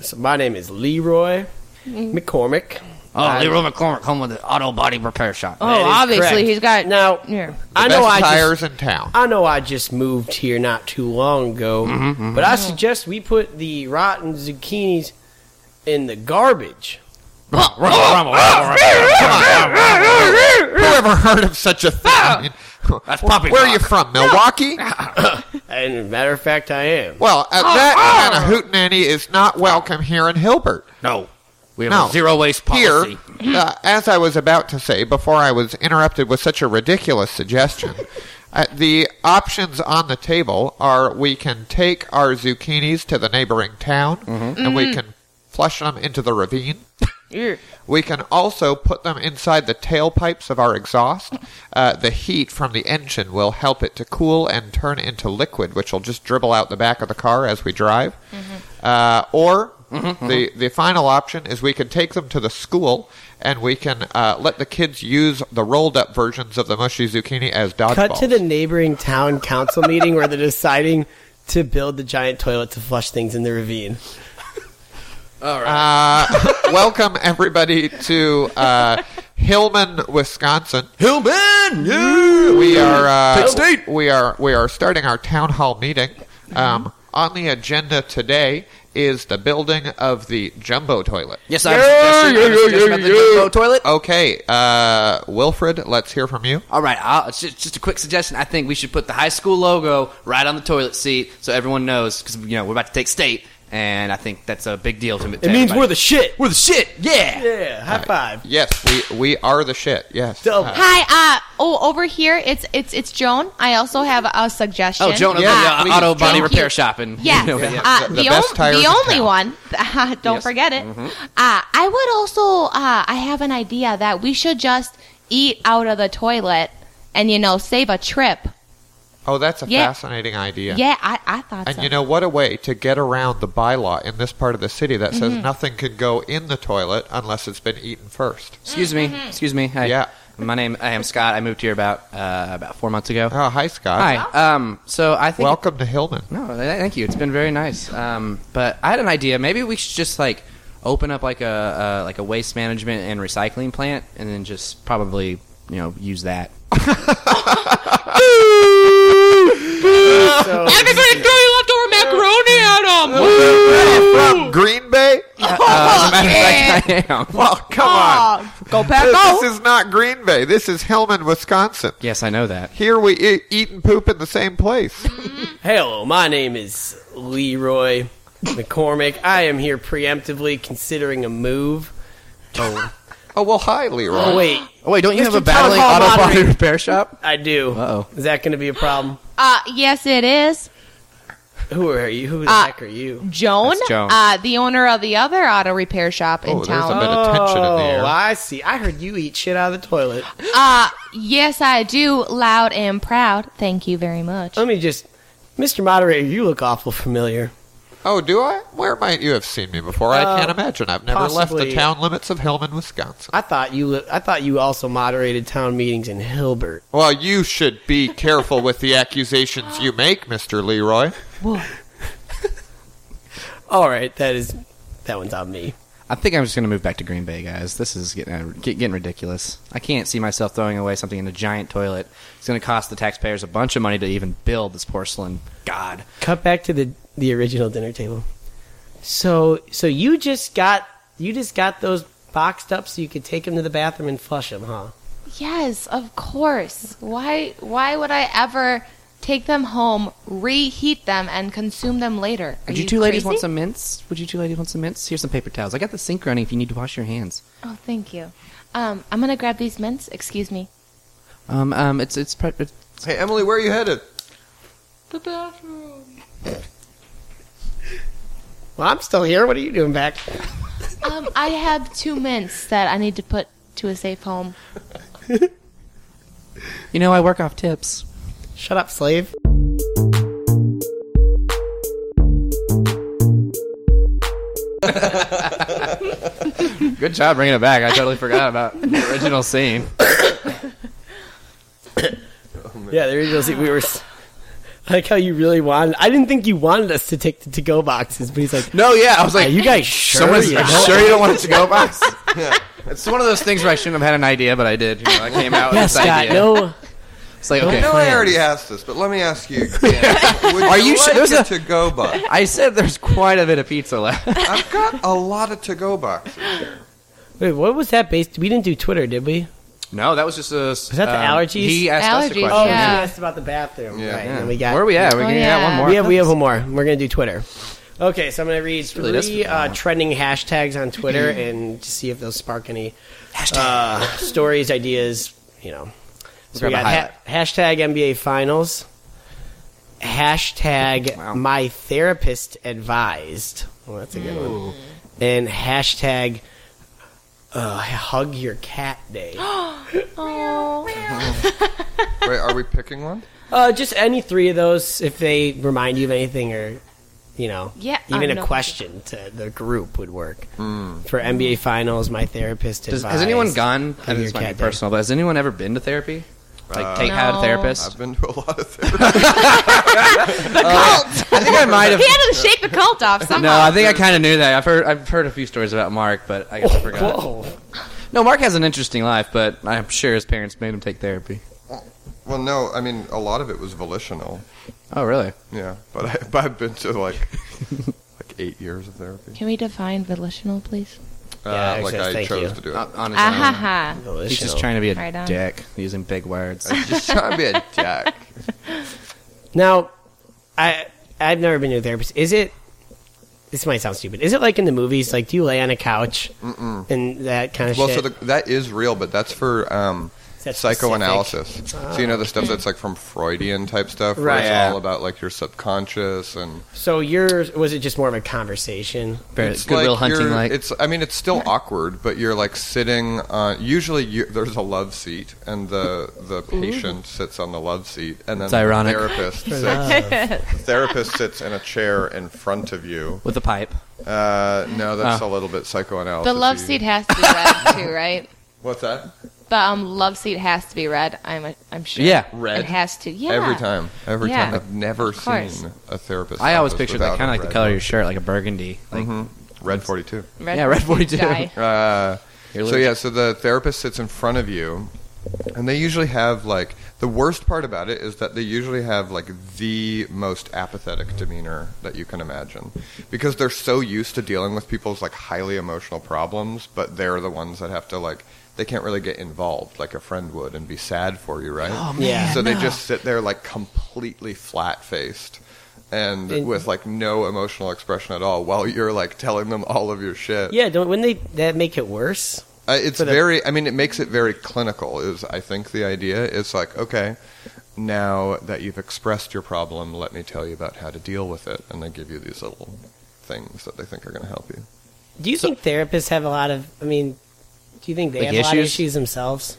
Speaker 1: So my name is Leroy McCormick.
Speaker 2: Oh, Leroy McCormick home with an auto body repair shop.
Speaker 4: Oh, obviously
Speaker 1: correct.
Speaker 4: he's got
Speaker 1: Now
Speaker 4: Yeah.
Speaker 1: I
Speaker 10: Best
Speaker 1: know I
Speaker 10: tires
Speaker 1: just
Speaker 10: in town.
Speaker 1: I know I just moved here not too long ago,
Speaker 2: Mm-hmm,
Speaker 1: but I suggest we put the rotten zucchinis in the garbage.
Speaker 10: Whoever heard of such a thing?
Speaker 2: Ah! That's puppy
Speaker 10: Where are you from, Milwaukee?
Speaker 1: And as a matter of fact, I am.
Speaker 10: Well, uh,
Speaker 2: Ah,
Speaker 10: that kind of hootenanny is not welcome here in Hilbert.
Speaker 2: No. We have
Speaker 10: No.
Speaker 2: a zero waste policy.
Speaker 10: Here, uh, as I was about to say before I was interrupted with such a ridiculous suggestion, uh, the options on the table are we can take our zucchinis to the neighboring town and
Speaker 2: Mm-hmm.
Speaker 10: we can flush them into the ravine. We can also put them inside the tailpipes of our exhaust. Uh, the heat from the engine will help it to cool and turn into liquid, which will just dribble out the back of the car as we drive. Uh, or
Speaker 1: Mm-hmm,
Speaker 10: the the final option is we can take them to the school and we can uh, let the kids use the rolled up versions of the mushy zucchini as dodgeballs.
Speaker 1: Cut to the neighboring town council meeting where they're deciding to build the giant toilet to flush things in the ravine.
Speaker 10: Uh, welcome everybody to uh, Hillman, Wisconsin.
Speaker 12: Hillman! Yeah!
Speaker 10: We are uh,
Speaker 12: Big state!
Speaker 10: We are we are starting our town hall meeting. Um, On the agenda today is the building of the jumbo toilet.
Speaker 2: Yes, I was suggesting, I was suggesting about the jumbo toilet.
Speaker 10: Okay, uh, Wilfred, let's hear from you.
Speaker 2: All right, I'll, it's just, just a quick suggestion. I think we should put the high school logo right on the toilet seat so everyone knows because you know we're about to take state, and I think that's a big deal to me.
Speaker 1: It means we're the shit.
Speaker 2: we're the shit. Yeah.
Speaker 1: Yeah, high five.
Speaker 10: Yes, we we are the shit. Yes.
Speaker 1: Double.
Speaker 10: Uh,
Speaker 4: Hi, uh, oh, over here it's it's it's Joan. I also have a suggestion.
Speaker 2: Oh, Joan,
Speaker 10: Yeah, Ah,
Speaker 2: yeah,
Speaker 10: please,
Speaker 2: auto body
Speaker 4: Joan.
Speaker 2: repair shop and
Speaker 4: Yes,
Speaker 2: you know,
Speaker 10: Yeah.
Speaker 4: uh,
Speaker 10: The-
Speaker 4: the,
Speaker 10: the best
Speaker 4: on-
Speaker 10: tires
Speaker 4: the
Speaker 10: in
Speaker 4: only
Speaker 10: town.
Speaker 4: one. don't
Speaker 2: Yes.
Speaker 4: forget it. Uh, I would also. Uh, I have an idea that we should just eat out of the toilet and you know save a trip.
Speaker 10: oh, that's a
Speaker 4: Yeah.
Speaker 10: fascinating idea.
Speaker 4: Yeah, I, I thought
Speaker 10: And
Speaker 4: so.
Speaker 10: you know what a way to get around the bylaw in this part of the city that says nothing can go in the toilet unless it's been eaten first.
Speaker 2: Excuse me,
Speaker 10: Mm-hmm.
Speaker 2: excuse me. Hi.
Speaker 10: Yeah.
Speaker 2: My name, I am Scott. I moved here about uh, about four months ago.
Speaker 10: Oh, hi
Speaker 1: Uh,
Speaker 10: Scott.
Speaker 2: Hi. Um. So I think
Speaker 10: Welcome to Hillman.
Speaker 2: No, th- thank you. It's been very nice. Um, but I had an idea. Maybe we should just like open up like a uh, like a waste management and recycling plant, and then just probably you know use that.
Speaker 10: From Green Bay?
Speaker 2: As a matter of fact, I am.
Speaker 10: Well, come on.
Speaker 4: go
Speaker 10: This, this is not Green Bay. This is Hillman, Wisconsin.
Speaker 2: Yes, I know that.
Speaker 10: Here we eat, eat and poop in the same place.
Speaker 1: Hello, my name is Leroy McCormick. I am here preemptively considering a move. Oh,
Speaker 10: Oh, well, hi, Leroy.
Speaker 1: oh wait,
Speaker 2: Oh wait, don't you have a
Speaker 1: Town
Speaker 2: battling
Speaker 1: Hall
Speaker 2: auto body
Speaker 1: moderator.
Speaker 2: repair shop?
Speaker 1: I do.
Speaker 2: Uh-oh.
Speaker 1: Is that going to be a problem?
Speaker 4: Uh, yes, it is
Speaker 1: Who are you? Who the
Speaker 4: Uh,
Speaker 1: heck are you?
Speaker 4: Joan,
Speaker 2: That's Joan.
Speaker 4: Uh, the owner of the other auto repair shop in
Speaker 10: Oh, there's a
Speaker 4: town.
Speaker 10: bit of tension in the air.
Speaker 1: Oh, I see. I heard you eat shit out of the toilet.
Speaker 4: Uh, yes, I do. Loud and proud. Thank you very much.
Speaker 2: Oh.
Speaker 1: Let me just, Mr. Moderator, you look awful familiar.
Speaker 10: Oh, do I? Where might you have seen me before? I
Speaker 1: Uh,
Speaker 10: can't imagine. I've never left
Speaker 1: possibly.
Speaker 10: the town limits of Hillman, Wisconsin.
Speaker 1: I thought you. Li- I thought you also moderated town meetings in Hilbert.
Speaker 10: Well, you should be careful with the accusations you make, Mr. Leroy.
Speaker 1: All right, that is, that one's on me.
Speaker 2: I think I'm just gonna move back to Green Bay, guys. This is getting uh, get- getting ridiculous. I can't see myself throwing away something in a giant toilet. It's gonna cost the taxpayers a bunch of money to even build this porcelain. God.
Speaker 1: Cut back to the the original dinner table. So so you just got you just got those boxed up so you could take them to the bathroom and flush them, huh?
Speaker 4: Yes, of course. Why why would I ever take them home, reheat them, and consume them later? Are
Speaker 2: Would you, two ladies want
Speaker 4: crazy?
Speaker 2: some mints? Would you two ladies want some mints? Here's some paper towels. I got the sink running if you need to wash your hands.
Speaker 4: Oh, thank you. Um, I'm gonna grab these mints. Excuse me.
Speaker 2: Um, um, it's it's, pre- it's
Speaker 5: Hey, Emily, where are you headed?
Speaker 4: The bathroom.
Speaker 1: Well, I'm still here. What are you doing back?
Speaker 4: Um, I have two mints that I need to put to a safe home.
Speaker 8: You know, I work off tips.
Speaker 1: Shut up, slave.
Speaker 2: Good job bringing it back. I totally forgot about the original scene.
Speaker 1: Yeah, the original scene we were. s- I like how you really wanted. I didn't think you wanted us to take the to-go boxes, but he's like,
Speaker 2: No, yeah, I was
Speaker 1: "Are
Speaker 2: like,
Speaker 1: you guys sure?
Speaker 2: Someone's,
Speaker 1: you
Speaker 2: I'm
Speaker 1: know?"
Speaker 2: sure you don't want it to go box. It's one of those things where I shouldn't have had an idea, but I did. You know, I came out with
Speaker 1: Yes,
Speaker 2: this
Speaker 1: Scott.
Speaker 2: idea.
Speaker 1: No,
Speaker 2: It's like okay.
Speaker 5: No, I already asked this, but let me ask you again. Would
Speaker 2: Are you
Speaker 5: you
Speaker 2: sure-
Speaker 5: like
Speaker 2: there's
Speaker 5: a
Speaker 2: a-
Speaker 5: to-go box?
Speaker 2: I said there's quite a bit of pizza left.
Speaker 5: I've got a lot of to-go boxes.
Speaker 1: wait. What was that based? We didn't do Twitter, did we?
Speaker 2: no, that was just a. Was
Speaker 1: that the allergies?
Speaker 2: He asked us a
Speaker 4: Allergies,
Speaker 2: question.
Speaker 1: Oh,
Speaker 4: yeah.
Speaker 1: you asked about the bathroom.
Speaker 5: Yeah.
Speaker 1: right,
Speaker 5: Yeah.
Speaker 1: And then we got.
Speaker 2: Where are we at? We
Speaker 4: Oh,
Speaker 2: can
Speaker 4: yeah.
Speaker 2: got one more.
Speaker 1: We have we have one more. We're gonna do Twitter. Okay, so I'm gonna read
Speaker 2: really does
Speaker 1: three
Speaker 2: feel
Speaker 1: uh,
Speaker 2: bad.
Speaker 1: trending hashtags on Twitter and just see if those spark any uh, stories, ideas. You know, so we
Speaker 2: Grab a
Speaker 1: got ha- hashtag NBA Finals, hashtag My Therapist Advised. Well, that's a good one. And hashtag uh, Hug Your Cat Day.
Speaker 5: Wait, are we picking one?
Speaker 1: Uh, just any three of those, if they remind you of anything, or you know,
Speaker 4: Yeah,
Speaker 1: even
Speaker 4: I
Speaker 1: a
Speaker 4: know.
Speaker 1: question to the group would work for NBA Finals. My therapist
Speaker 2: Hmm. Does, has
Speaker 1: advised-
Speaker 2: anyone gone? I
Speaker 1: your
Speaker 2: mean, this might
Speaker 1: cat
Speaker 2: be
Speaker 1: did.
Speaker 2: personal, but has anyone ever been to therapy? Like,
Speaker 5: Uh,
Speaker 2: take
Speaker 4: No.
Speaker 2: had a
Speaker 5: I've
Speaker 2: therapist.
Speaker 5: been to a lot of therapy.
Speaker 2: I think I might
Speaker 4: He
Speaker 2: have.
Speaker 4: had to shake the cult off somehow.
Speaker 2: No, I think I kind of knew that. I've heard I've heard a few stories about Mark, but I guess I forgot.
Speaker 1: Oh, Whoa.
Speaker 2: No, Mark has an interesting life, but I'm sure his parents made him take therapy.
Speaker 5: well, no, I mean, a lot of it was volitional.
Speaker 2: Oh, really?
Speaker 5: Yeah, but, I, but I've been to like like eight years of therapy.
Speaker 4: Can we define volitional, please? Ah,
Speaker 1: Yeah,
Speaker 5: uh, like
Speaker 1: yes,
Speaker 5: I
Speaker 1: thank
Speaker 5: chose
Speaker 1: you.
Speaker 5: to do it.
Speaker 2: On, on his own.
Speaker 4: Ahaha.
Speaker 2: He's just trying to be a
Speaker 4: Uh-huh. Right on.
Speaker 2: dick, using big words.
Speaker 5: Just trying to be a jack.
Speaker 1: Now, I I've never been to a therapist. Is it? This might sound stupid. Is it like in the movies? Like, do you lay on a couch and that kind of
Speaker 5: Well, so
Speaker 1: shit?
Speaker 5: the, that is real, but that's for um,
Speaker 1: that
Speaker 5: psychoanalysis. So you know the
Speaker 2: Ah.
Speaker 5: stuff that's like from Freudian type stuff, where
Speaker 1: Right.
Speaker 5: it's
Speaker 1: Yeah.
Speaker 5: all about like your subconscious and
Speaker 1: so yours was it just more of a conversation?
Speaker 2: Very
Speaker 5: it's
Speaker 2: Goodwill
Speaker 5: like
Speaker 2: hunting,
Speaker 5: you're-
Speaker 2: like
Speaker 5: it's. I mean, it's still awkward, but you're like sitting. on Usually, you, there's a love seat, and the the patient sits on the love seat, and then
Speaker 2: It's ironic.
Speaker 5: the therapist sits, the therapist sits in a chair in front of you.
Speaker 2: with a pipe.
Speaker 5: Uh, no, that's
Speaker 2: Oh.
Speaker 5: a little bit psychoanalysis.
Speaker 4: The love seat has to be red too, right?
Speaker 5: What's that?
Speaker 4: The um, love seat has to be red. I'm I'm sure.
Speaker 2: Yeah.
Speaker 5: Red.
Speaker 4: It has to. Yeah.
Speaker 5: Every time, every
Speaker 4: Yeah.
Speaker 5: time. I've never
Speaker 4: Of course.
Speaker 5: seen a therapist.
Speaker 2: I always
Speaker 5: office
Speaker 2: picture that
Speaker 5: without
Speaker 2: kind
Speaker 5: a
Speaker 2: of like the
Speaker 5: red Mm-hmm.
Speaker 2: color of
Speaker 5: one.
Speaker 2: your shirt, like a burgundy. Like
Speaker 5: Red forty two.
Speaker 4: Red
Speaker 2: Yeah, red 42.
Speaker 4: dye.
Speaker 5: Uh,
Speaker 2: Your
Speaker 5: so
Speaker 2: lips.
Speaker 5: yeah, so the therapist sits in front of you, and they usually have like the worst part about it is that they usually have like the most apathetic demeanor that you can imagine because they're so used to dealing with people's like highly emotional problems, but they're the ones that have to like they can't really get involved like a friend would and be sad for you, right? Oh,
Speaker 1: man, Yeah.
Speaker 5: So they just sit there like completely flat faced and
Speaker 1: And-
Speaker 5: with like no emotional expression at all while you're like telling them all of your shit.
Speaker 1: Yeah, don't wouldn't they that make it worse?
Speaker 5: Uh, it's
Speaker 1: for the-
Speaker 5: very. I mean, it makes it very clinical. Is I think the idea is like, okay, now that you've expressed your problem, let me tell you about how to deal with it, and they give you these little things that they think are going to help you.
Speaker 1: Do you think therapists have a lot of? I mean, do you think they
Speaker 2: Like
Speaker 1: have a lot of
Speaker 2: issues?
Speaker 1: issues themselves?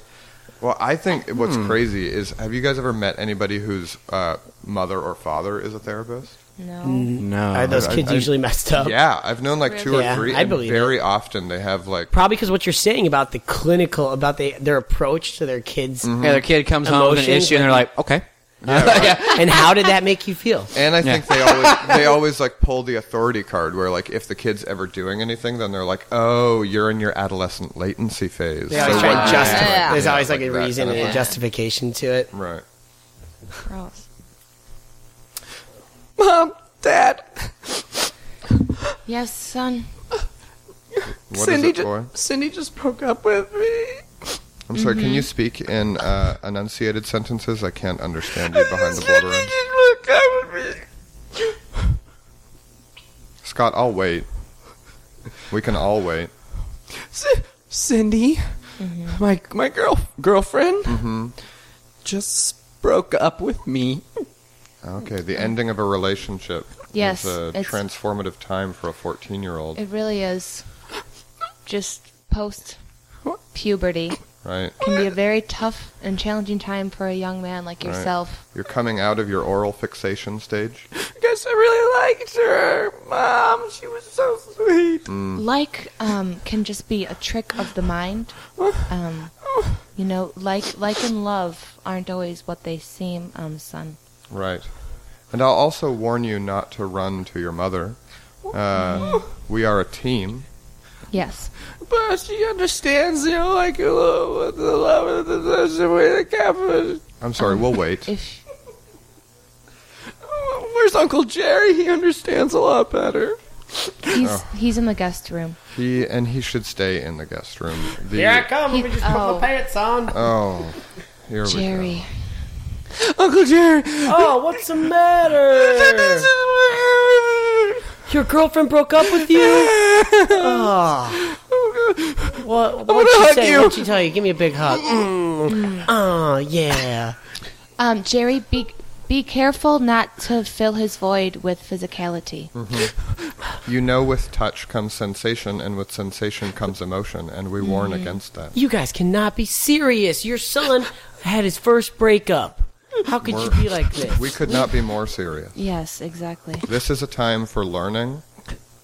Speaker 5: Well, I think what's crazy is, have you guys ever met anybody whose uh, mother or father is a therapist?
Speaker 2: Mm.
Speaker 4: No.
Speaker 1: Are
Speaker 2: no,
Speaker 1: those
Speaker 5: Uh, I-
Speaker 1: kids
Speaker 5: I-
Speaker 1: usually messed up?
Speaker 5: Yeah, I've known like two
Speaker 1: Uh-huh.
Speaker 5: or
Speaker 1: Yeah,
Speaker 5: three.
Speaker 1: I
Speaker 5: and
Speaker 1: believe
Speaker 5: very often they have like
Speaker 1: Probably because what you're saying about the clinical, about the, their approach to their kids,
Speaker 5: Mm-hmm.
Speaker 2: yeah, their kid comes home with an
Speaker 1: Emotions,
Speaker 2: issue, and they're like, okay.
Speaker 1: and how did that make you feel?
Speaker 5: And I think they always they always like pull the authority card where like if the kid's ever doing anything, then they're like, "Oh, you're in your adolescent latency phase."
Speaker 1: They always
Speaker 5: So
Speaker 1: try to
Speaker 5: what do you
Speaker 1: justify.
Speaker 5: do?"
Speaker 4: Yeah.
Speaker 1: There's
Speaker 5: Yeah,
Speaker 1: always like,
Speaker 5: like
Speaker 1: a
Speaker 5: that
Speaker 1: reason
Speaker 5: kind
Speaker 1: and
Speaker 5: of
Speaker 1: a
Speaker 4: thing.
Speaker 1: justification to it.
Speaker 5: Right.
Speaker 4: Gross.
Speaker 2: Mom, Dad,
Speaker 4: Yes, son.
Speaker 5: What is it for?
Speaker 2: Cindy just broke up with me.
Speaker 5: I'm sorry.
Speaker 13: Mm-hmm.
Speaker 5: Can you speak in uh, enunciated sentences? I can't understand you behind the border. line.
Speaker 2: just broke up with me.
Speaker 5: Scott, I'll wait. We can all wait.
Speaker 2: C- Mm-hmm. Cindy, my my girl girlfriend, just broke up with me.
Speaker 5: Okay, the ending of a relationship.
Speaker 13: Yes,
Speaker 5: is a
Speaker 13: it's-
Speaker 5: transformative time for a fourteen-year-old,
Speaker 13: It really is. Just post puberty
Speaker 5: right?
Speaker 13: can be a very tough and challenging time for a young man like
Speaker 5: Right.
Speaker 13: yourself.
Speaker 5: You're coming out of your oral fixation stage.
Speaker 2: I guess I really liked her, Mom. She was so sweet.
Speaker 5: Hmm.
Speaker 13: Like um, can just be a trick of the mind. Um, you know, like like and love aren't always what they seem, um, son.
Speaker 5: Right. And I'll also warn you not to run to your mother. Uh, we are a team.
Speaker 13: Yes.
Speaker 2: But she understands, you know, like the love, the love, the, the, the way that happened.
Speaker 5: I'm sorry, we'll wait.
Speaker 13: If
Speaker 2: Where's Uncle Jerry? He understands a lot better.
Speaker 13: he's
Speaker 5: Oh.
Speaker 13: he's in the guest room.
Speaker 5: He and he should stay in the guest room. The,
Speaker 1: Here I come. Let me
Speaker 13: He-
Speaker 1: just put
Speaker 13: oh.
Speaker 1: my pants on.
Speaker 5: Oh, here we go.
Speaker 13: Jerry.
Speaker 2: Uncle Jerry.
Speaker 1: Oh, what's the matter? Your girlfriend broke up with you? Oh. What, what'd she
Speaker 2: hug
Speaker 1: say?
Speaker 2: you.
Speaker 1: What'd she tell you? Give me a big hug. Oh, yeah.
Speaker 13: Um, Jerry, be be careful not to fill his void with physicality.
Speaker 5: You know, with touch comes sensation, and with sensation comes emotion, and we warn against that.
Speaker 1: You guys cannot be serious. Your son had his first breakup. How could you
Speaker 5: We're-
Speaker 1: be like this?
Speaker 5: We could not be more serious.
Speaker 13: Yes, exactly.
Speaker 5: This is a time for learning.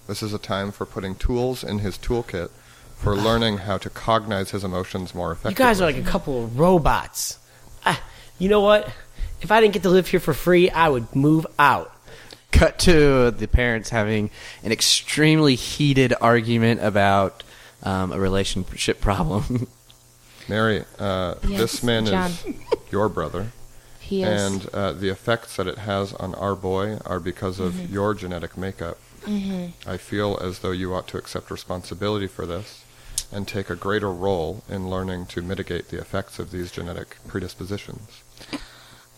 Speaker 5: This is a time for putting tools in his toolkit for learning how to cognize his emotions more
Speaker 1: Ah. You
Speaker 5: effectively.
Speaker 1: guys are like a couple of robots. Ah, you know what? If I didn't get to live here for free, I would move out.
Speaker 2: Cut to the parents having an extremely heated argument about um, a relationship problem.
Speaker 5: Mary, uh,
Speaker 13: Yes,
Speaker 5: this man
Speaker 13: John.
Speaker 5: is your brother,
Speaker 13: He is.
Speaker 5: and uh, the effects that it has on our boy are because of
Speaker 13: Mm-hmm.
Speaker 5: your genetic makeup. I feel as though you ought to accept responsibility for this and take a greater role in learning to mitigate the effects of these genetic predispositions.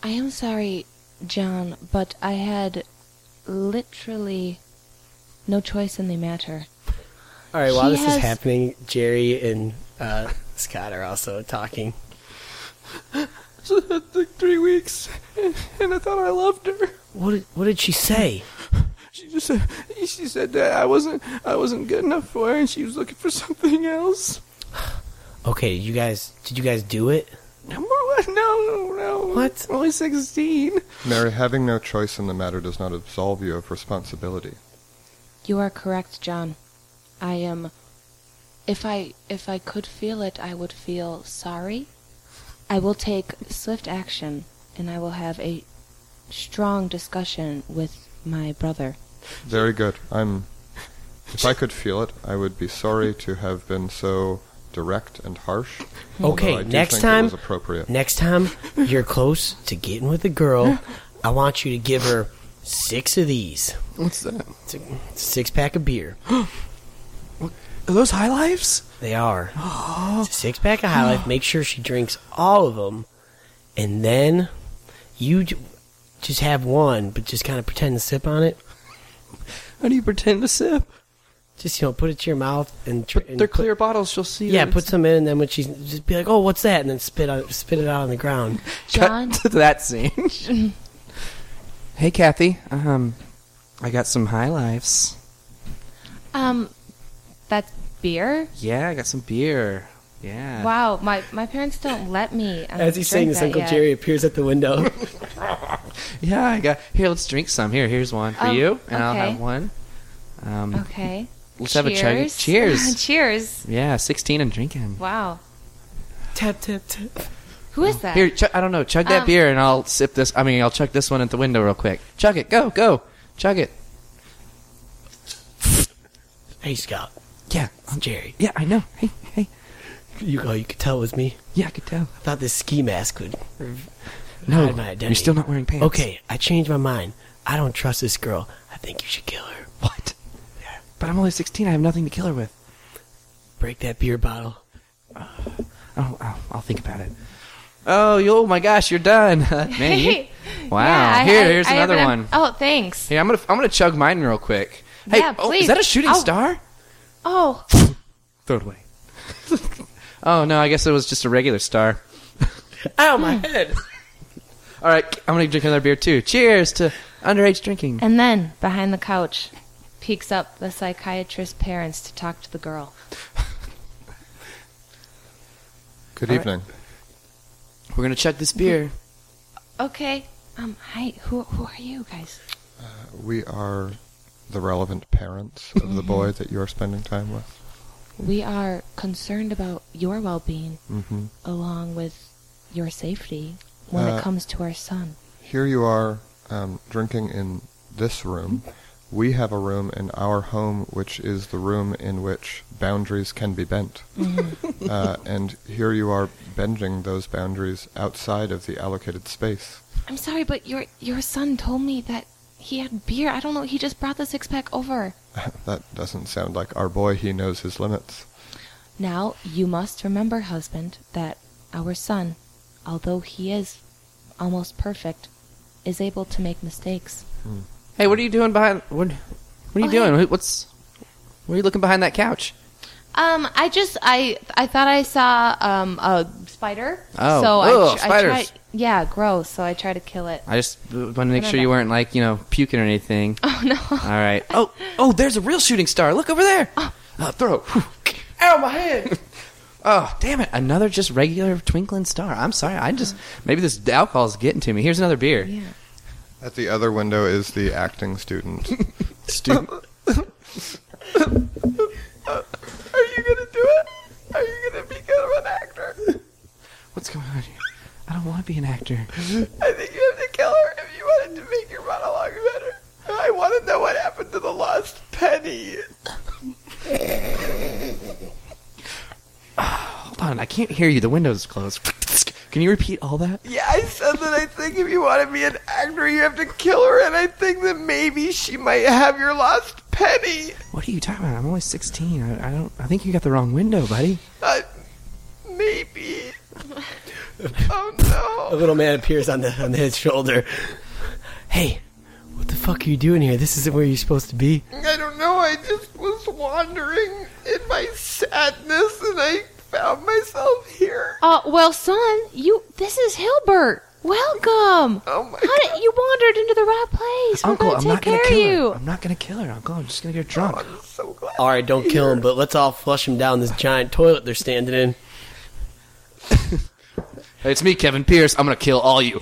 Speaker 13: I am sorry, John, but I had literally no choice in the matter.
Speaker 14: All right, while
Speaker 13: He
Speaker 14: this
Speaker 13: has-
Speaker 14: is happening, Jerry and uh, Scott are also talking.
Speaker 2: like three weeks, and, and I thought I loved her.
Speaker 1: What did, what did she say?
Speaker 2: She just said, she said that I wasn't I wasn't good enough for her, and she was looking for something else.
Speaker 1: Okay, you guys, did you guys do it?
Speaker 2: No, no, no, no.
Speaker 1: What?
Speaker 2: Only sixteen.
Speaker 5: Mary, having no choice in the matter does not absolve you of responsibility.
Speaker 13: You are correct, John. I am if I if I could feel it, I would feel sorry. I will take swift action and I will have a strong discussion with my brother.
Speaker 5: Very good. I'm. If I could feel it, I would be sorry to have been so direct and harsh. although
Speaker 1: Okay,
Speaker 5: I do
Speaker 1: next
Speaker 5: think it
Speaker 1: time-
Speaker 5: was appropriate.
Speaker 1: Next time you're close to getting with a girl, I want you to give her six of these.
Speaker 2: What's that?
Speaker 1: It's a six pack of beer.
Speaker 2: Are those high lives?
Speaker 1: They are. It's a six pack of High Life. Make sure she drinks all of them, and then you j- just have one, but just kind of pretend to sip on it.
Speaker 2: How do you pretend to sip?
Speaker 1: Just you know, put it to your mouth and, tr- and
Speaker 2: They're
Speaker 1: put-
Speaker 2: clear bottles. She'll see.
Speaker 1: Yeah,
Speaker 2: that
Speaker 1: put
Speaker 2: it's-
Speaker 1: some in, and then when she's just be like, "Oh, what's that?" and then spit on spit it out on the ground.
Speaker 13: John,
Speaker 2: Cut to that scene. hey, Kathy. Um, I got some high lives.
Speaker 13: um that beer?
Speaker 2: Yeah, I got some beer. Yeah.
Speaker 13: Wow, my my parents don't let me. Um,
Speaker 14: As he's saying
Speaker 13: drink
Speaker 14: this,
Speaker 13: that
Speaker 14: Uncle
Speaker 13: yet.
Speaker 14: Jerry appears at the window.
Speaker 2: Yeah, I got. Here, let's drink some. Here, here's one for
Speaker 13: Oh,
Speaker 2: you, and I'll
Speaker 13: okay. Oh,
Speaker 2: have one. Um,
Speaker 13: Okay.
Speaker 2: let's have a chug. Cheers.
Speaker 13: Cheers.
Speaker 2: yeah, sixteen and drinking.
Speaker 13: Wow.
Speaker 1: Tap tap tap.
Speaker 13: Who is that?
Speaker 2: Here, chug I don't know. Chug that
Speaker 13: Um,
Speaker 2: beer, and I'll sip this. I mean, I'll chuck this one at the window real quick. Chug it. Go, go. Chug it.
Speaker 1: Hey, Scott.
Speaker 2: Yeah,
Speaker 1: I'm Jerry.
Speaker 2: yeah, I know. Hey, hey.
Speaker 1: You go. You could tell it was me.
Speaker 2: Yeah, I could tell.
Speaker 1: I thought this ski mask would.
Speaker 2: No,
Speaker 1: Hide my
Speaker 2: you're
Speaker 1: identity.
Speaker 2: still not wearing pants.
Speaker 1: Okay, I changed my mind. I don't trust this girl. I think you should kill her.
Speaker 2: What? But I'm only 16. I have nothing to kill her with.
Speaker 1: Break that beer bottle.
Speaker 2: Oh, oh I'll think about it. Oh, you, oh my gosh, you're done, man. you-
Speaker 13: Hey.
Speaker 2: wow.
Speaker 13: Yeah, I-
Speaker 2: Here,
Speaker 13: I-
Speaker 2: here's
Speaker 13: I
Speaker 2: another one.
Speaker 13: haven't- Oh, thanks.
Speaker 2: Here, I'm gonna, I'm gonna chug mine real quick. Hey,
Speaker 13: Yeah,
Speaker 2: oh,
Speaker 13: please.
Speaker 2: is that a shooting
Speaker 13: Ow.
Speaker 2: star?
Speaker 13: Oh,
Speaker 2: Throw it away. oh no, I guess it was just a regular star.
Speaker 13: Hmm.
Speaker 1: Ow, my head.
Speaker 2: All right, I'm gonna drink another beer too. Cheers to underage drinking.
Speaker 4: And then, behind the couch, peeks up the psychiatrist's parents to talk to the girl.
Speaker 5: Good
Speaker 2: All right.
Speaker 5: evening.
Speaker 2: We're gonna chug this beer.
Speaker 4: Okay. Um, hi. Who, who are you guys?
Speaker 5: We are the relevant parents of the boy that you are spending time with.
Speaker 4: We are concerned about your well being
Speaker 5: hmm
Speaker 4: along with your safety when
Speaker 5: Uh,
Speaker 4: it comes to our son.
Speaker 5: Here you are um, drinking in this room. We have a room in our home, which is the room in which boundaries can be bent. uh, and here you are bending those boundaries outside of the allocated space.
Speaker 4: I'm sorry, but your your son told me that he had beer. I don't know. He just brought the six pack over.
Speaker 5: that doesn't sound like our boy. He knows his limits.
Speaker 4: Now you must remember, husband, that our son, although he is almost perfect, is able to make mistakes.
Speaker 2: Hey, what are you doing behind? What, what are you
Speaker 4: Oh,
Speaker 2: doing? What's? What are you looking behind that couch?
Speaker 4: Um, I just I I thought I saw um a spider.
Speaker 2: Oh,
Speaker 4: so I
Speaker 2: ugh,
Speaker 4: tr- I,
Speaker 2: spiders.
Speaker 4: tried, yeah, gross. So I tried to kill it.
Speaker 2: I just want to make
Speaker 4: no,
Speaker 2: sure you
Speaker 4: no.
Speaker 2: weren't like you know puking or anything.
Speaker 4: Oh no!
Speaker 2: All right. Oh, oh, there's a real shooting star. Look over there. Uh, throw. Whew. Ow, my head. oh, damn it! Another just regular twinkling star. I'm sorry. I just maybe this alcohol's getting to me. Here's another beer.
Speaker 4: Yeah.
Speaker 5: At the other window is the acting student.
Speaker 2: Student.
Speaker 9: Uh, Are you gonna do it? Are you gonna be good of an actor?
Speaker 2: What's going on here? I don't want to be an actor.
Speaker 9: I think you have to kill her if you wanted to make your monologue better. I want to know what happened to the lost penny.
Speaker 2: Ah, Hold on. I can't hear you. The window's closed. Can you repeat all that?
Speaker 9: Yeah, I said that I think if you want to be an actor, you have to kill her, and I think that maybe she might have your lost penny.
Speaker 2: What are you talking about? I'm only 16. I, I don't. I think you got the wrong window, buddy.
Speaker 9: Uh, maybe. oh
Speaker 1: A little man appears on the on his shoulder. Hey, what the fuck are you doing here? This isn't where you're supposed to be.
Speaker 9: no! I don't know. I just was wandering in my sadness, and I found myself here.
Speaker 4: Uh, well, son, you this is Hilbert. Welcome.
Speaker 9: Oh my
Speaker 4: How did you wandered into the right place? We're
Speaker 2: Uncle,
Speaker 4: gonna
Speaker 2: I'm
Speaker 4: take
Speaker 2: not gonna
Speaker 4: care
Speaker 2: kill
Speaker 4: of you.
Speaker 13: Oh.
Speaker 2: her. I'm not gonna kill her, Uncle. I'm just gonna get her drunk.
Speaker 9: I'm so glad.
Speaker 1: All right, don't kill him, but let's all flush him down this giant toilet they're standing in.
Speaker 2: Hey, it's me, Kevin Pierce. I'm gonna kill all you.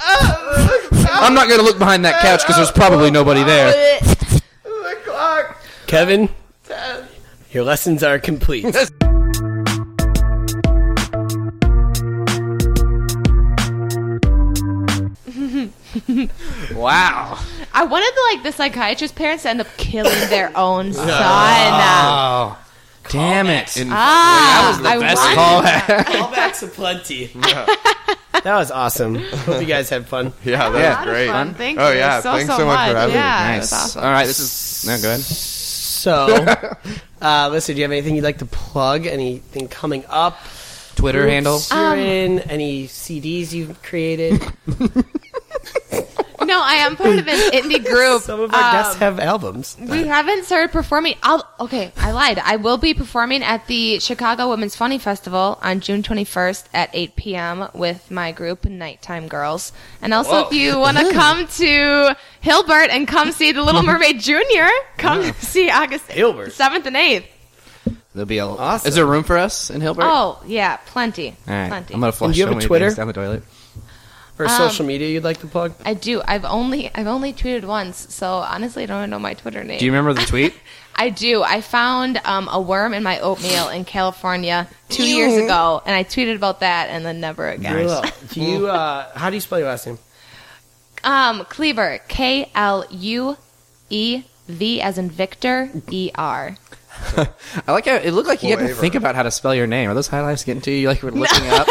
Speaker 2: I'm not gonna look behind that couch because there's probably nobody there.
Speaker 9: The clock.
Speaker 1: Kevin, your lessons are complete.
Speaker 2: Wow.
Speaker 4: I wanted the, like the psychiatrist's parents to end up killing their own son.
Speaker 2: Oh, damn it!
Speaker 4: ah, I wanted-
Speaker 1: Callbacks aplenty. that was awesome. Hope you guys had fun.
Speaker 5: yeah, that
Speaker 2: Yeah.
Speaker 5: was great.
Speaker 4: Fun. Thank
Speaker 5: oh
Speaker 4: you
Speaker 5: yeah,
Speaker 4: so,
Speaker 5: thanks
Speaker 4: so
Speaker 5: so much for
Speaker 4: much.
Speaker 5: having me.
Speaker 4: Yeah, it was
Speaker 2: nice.
Speaker 4: awesome.
Speaker 2: All right, this is no good.
Speaker 1: So, uh, listen, do you have anything you'd like to plug? Anything coming up?
Speaker 2: Twitter handle.
Speaker 1: You're in any CDs you've created?
Speaker 4: No, I am part of an indie group.
Speaker 1: Some of our
Speaker 4: Um,
Speaker 1: guests have albums.
Speaker 4: We haven't started performing. I'll, okay, I lied. I will be performing at the Chicago Women's Funny Festival on June 21st at 8 p.m. with my group, Nighttime Girls. And also, if you want to come to Hilbert and come see The Little Mermaid Jr., come see August
Speaker 1: Hilbert.
Speaker 4: 7th and 8th.
Speaker 2: There'll be a.
Speaker 1: Awesome.
Speaker 2: Is there room for us in Hilbert?
Speaker 4: Oh, yeah, plenty.
Speaker 2: All right.
Speaker 4: Plenty.
Speaker 2: I'm gonna flush
Speaker 1: And you
Speaker 2: so
Speaker 1: have a
Speaker 2: many
Speaker 1: Twitter?
Speaker 2: things down the toilet.
Speaker 1: Or social media you'd like to plug?
Speaker 4: I do. I've only I've only tweeted once, so honestly, I don't even know my Twitter name.
Speaker 2: Do you remember the tweet?
Speaker 4: I do. I found um, a worm in my oatmeal in California two years ago, and I tweeted about that, and then never again.
Speaker 1: Well, Do you? Uh, how do you spell your last name?
Speaker 4: Um, Cleaver, K L U E V as in Victor, E R.
Speaker 2: I like how it looked like you had to
Speaker 5: Flavor.
Speaker 2: think about how to spell your name. Are those highlights getting to you? Like we're looking up.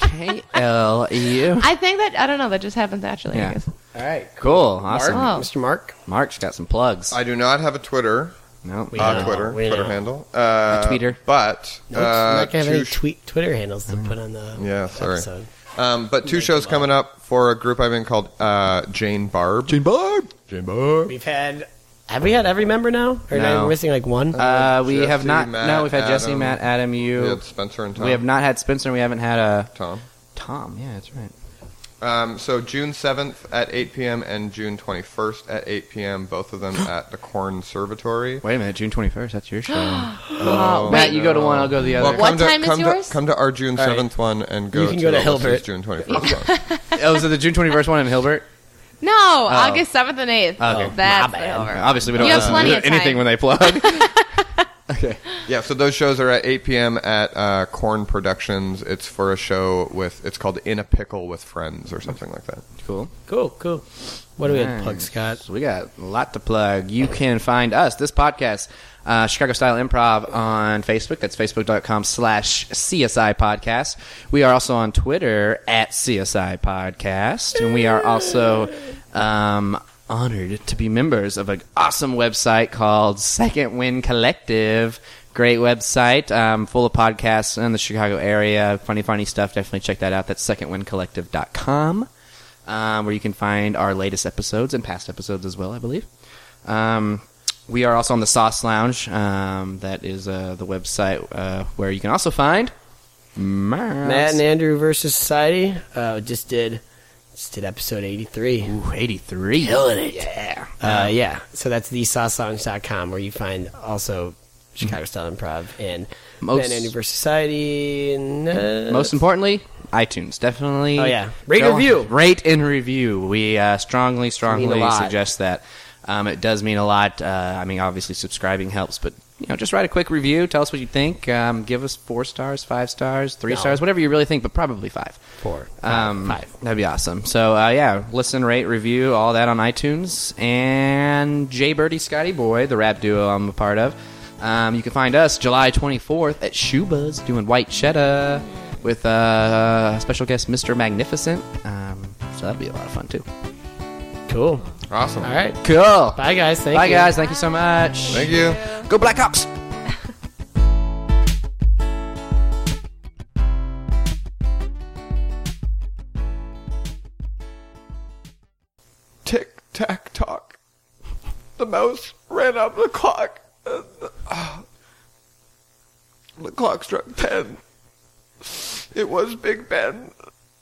Speaker 2: K L E.
Speaker 4: I think that I don't know. That just happens naturally.
Speaker 2: Yeah.
Speaker 4: I guess.
Speaker 1: All right,
Speaker 2: Cool. Awesome.
Speaker 4: Mark? Oh.
Speaker 1: Mr. Mark.
Speaker 2: Mark's got some plugs.
Speaker 5: I do not have a Twitter.
Speaker 2: no.
Speaker 1: We
Speaker 5: Uh,
Speaker 1: know,
Speaker 5: Twitter,
Speaker 1: we
Speaker 5: Twitter
Speaker 1: know.
Speaker 5: handle. Uh,
Speaker 2: tweeter.
Speaker 5: But
Speaker 1: Nope, I'm
Speaker 5: uh,
Speaker 1: not gonna have
Speaker 5: two,
Speaker 1: any
Speaker 5: sh-
Speaker 1: tweet Twitter handles to put on the
Speaker 5: Yeah, sorry.
Speaker 1: episode.
Speaker 5: um, but two shows coming up for a group I'm in called uh, Jane Barb. Jane Barb. Jane Barb.
Speaker 1: We've had Have we had every member now? Or
Speaker 2: No.
Speaker 1: now we're missing like one?
Speaker 2: Uh, we have
Speaker 5: Jesse,
Speaker 2: not. no,
Speaker 5: Matt,
Speaker 2: we've had Jesse,
Speaker 5: Adam.
Speaker 2: Matt, Adam, you.
Speaker 5: We had Spencer and Tom.
Speaker 2: We have not had Spencer. We haven't had a
Speaker 5: Tom.
Speaker 2: Tom. Yeah, that's right.
Speaker 5: Um, so June 7th at 8 p.m. and June 21st at 8 p.m. Both of them at the Corn Servatory.
Speaker 2: Wait a minute, June twenty first. That's your show.
Speaker 5: Oh,
Speaker 2: Matt, you go to one. I'll go to the other.
Speaker 5: Well,
Speaker 4: What
Speaker 5: come to,
Speaker 4: time is
Speaker 5: come
Speaker 4: yours?
Speaker 5: To, come to our June
Speaker 2: All right.
Speaker 5: 7th one and go
Speaker 1: You can
Speaker 5: to
Speaker 1: go to
Speaker 5: Alyssa's
Speaker 1: Hilbert.
Speaker 5: June 21st one.
Speaker 2: oh, was it the June twenty first one in Hilbert?
Speaker 4: No, August seventh and eighth.
Speaker 2: Oh. Okay.
Speaker 4: Oh, That's
Speaker 1: My
Speaker 4: the
Speaker 1: bad.
Speaker 4: over.
Speaker 2: Obviously, we don't
Speaker 4: You have
Speaker 2: listen
Speaker 4: plenty
Speaker 2: to
Speaker 4: of
Speaker 2: anything
Speaker 4: time.
Speaker 2: when they plug. okay.
Speaker 5: Yeah, so those shows are at 8 p.m. at uh, Corn Productions. It's for a show with, it's called In a Pickle with Friends or something like that.
Speaker 2: Cool.
Speaker 1: Cool, cool. What do we have to plug,
Speaker 2: Nice.
Speaker 1: Scott?
Speaker 2: So we got a lot to plug. You can find us, this podcast, uh, Chicago Style Improv on Facebook. That's facebook.com slash CSI Podcast. We are also on Twitter at CSI Podcast. And we are also um, honored to be members of an awesome website called Second Wind Collective. Great website, um, full of podcasts in the Chicago area. Funny, funny stuff. Definitely check that out. That's secondwindcollective.com um, where you can find our latest episodes and past episodes as well, I believe. Um, we are also on the Sauce Lounge. Um, that is uh, the website uh, where you can also find
Speaker 1: Matt
Speaker 2: Matt
Speaker 1: and Andrew versus Society uh, just did just did episode 83.
Speaker 2: Ooh, 83. Yeah.
Speaker 1: Uh, yeah, so that's thesaucelonge.com where you find also Chicago Style Improv and
Speaker 2: Most-
Speaker 1: Matt and Andrew versus Society. And, uh,
Speaker 2: Most importantly, iTunes. Definitely.
Speaker 1: Oh, yeah. Rate
Speaker 2: Go
Speaker 1: and
Speaker 2: on.
Speaker 1: review.
Speaker 2: Rate and review. We uh, strongly, strongly
Speaker 1: lot.
Speaker 2: suggest that. Um, it does mean a lot. Uh, I mean, obviously, subscribing helps, but you know, just write a quick review. Tell us what you think. Um, give us four stars, five stars, three stars, whatever you really think, but probably five.
Speaker 1: Four, five,
Speaker 2: Um,
Speaker 1: five.
Speaker 2: That'd be awesome. So uh, yeah, listen, rate, review, all that on iTunes. And Jay Birdie, Scotty Boy, the rap duo I'm a part of. Um, you can find us July 24th at Shuba's doing White Cheddar with uh, special guest Mr. Magnificent. Um, so that'd be a lot of fun too.
Speaker 1: Cool.
Speaker 5: Awesome.
Speaker 1: All right.
Speaker 2: Cool. Bye,
Speaker 1: Bye, guys. Thank you.
Speaker 2: guys. Thank you so much.
Speaker 5: Thank you.
Speaker 2: Go Blackhawks.
Speaker 9: Tick tack tock. The mouse ran up the clock. Uh, the- ah. the clock struck ten. It was Big Ben.